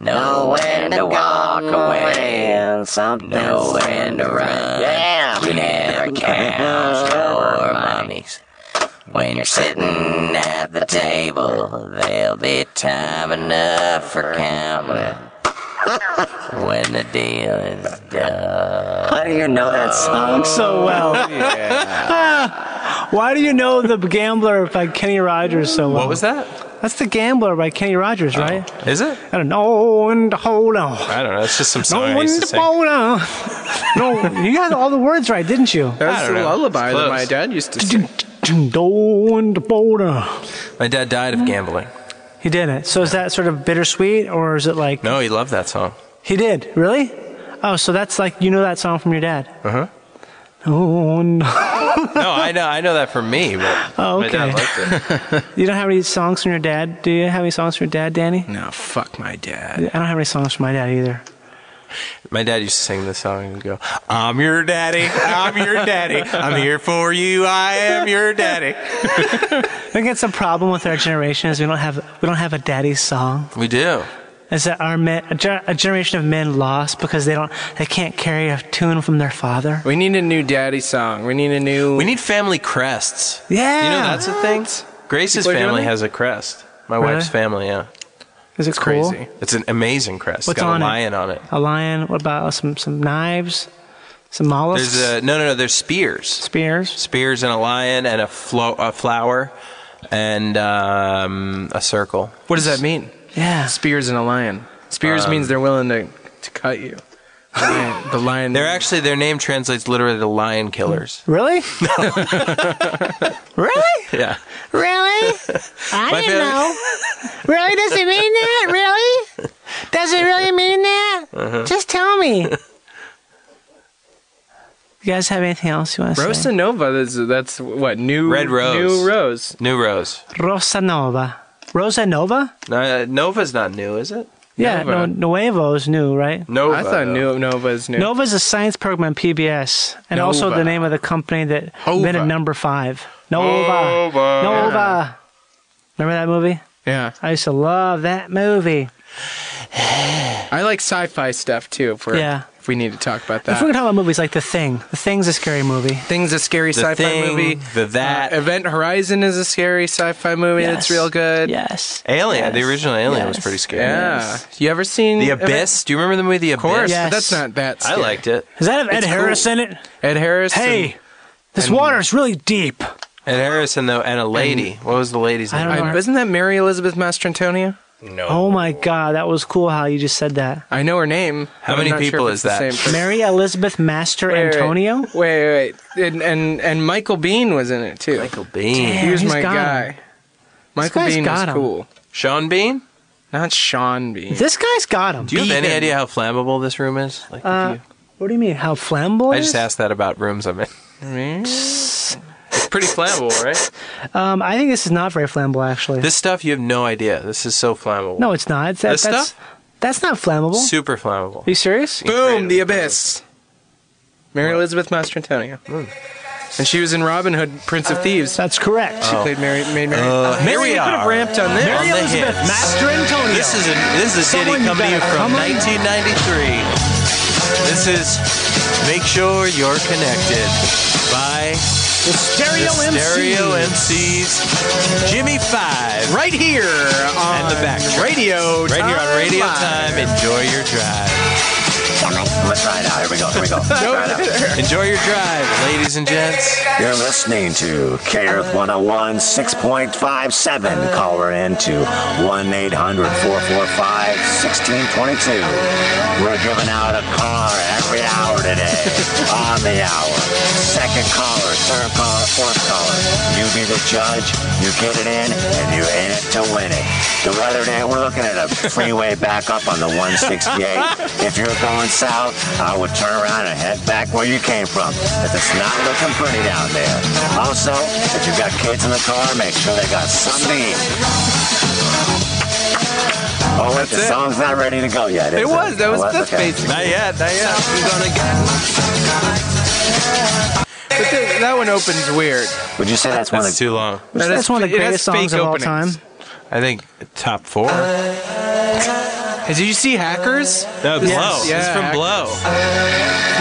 S10: Know when to walk away.
S4: And something.
S10: Know when to run.
S4: Yeah.
S10: You never count your mummies. When you're sitting at the table, there'll be time enough for counting. when the deal is done.
S4: How do you know that
S3: Oh,
S4: song
S2: so well? Why do you know The Gambler by Kenny Rogers so well?
S3: What was that?
S2: That's The Gambler by Kenny Rogers, right?
S3: Is it?
S2: I don't know. And hold on.
S3: Oh. I don't know. It's just some song I
S2: No one
S3: used to
S2: to
S3: sing.
S2: hold on. No, you got all the words right, didn't you?
S5: That's
S3: don't
S5: the
S3: know.
S5: lullaby
S3: It's
S5: that my
S3: close.
S5: dad used to sing.
S2: Do and boulder.
S3: My dad died of gambling.
S2: He did it. So is that sort of bittersweet, or is it like
S3: No, he loved that song.
S2: he did? Really? Oh, so that's like you know that song from your dad.
S3: Uh huh.
S2: Oh, no.
S3: No, I know, I know that for me, but
S2: Oh,
S3: my dad
S2: okay.
S3: liked it.
S2: You don't have any songs from your dad? Do you have any songs from your dad, Danny?
S3: Hmm.
S5: No, Oh, fuck my dad.
S2: I don't have any songs from my dad either.
S3: My dad used to sing this song and go, "I'm your daddy, I'm your daddy, I'm here for you, I am your daddy."
S2: I think it's a problem with our generation is we don't have we don't have a daddy song.
S3: We do.
S2: Is that our men, a, gen- a generation of men lost because they don't they can't carry a tune from their father?
S5: We need a new daddy song. We need a new.
S3: We need family crests.
S2: Yeah,
S3: You know that's a thing. Grace's
S5: People are doing
S3: family
S5: that?
S3: has a crest. My
S2: Really?
S3: wife's family, yeah.
S2: Is it cool?
S5: crazy.
S3: It's an amazing crest.
S2: What's
S3: it's got
S2: on
S3: a
S2: it?
S3: lion on it.
S2: A lion? What about some some knives? Some mollusks?
S3: There's a no, no, no. There's spears,
S2: spears?
S3: spears, and a lion, and a, flo- a flower, and um, a circle.
S5: What does that mean?
S2: Yeah.
S5: Spears and a lion.
S3: Um,
S5: Spears means they're willing to, to cut you. The lion. The lion
S3: They're actually their name translates literally to lion killers.
S2: Really? really?
S3: Yeah.
S2: Really? I
S3: My
S2: didn't
S3: family-
S2: know. Really? Does it mean that? Really? Does it really mean that?
S5: Uh-huh.
S2: Just tell me. You guys have anything else you want to
S5: Rosa
S2: say?
S5: Nova. That's, that's what new
S3: Red Rose.
S5: New rose.
S3: New Rose.
S2: Rosa Nova. Rosa Nova?
S3: No, uh, Nova's not new, is it?
S2: Yeah,
S5: Nova.
S2: no, Nuevo is new, right?
S3: Nova.
S5: I thought new Nova is new.
S2: Nova is a science program on PBS, and also
S5: Nova.
S2: the name of the company that invented
S5: Nova.
S2: number five. Nova. Nova. Remember that movie?
S5: Yeah,
S2: I used to love that movie.
S5: I like sci-fi stuff too. If, we're,
S2: Yeah.
S5: if we need to talk about
S2: If we're
S5: that.
S2: talking about movies like The Thing, The Thing's a scary movie.
S5: Things a scary
S3: The
S5: sci-fi
S3: Thing,
S5: movie.
S3: The That.
S5: Uh, Event Horizon is a scary sci-fi movie. That's
S2: Yes.
S5: real good.
S2: Yes.
S3: Alien. The
S2: Yes.
S3: original Alien was
S2: Yes.
S3: pretty scary.
S5: Yeah. You ever seen
S3: The
S5: Event-
S3: Abyss. Do you remember the movie The
S5: Of course, but
S3: Abyss?
S2: Yes.
S5: that's not that.
S3: I
S5: scary.
S3: liked it.
S2: Does that have Ed
S5: It's
S2: Harris
S5: cool.
S2: in it?
S5: Ed Harris.
S2: Hey, this water's really deep.
S3: And Harrison though, and a lady. what was the lady's
S2: I
S3: name?
S2: don't
S5: and-
S2: know.
S5: I, isn't that Mary Elizabeth Mastrantonio?
S3: no.
S2: Oh my God, that was cool how you just said that.
S5: I know her name.
S3: How
S5: but
S3: many
S5: I'm not sure
S3: people
S5: if
S3: is
S5: it's the
S3: that?
S5: same person.
S2: Mary Elizabeth Master
S5: Wait, wait,
S2: Antonio?
S5: Wait, wait, wait. And, and and Michael Bean was in it too.
S3: Michael Bean.
S2: Damn,
S5: he was
S2: he's
S5: my
S2: got
S5: guy.
S2: 'em.
S5: Michael
S2: guy's
S5: Bean was
S2: got 'em.
S5: cool.
S3: Sean Bean.
S5: Not Sean Bean.
S2: This guy's got him.
S3: Do you have any
S5: Bean.
S3: idea how flammable this room is? Like, if you-
S2: what do you mean? How flammable?
S3: I
S2: it
S3: just
S2: is?
S3: asked that about rooms I'm in. It's pretty flammable, right?
S2: Um, I think this is not very flammable, actually.
S3: This stuff you have no idea. This is so flammable.
S2: no, it's not. It's, that,
S3: This
S2: that's,
S3: stuff?
S2: that's not flammable.
S3: super flammable.
S2: Are you serious?
S5: Boom, The Abyss. Mary Elizabeth Mastrantonio.
S3: Hmm.
S5: And she was in Robin Hood, Prince of Thieves.
S2: That's correct.
S5: She played Mary. Made Mary.
S3: Oh. here
S5: Mary
S3: we
S5: could have
S3: are.
S5: ramped on this.
S3: On the hits.
S2: Master Antonio.
S3: This is a this is a
S2: Someone
S3: ditty
S2: you
S3: coming to you
S2: better
S3: from
S2: come on.
S3: 1993. This is "Make Sure You're Connected" by
S2: the stereo
S3: the
S2: MC.
S3: Stereo MCs Jimmy Five.
S5: Right here on
S3: And the back track.
S5: radio.
S3: Right here on Radio Time. Enjoy your drive.
S4: I'm gonna try it out. Here we go. Here we go. Try it out.
S3: Enjoy your drive, ladies and gents.
S4: You're listening to K Earth 101 6.57. Caller in to 1 800 445 1622. We're giving out a car every hour today. on the hour. Second caller, third caller, fourth caller. You be the judge, you get it in, and you're in it to win it. The weather day, we're looking at a freeway back up on the 168. if you're going south, I would turn around and head back where you came from. If it's not looking pretty down there. Also, if you've got kids in the car, make sure they got something to eat. Oh, wait, the song's not ready to go yet. is
S5: It was. That was that's
S4: Okay.
S5: basic.
S3: Not yet. Not yet. I'm gonna get.
S5: But th- that one opens weird.
S4: Would you say that's one of
S3: That's
S4: the
S3: too long.
S2: That's,
S5: That is
S2: one of the
S5: fake- it has
S2: greatest songs
S5: fake
S2: of all time.
S5: openings.
S3: I think top four.
S5: Hey, Did you see Hackers?
S3: No, Blow.
S5: yeah,
S3: it's from
S5: Hackers.
S3: Blow.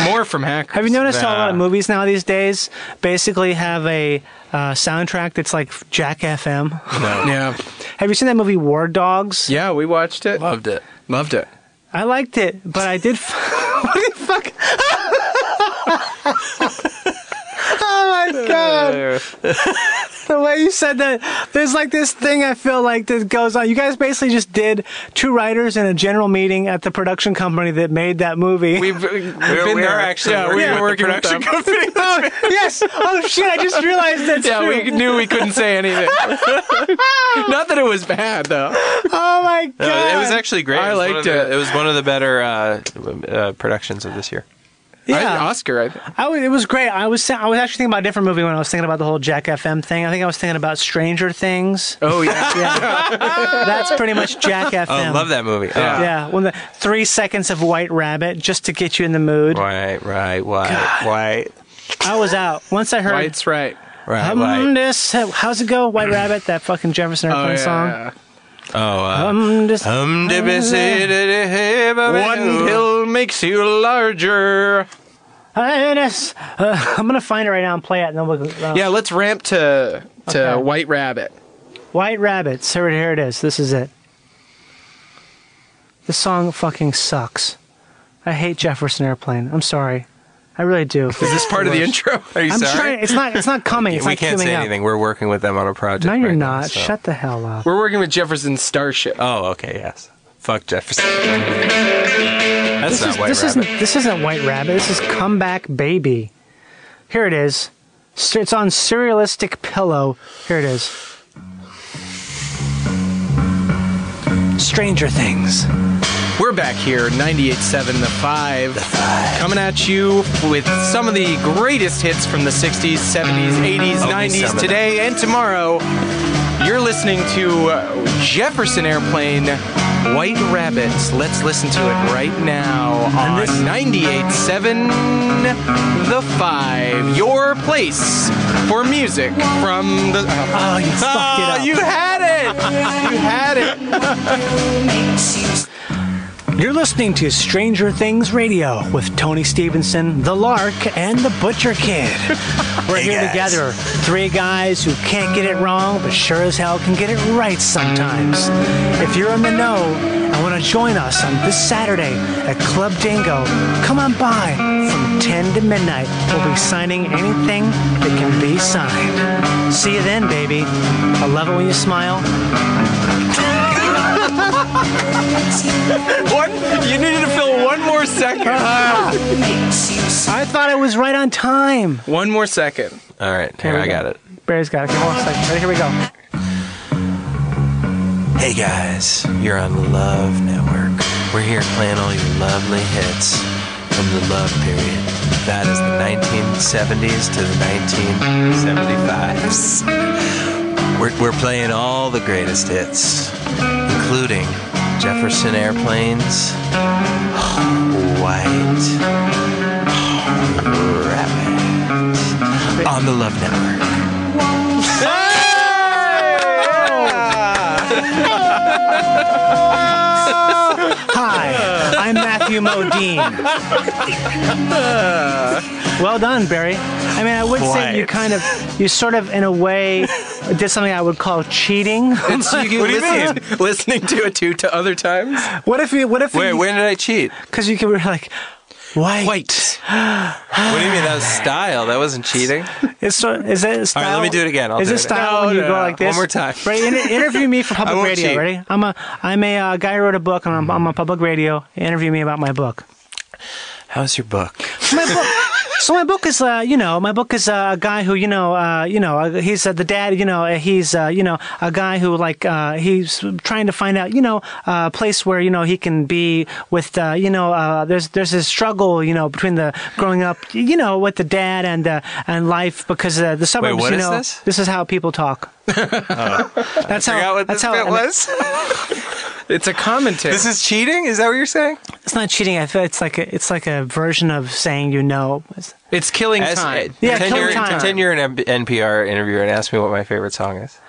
S5: More from Hackers.
S2: Have you noticed how a lot of
S3: Nah.
S2: movies now these days basically have a uh, soundtrack that's like Jack FM?
S3: No.
S5: Yeah.
S2: Have you seen that movie War Dogs?
S5: Yeah, we watched it.
S3: Loved it.
S5: Loved it.
S2: I liked it, but I did. F- what the fuck? oh my god! the way you said that, there's like this thing I feel like that goes on. You guys basically just did two writers in a general meeting at the production company that made that movie.
S5: We've, we've been
S3: we
S5: there.
S3: are actually
S5: yeah,
S3: working
S5: we
S3: with
S5: were
S3: the
S5: working with
S3: production
S5: them.
S2: company. oh, yes. Oh shit! I just realized that's
S5: yeah,
S2: true.
S5: we knew we couldn't say anything. Not that it was bad though.
S2: Oh my god!
S3: No, Uh, it was actually great.
S5: I
S3: it was one
S5: liked
S3: of the-
S5: it.
S3: it was one of the better uh, uh, productions of this year.
S5: I,
S2: yeah.
S5: Oscar. I, think.
S2: I was, it was great. I was sa- I was actually thinking about a different movie when I was thinking about the whole Jack FM thing. I think I was thinking about Stranger Things.
S5: oh yeah.
S2: That's pretty much Jack FM.
S3: Oh, love that movie.
S5: Yeah.
S2: Yeah, when the three seconds of White Rabbit just to get you in the mood.
S3: Oh, right, right, white, white,
S2: I was out once I heard.
S5: White's right.
S3: right,
S2: um,
S3: white.
S2: this, how's it go? White Rabbit, that fucking Jefferson
S5: Oh
S2: Airplane
S5: yeah.
S2: song.
S3: Oh, uh,
S2: Um, this,
S3: um, de- be- si- de- de- hey, ba- ba-
S5: One pill makes you larger.
S2: uh, this, uh, I'm gonna find it right now and play it, and then we'll. Uh,
S5: Yeah, let's ramp to to
S2: Okay.
S5: White Rabbit.
S2: White Rabbits. Here, it- here it is. This is it. The song fucking sucks. I hate Jefferson Airplane. I'm sorry. I really do.
S5: Is this part of the intro?
S3: Are you
S2: I'm
S3: sorry?
S2: trying. It's not. It's not coming. It's
S3: we
S2: not
S3: can't
S2: queuing
S3: say
S2: up.
S3: anything. We're working with them on a project.
S2: No, you're
S3: right now,
S2: not.
S3: so-
S2: Shut the hell up.
S5: We're working with Jefferson Starship.
S3: Oh, okay, yes. Fuck Jefferson. That's
S2: This,
S3: not
S2: is,
S3: White
S2: this
S3: Rabbit.
S2: isn't. This isn't White Rabbit. This is Comeback Baby. Here it is. S- It's on Serialistic Pillow. Here it is. Stranger Things.
S5: We're back here, 98.7 The 5, coming at you with some of the greatest hits from the 60s, 70s, 80s,
S3: Only
S5: 90s,
S3: some of
S5: today, and tomorrow. You're listening to uh, Jefferson Airplane, White Rabbits. Let's listen to it right now on 98.7 The 5, your place for music from the...
S2: Oh, you fucked it
S5: Ah,
S2: up.
S5: you had it! you had it!
S2: You're listening to Stranger Things Radio with Tony Stevenson, The Lark, and The Butcher Kid. We're here together, three guys who can't get it wrong, but sure as hell can get it right sometimes. If you're in the know and want to join us on this Saturday at Club Dingo, come on by from 10 to midnight. We'll be signing anything that can be signed. See you then, baby. I love it when you smile.
S5: One, you needed to fill one more second.
S2: I thought it was right on time.
S5: One more second.
S3: All right, here,
S2: we
S3: I
S2: go.
S3: got it.
S2: Barry's got it. Okay, hold on a second. Ready? Here we go.
S3: Hey guys, you're on Love Network. We're here playing all your lovely hits from the love period. That is the 1970s to the 1975s. We're, we're playing all the greatest hits, including Jefferson Airplanes, White Rabbit, on the Love Network.
S2: Hi, I'm Matthew Modine. well done, Barry. I mean, I would say you
S3: Quiet.
S2: kind of, you sort of, in a way, did something I would call cheating.
S5: It's you
S3: What do you
S5: listen- listening to it two to other times.
S2: What if you? What if?
S3: Wait, when did I cheat?
S2: Because you could be like, white.
S5: White.
S3: What do you mean that was style? That wasn't cheating.
S2: It's so, is it
S3: All
S2: style?
S3: right, let me do it again. I'll
S2: is
S3: do
S2: it
S3: it again.
S2: style
S5: No,
S2: when you
S5: no,
S2: go
S5: no.
S2: like this?
S3: One more time.
S2: Ready? Inter- interview me for public
S3: won't
S2: radio.
S3: cheat.
S2: Ready? I'm a I'm a uh, guy who wrote a book, and I'm, I'm on public radio. Interview me about my book.
S3: How's your book?
S2: my book. So my book is, uh, you know, my book is uh, a guy who, you know, uh, you know, uh, he's uh, the dad, you know, uh, he's, uh, you know, a guy who, like, uh, he's trying to find out, you know, uh, a place where, you know, he can be with, uh, you know, uh, there's there's this struggle, you know, between the growing up, you know, with the dad and uh, and life because uh, the suburbs,
S3: what
S2: you
S3: is
S2: know,
S3: this? Oh.
S2: is how people talk. that's how.
S3: Forgot what
S2: that's
S3: this
S2: how.
S3: bit
S2: and
S3: was.
S5: It's a commentary.
S3: this is cheating. Is that what you're saying?
S2: It's not cheating. I feel it's like a, it's like a version of saying you know.
S5: it's killing time.
S2: Yeah,
S3: pretend,
S2: kill
S3: you're,
S2: time.
S3: pretend you're an M- NPR interviewer and ask me what my favorite song is.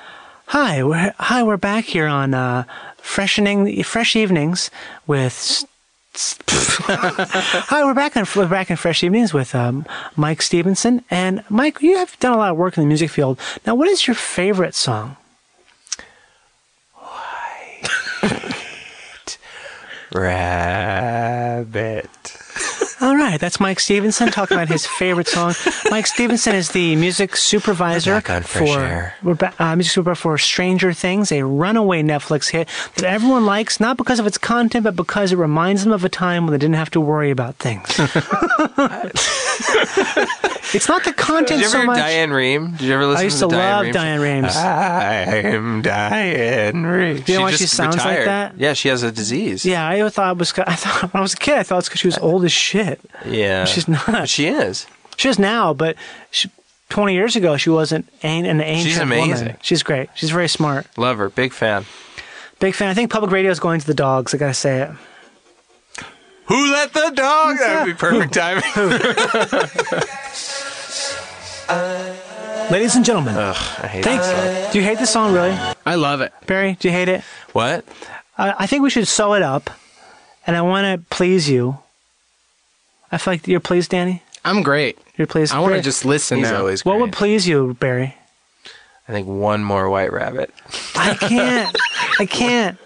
S2: Hi, we're hi, we're back here on uh, freshening fresh evenings with. s- s- hi, we're back on we're back in fresh evenings with um, Mike Stevenson and Mike. You have done a lot of work in the music field. Now, what is your favorite song?
S3: Right.
S2: That's Mike Stevenson talking about his favorite song. Mike Stevenson is the music supervisor
S3: fresh
S2: for
S3: air.
S2: we're ba- uh, music supervisor for Stranger Things, a runaway Netflix hit that everyone likes, not because of its content, but because it reminds them of a time when they didn't have to worry about things. it's not the
S3: Did
S2: content
S3: you ever
S2: so
S3: hear
S2: much.
S3: Diane Rehm? Did you ever listen
S2: I used
S3: to,
S2: to,
S3: Diane Uh,
S2: love
S3: Rehm?
S2: Diane Rames.
S3: I'm Diane Rehm.
S2: Do you know why she
S3: just
S2: sounds like
S3: retired.
S2: that?
S3: Yeah, she has a disease.
S2: Yeah, I thought it was. 'cause- I thought when I was a kid, I thought it's because she was old as shit.
S3: Yeah.
S2: She's not.
S3: But she is.
S2: She is now, but she, 20 years ago, she wasn't an, an ancient
S3: She's amazing.
S2: woman. She's great. She's very smart.
S3: Love her. Big fan.
S2: Big fan. I think public radio is going to the dogs. I gotta say it.
S3: Who let the dog? That would be perfect timing.
S2: Ladies and gentlemen,
S3: I hate
S2: thanks. Do you hate this song really?
S5: I love it.
S2: Barry, do you hate it?
S3: What?
S2: Uh, I think we should sew it up, and I want to please you. I feel like you're pleased, Danny.
S5: I'm great.
S2: You're pleased.
S5: I want to
S2: Barry?
S5: just listen
S3: He's
S5: now.
S3: always.
S2: What would please you, Barry?
S3: I think one more White Rabbit.
S2: I can't. I can't.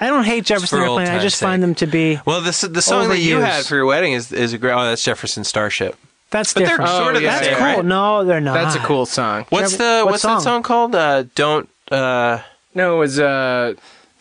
S2: I don't hate Jefferson
S3: for old
S2: Airplane. I
S3: time's
S2: just find them to be.
S3: Well, this the song that you
S2: Overused.
S3: had for your wedding is is a great. Oh, that's Jefferson Starship.
S2: That's
S3: But they're
S2: different.
S3: sort of the
S2: that's
S3: same,
S2: cool.
S3: right?
S2: No, they're not.
S5: That's a cool song.
S3: What's
S2: Trevor,
S3: the
S2: what
S3: what's that
S2: song?
S3: song called? Uh, don't. Uh,
S5: No, it was uh,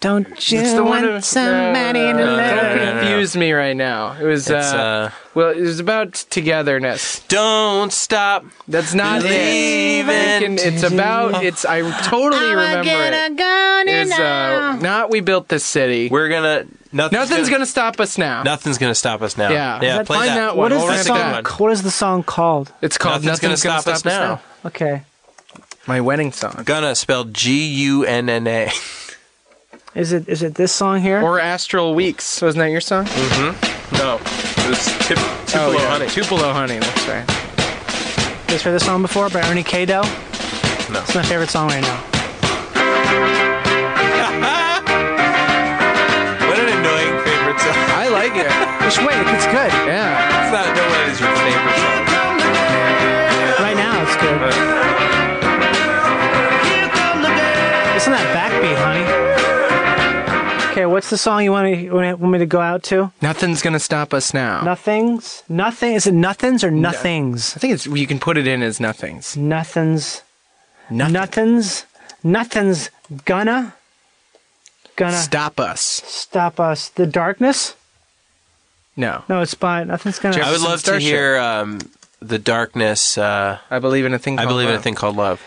S2: Don't
S5: it's
S2: you
S5: the one
S2: want
S5: of,
S2: somebody
S5: no,
S2: to
S5: no, no, no,
S2: love?
S5: Don't
S3: no, no, no.
S5: confuse me right now. It was uh,
S3: It's, uh,
S5: well, it was about togetherness.
S3: don't stop.
S5: That's not
S3: Believe
S5: it. Thinking
S3: it.
S5: It's about it's. I totally remember it. It's uh, not we built this city.
S3: We're gonna nothing's,
S5: Nothing's gonna stop us now.
S3: nothing's gonna stop us now.
S5: Yeah. Is
S3: yeah.
S5: that-
S3: Play
S5: find
S3: that.
S5: out
S2: What
S5: One
S2: is the
S5: already
S2: song?
S5: done.
S2: What is the song called?
S5: It's called
S3: Nothing's Gonna Stop Us Now.
S2: Okay,
S5: My wedding song
S3: Gonna spelled G U N N A.
S2: is it is it this song here?
S5: or Astral Weeks. Mm-hmm. Wasn't that your song?
S3: No, it was tip,
S5: Oh,
S3: Tupelo
S5: yeah.
S3: Honey.
S5: Tupelo Honey. That's right.
S2: You guys heard this song before by Ernie Cado?
S3: No.
S2: It's my favorite song right now.
S3: What an annoying favorite song.
S5: I like it.
S2: Just wait, it's good.
S5: Yeah.
S3: It's not no way is your favorite song.
S2: Right now, it's good. Isn't that backbeat, honey? Okay, what's the song you want to want me to go out to?
S5: Nothing's gonna stop us now.
S2: Nothings. Nothing. Is it nothings or nothings?
S5: I think it's you can put it in as nothings.
S2: Nothings.
S5: Nothing.
S2: Nothings. Nothing's gonna gonna
S5: Stop us.
S2: stop us. The darkness.
S5: No.
S2: No, it's by nothing's gonna.
S3: I would
S5: Jefferson
S3: love
S5: Starship.
S3: to hear um, the darkness. Uh,
S5: I believe in a thing.
S3: I
S5: called
S3: believe in a
S5: love.
S3: thing called love.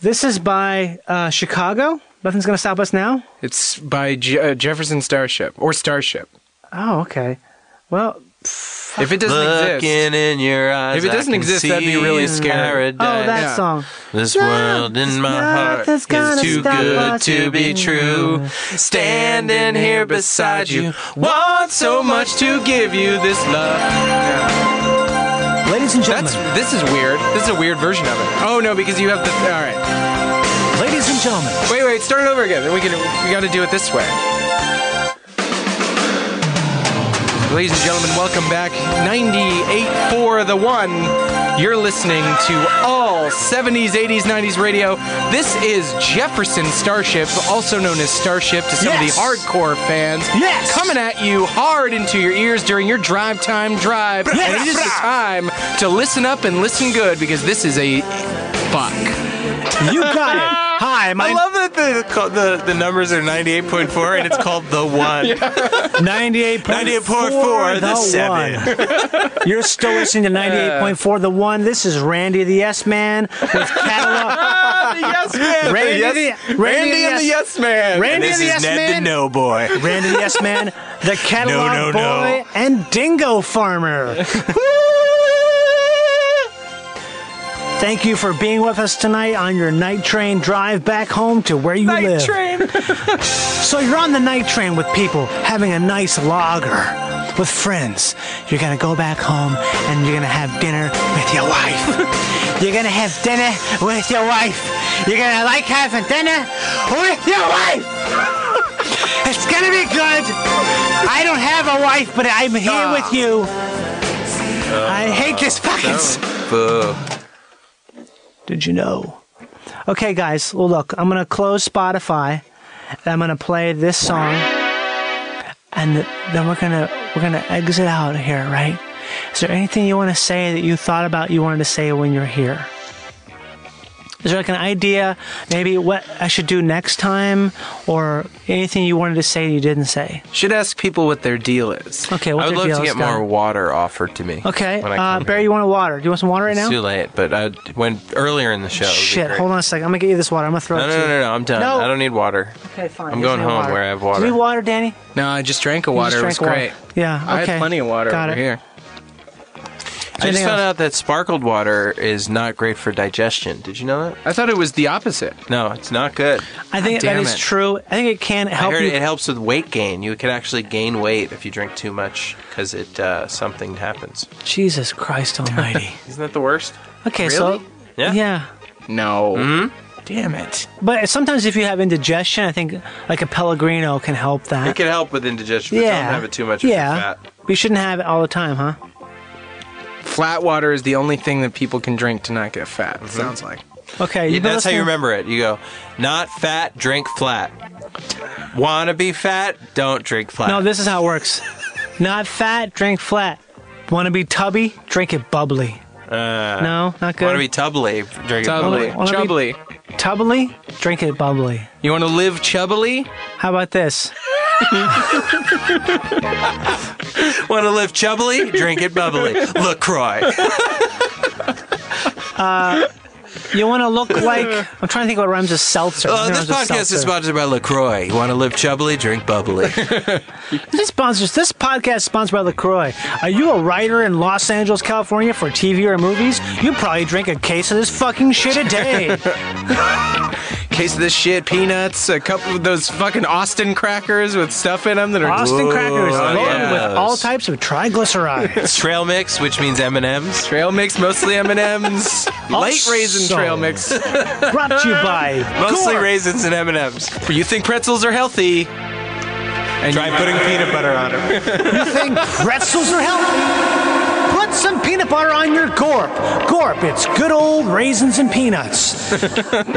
S2: This is by uh, Chicago. Nothing's gonna stop us now.
S5: It's by Je- uh, Jefferson Starship or Starship.
S2: Oh, okay. Well,
S5: If it doesn't
S3: Looking
S5: exist,
S3: in your eyes.
S5: If it
S3: I
S5: doesn't
S3: can
S5: exist, that'd be
S3: see
S5: really scary.
S3: paradise.
S2: oh, that
S5: Yeah.
S2: song.
S3: This world in my heart
S2: nothing's
S3: is
S2: gonna
S3: too
S2: stop
S3: good
S2: us.
S3: to be true. Standing here beside you, want so much to give you this love.
S2: Ladies and
S5: that's this is weird. This is a weird version of it. Oh no, because you have the all right.
S2: ladies and gentlemen.
S5: Wait, wait, start it over again. Then we can we got to do it this way. Ladies and gentlemen, welcome back. 98 for the one. You're listening to all 70s, 80s, 90s radio. This is Jefferson Starship, also known as Starship to some
S2: Yes.
S5: of the hardcore fans.
S2: Yes.
S5: Coming at you hard into your ears during your drive time drive. And it is the time to listen up and listen good because this is a fuck.
S2: You got it. Hi,
S3: I
S2: my
S3: love that the the, the numbers are 98.4 and it's called the one.
S2: 98.4,
S3: 98.4, the seven.
S2: one. You're still listening to 98.4, the one. This is Randy the Yes Man with catalog.
S5: yes, man.
S2: Randy,
S5: Yes-
S2: the, Randy, the Yes
S5: man.
S2: Randy
S3: This
S2: the
S3: is
S2: Yes
S3: Ned the
S2: Man.
S3: No Boy.
S2: Randy the Yes Man, the Catalog
S3: No, no,
S2: Boy,
S3: no.
S2: and Dingo Farmer. Thank you for being with us tonight on your night train drive back home to where you live.
S5: train.
S2: So you're on the night train with people, having a nice lager with friends. You're gonna go back home and you're gonna have dinner with your wife. you're gonna have dinner with your wife. You're gonna like having dinner with your wife. it's gonna be good. I don't have a wife, but I'm here with you. I hate this fucking. s-
S3: Boo.
S2: Did you know? Okay, guys. Well, look, I'm gonna close Spotify. And I'm gonna play this song, and then we're gonna we're gonna exit out here, right? Is there anything you want to say that you thought about you wanted to say when you're here? Is there like an idea, maybe what I should do next time, or anything you wanted to say you didn't say?
S5: Should ask people what their deal is.
S2: Okay, what's
S3: I would
S2: your
S3: love
S2: deal,
S3: to get
S2: Scott?
S3: more water offered to me.
S2: Okay,
S3: when I come
S2: uh, Barry, you want a water? Do you want some water right
S3: It's
S2: now?
S3: too late, but I when earlier in the show. it would be
S2: Shit,
S3: great.
S2: hold on a second. I'm gonna get you this water. I'm gonna throw
S3: No,
S2: it
S3: no,
S2: to
S3: no,
S2: you.
S3: no, no. I'm done.
S2: No.
S3: I don't need water.
S2: Okay, fine.
S3: I'm
S2: Here's
S3: going
S2: some
S3: home
S2: water.
S3: where I have
S2: Do you
S3: water.
S2: need water, Danny?
S5: No, I just drank a
S2: You
S5: water.
S2: just
S5: It was
S2: drank water.
S5: great.
S2: Yeah,
S5: I
S2: okay.
S5: had plenty of water
S2: Got
S5: over
S2: it.
S5: here.
S3: I just
S5: Anything
S3: found out that sparkled water is not great for digestion. Did you know that?
S5: I thought it was the opposite.
S3: No, it's not good.
S2: I think that
S3: God Ah, damn
S2: is
S3: it.
S2: true. I think it can
S3: I
S2: help
S3: heard
S2: you.
S3: it helps with weight gain. You can actually gain weight if you drink too much because it uh, something happens.
S2: Jesus Christ Almighty.
S3: Isn't that the worst?
S2: okay, so
S3: Yeah.
S2: yeah,
S5: No.
S3: Damn it.
S2: but sometimes if you have indigestion, I think like a Pellegrino can help that.
S3: It can help with indigestion, but
S2: yeah,
S3: don't have it too much. if you're
S2: Yeah,
S3: Fat.
S2: we shouldn't have it all the time, huh?
S5: Flat water is the only thing that people can drink to not get fat.
S3: Mm-hmm.
S5: It sounds like.
S2: Okay,
S3: Yeah,
S2: you've been
S3: that's how you
S2: listening-
S3: remember it. You go, not fat, drink flat. Wanna be fat, don't drink flat.
S2: No, this is how it works. Not fat, drink flat. Want to be tubby? Drink it bubbly. no, not good.
S3: Uh, Wanna be tubbly, drink
S5: Tubbly.
S3: it
S2: Wanna be-
S5: Chubbly.
S2: tubbly? Drink it bubbly.
S5: You want to live chubbly?
S2: How about this?
S3: bubbly. Wanna live chubbly, drink it bubbly. LaCroix.
S2: You want to look like I'm trying to think what rhymes with seltzer. Nothing
S3: Uh, this
S2: rhymes with
S3: podcast
S2: seltzer.
S3: is sponsored by LaCroix. You want to live chubbly, drink bubbly.
S2: This sponsors this podcast is sponsored by Lacroix. Are you a writer in Los Angeles, California, for TV or movies? You probably drink a case of this fucking shit a day.
S5: Case of this shit, peanuts, a couple of those fucking Austin crackers with stuff in them that are
S2: Austin crackers
S5: Oh,
S2: loaded
S5: yeah.
S2: with all types of triglycerides.
S3: Trail mix, which means M&M's.
S5: Trail mix, mostly M and M's. Light raisin
S2: Also-
S5: trail mix.
S2: Brought to you by
S3: Mostly
S2: Gore.
S3: raisins and M&M's.
S5: You think pretzels are healthy? And
S3: Try putting peanut butter on them.
S2: think pretzels are healthy. Put some peanut butter on your gorp. Gorp, it's good old raisins and peanuts.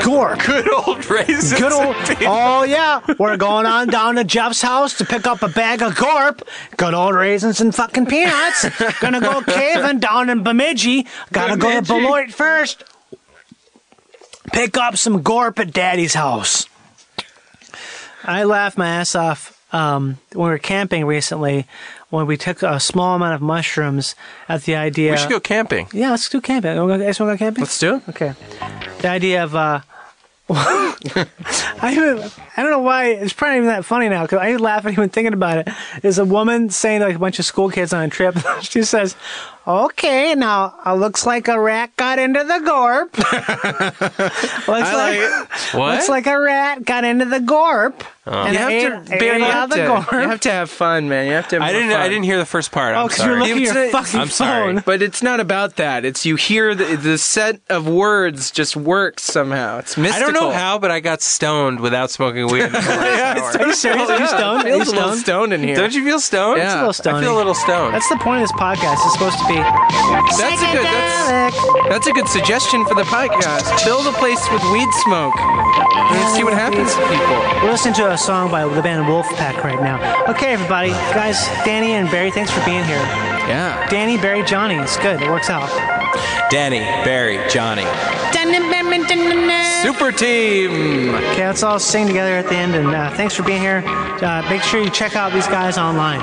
S2: Gorp.
S3: Good old raisins.
S2: Good old,
S3: and peanut-
S2: oh yeah, we're going on down to Jeff's house to pick up a bag of gorp. Good old raisins and fucking peanuts. Gonna go caving down in Bemidji. Gotta go to Beloit first. Pick up some gorp at Daddy's house. I laughed my ass off um, when we were camping recently. When we took a small amount of mushrooms at the idea.
S3: We should go camping.
S2: Yeah, let's do camping. You wanna go- you guys want to go camping?
S5: Let's do it.
S2: Okay. The idea of uh, I even, I don't know why it's probably not even that funny now because I laugh at even thinking about it. Is a woman saying to like a bunch of school kids on a trip? she says, "Okay, now uh, looks like a rat got into the gorp. looks like, looks like a rat got into the gorp and
S5: Oh. You have
S2: ate,
S5: to
S2: ate
S5: bear
S2: out the
S5: to,
S2: gorp.
S5: You have to have fun, man. You have to. Have
S3: I
S5: more
S3: didn't.
S5: Fun.
S3: I didn't hear the first part. I'm
S2: oh, because you're
S3: sorry.
S2: looking at your
S5: It's a-
S2: fucking
S3: I'm sorry.
S2: phone.
S5: But it's not about that. It's you hear the, the set of words just works somehow. It's
S3: I
S5: mystical.
S3: don't know how, but I got stoned without smoking weed.
S2: Are you serious? Are you stoned? Are you
S5: Feels a little
S2: stoned?
S5: stoned in here.
S3: Don't you feel stoned?
S5: Yeah. It's a little
S3: I feel
S2: stony.
S3: a little stoned.
S2: That's the point of this podcast. It's supposed to be.
S5: That's a good. That's, that's a good suggestion for the podcast. Fill the place with weed smoke and see what happens to people.
S2: We're listening to a song by the band Wolfpack right now. Okay, everybody, guys, Danny and Barry, thanks for being here.
S5: Yeah.
S2: Danny, Barry, Johnny, it's good. It works out.
S3: Danny, Barry, Johnny.
S5: Super team.
S2: Okay, let's all sing together at the end. And uh, thanks for being here. Uh, make sure you check out these guys online.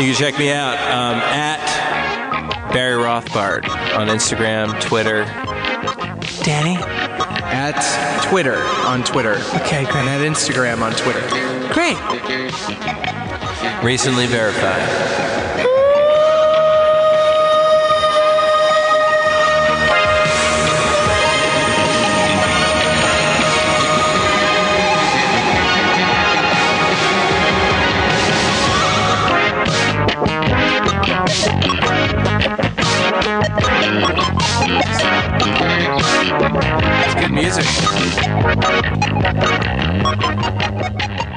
S3: You can check me out um, at Barry Rothbard on Instagram, Twitter.
S2: Danny.
S5: At Twitter on Twitter
S2: Okay,
S5: and
S2: great.
S5: at Instagram on Twitter.
S2: Great.
S3: Recently verified.
S5: It's good music.